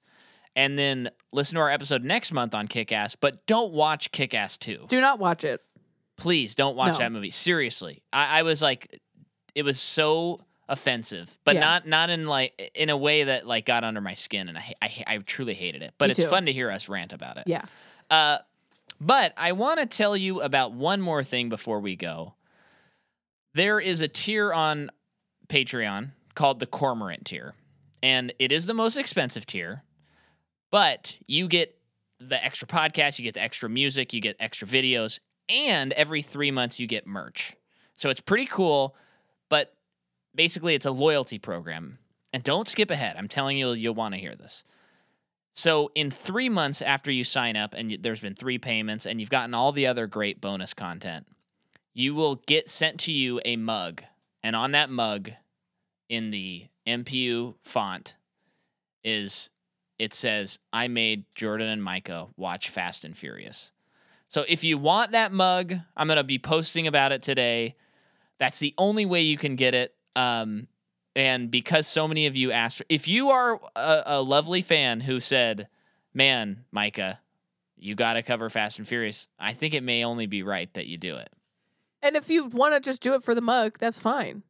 A: And then listen to our episode next month on Kick Ass, but don't watch Kick Ass 2.
B: Do not watch it.
A: Please don't watch
B: No.
A: that movie. Seriously. I, I was like, it was so offensive, but
B: Yeah.
A: not not in like in a way that like got under my skin, and I I, I truly hated it. But
B: Me
A: it's
B: too.
A: fun to hear us rant about it.
B: Yeah.
A: Uh, but I want to tell you about one more thing before we go. There is a tier on Patreon called the Cormorant tier, and it is the most expensive tier, but you get the extra podcast, you get the extra music, you get extra videos, and every three months you get merch. So it's pretty cool, but basically it's a loyalty program. And don't skip ahead. I'm telling you, you'll want to hear this. So in three months after you sign up, and y- there's been three payments, and you've gotten all the other great bonus content, you will get sent to you a mug, and on that mug, in the MPU font, is it says I made Jordan and Micah watch Fast and Furious. So if you want that mug, I'm gonna be posting about it today. That's the only way you can get it. Um, and because so many of you asked for, if you are a, a lovely fan who said man micah you gotta cover fast and furious i think it may only be right that you do it
B: and if you want to just do it for the mug, that's fine.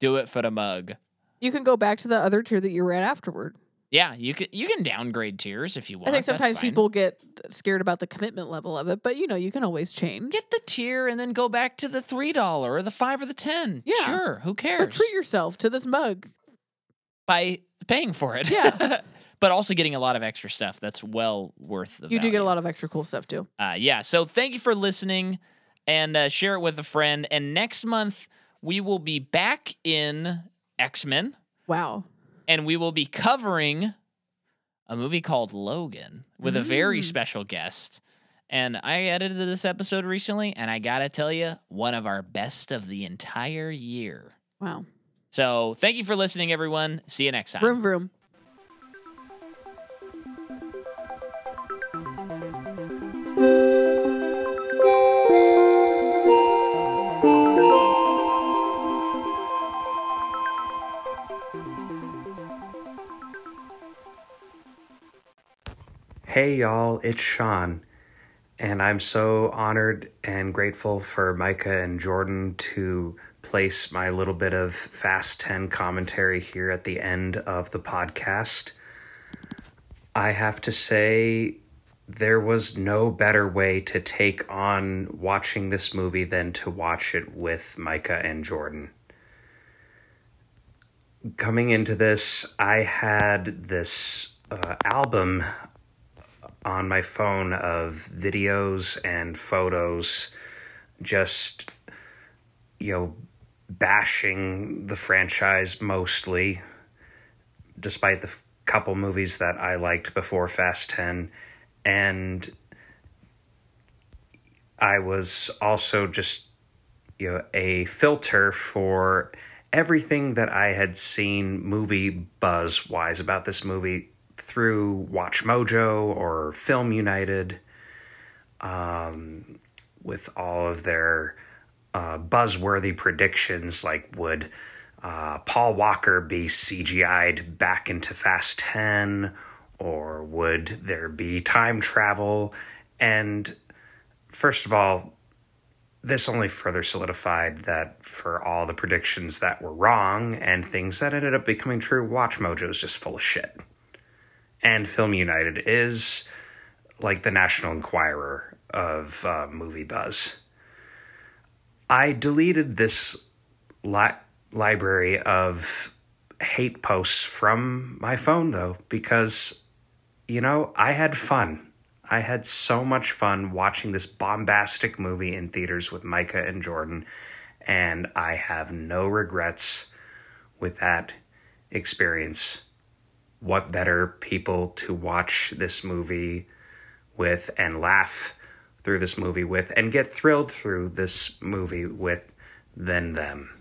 A: Do it for the mug.
B: You can go back to the other tier that you were at afterward.
A: Yeah, you can you can downgrade tiers if you want.
B: I think
A: that's
B: sometimes
A: fine.
B: people get scared about the commitment level of it, but you know, you can always change.
A: get the tier and then go back to the three dollar or the five or the ten.
B: Yeah.
A: sure. Who cares?
B: But treat yourself to this mug.
A: by paying for it.
B: Yeah.
A: but also getting a lot of extra stuff that's well worth the
B: You do get a
A: value.
B: lot of extra cool stuff too.
A: Uh, yeah. So thank you for listening and uh, share it with a friend. And next month, we will be back in X Men
B: Wow.
A: and we will be covering a movie called Logan with a very
B: Mm.
A: special guest. And I edited this episode recently, and I gotta tell you, one of our best of the entire year.
B: Wow.
A: So thank you for listening, everyone. See you next time.
B: Vroom vroom.
E: Hey y'all, it's Sean, and I'm so honored and grateful for Micah and Jordan to place my little bit of Fast 10 commentary here at the end of the podcast. I have to say, there was no better way to take on watching this movie than to watch it with Micah and Jordan coming into this, I had this uh, album on my phone of videos and photos just, you know, bashing the franchise mostly, despite the f- couple movies that I liked before Fast 10. And I was also just you know a filter for everything that I had seen movie buzz wise about this movie through Watch Mojo or Film United, um, with all of their uh, buzzworthy predictions like would uh, Paul Walker be CGI'd back into Fast Ten, or would there be time travel? And first of all, this only further solidified that for all the predictions that were wrong and things that ended up becoming true, Watch Mojo is just full of shit. And Film United is like the National Enquirer of uh, movie buzz. I deleted this li- library of hate posts from my phone though, because, you know, I had fun. I had so much fun watching this bombastic movie in theaters with Micah and Jordan, and I have no regrets with that experience. What better people to watch this movie with and laugh through this movie with and get thrilled through this movie with than them?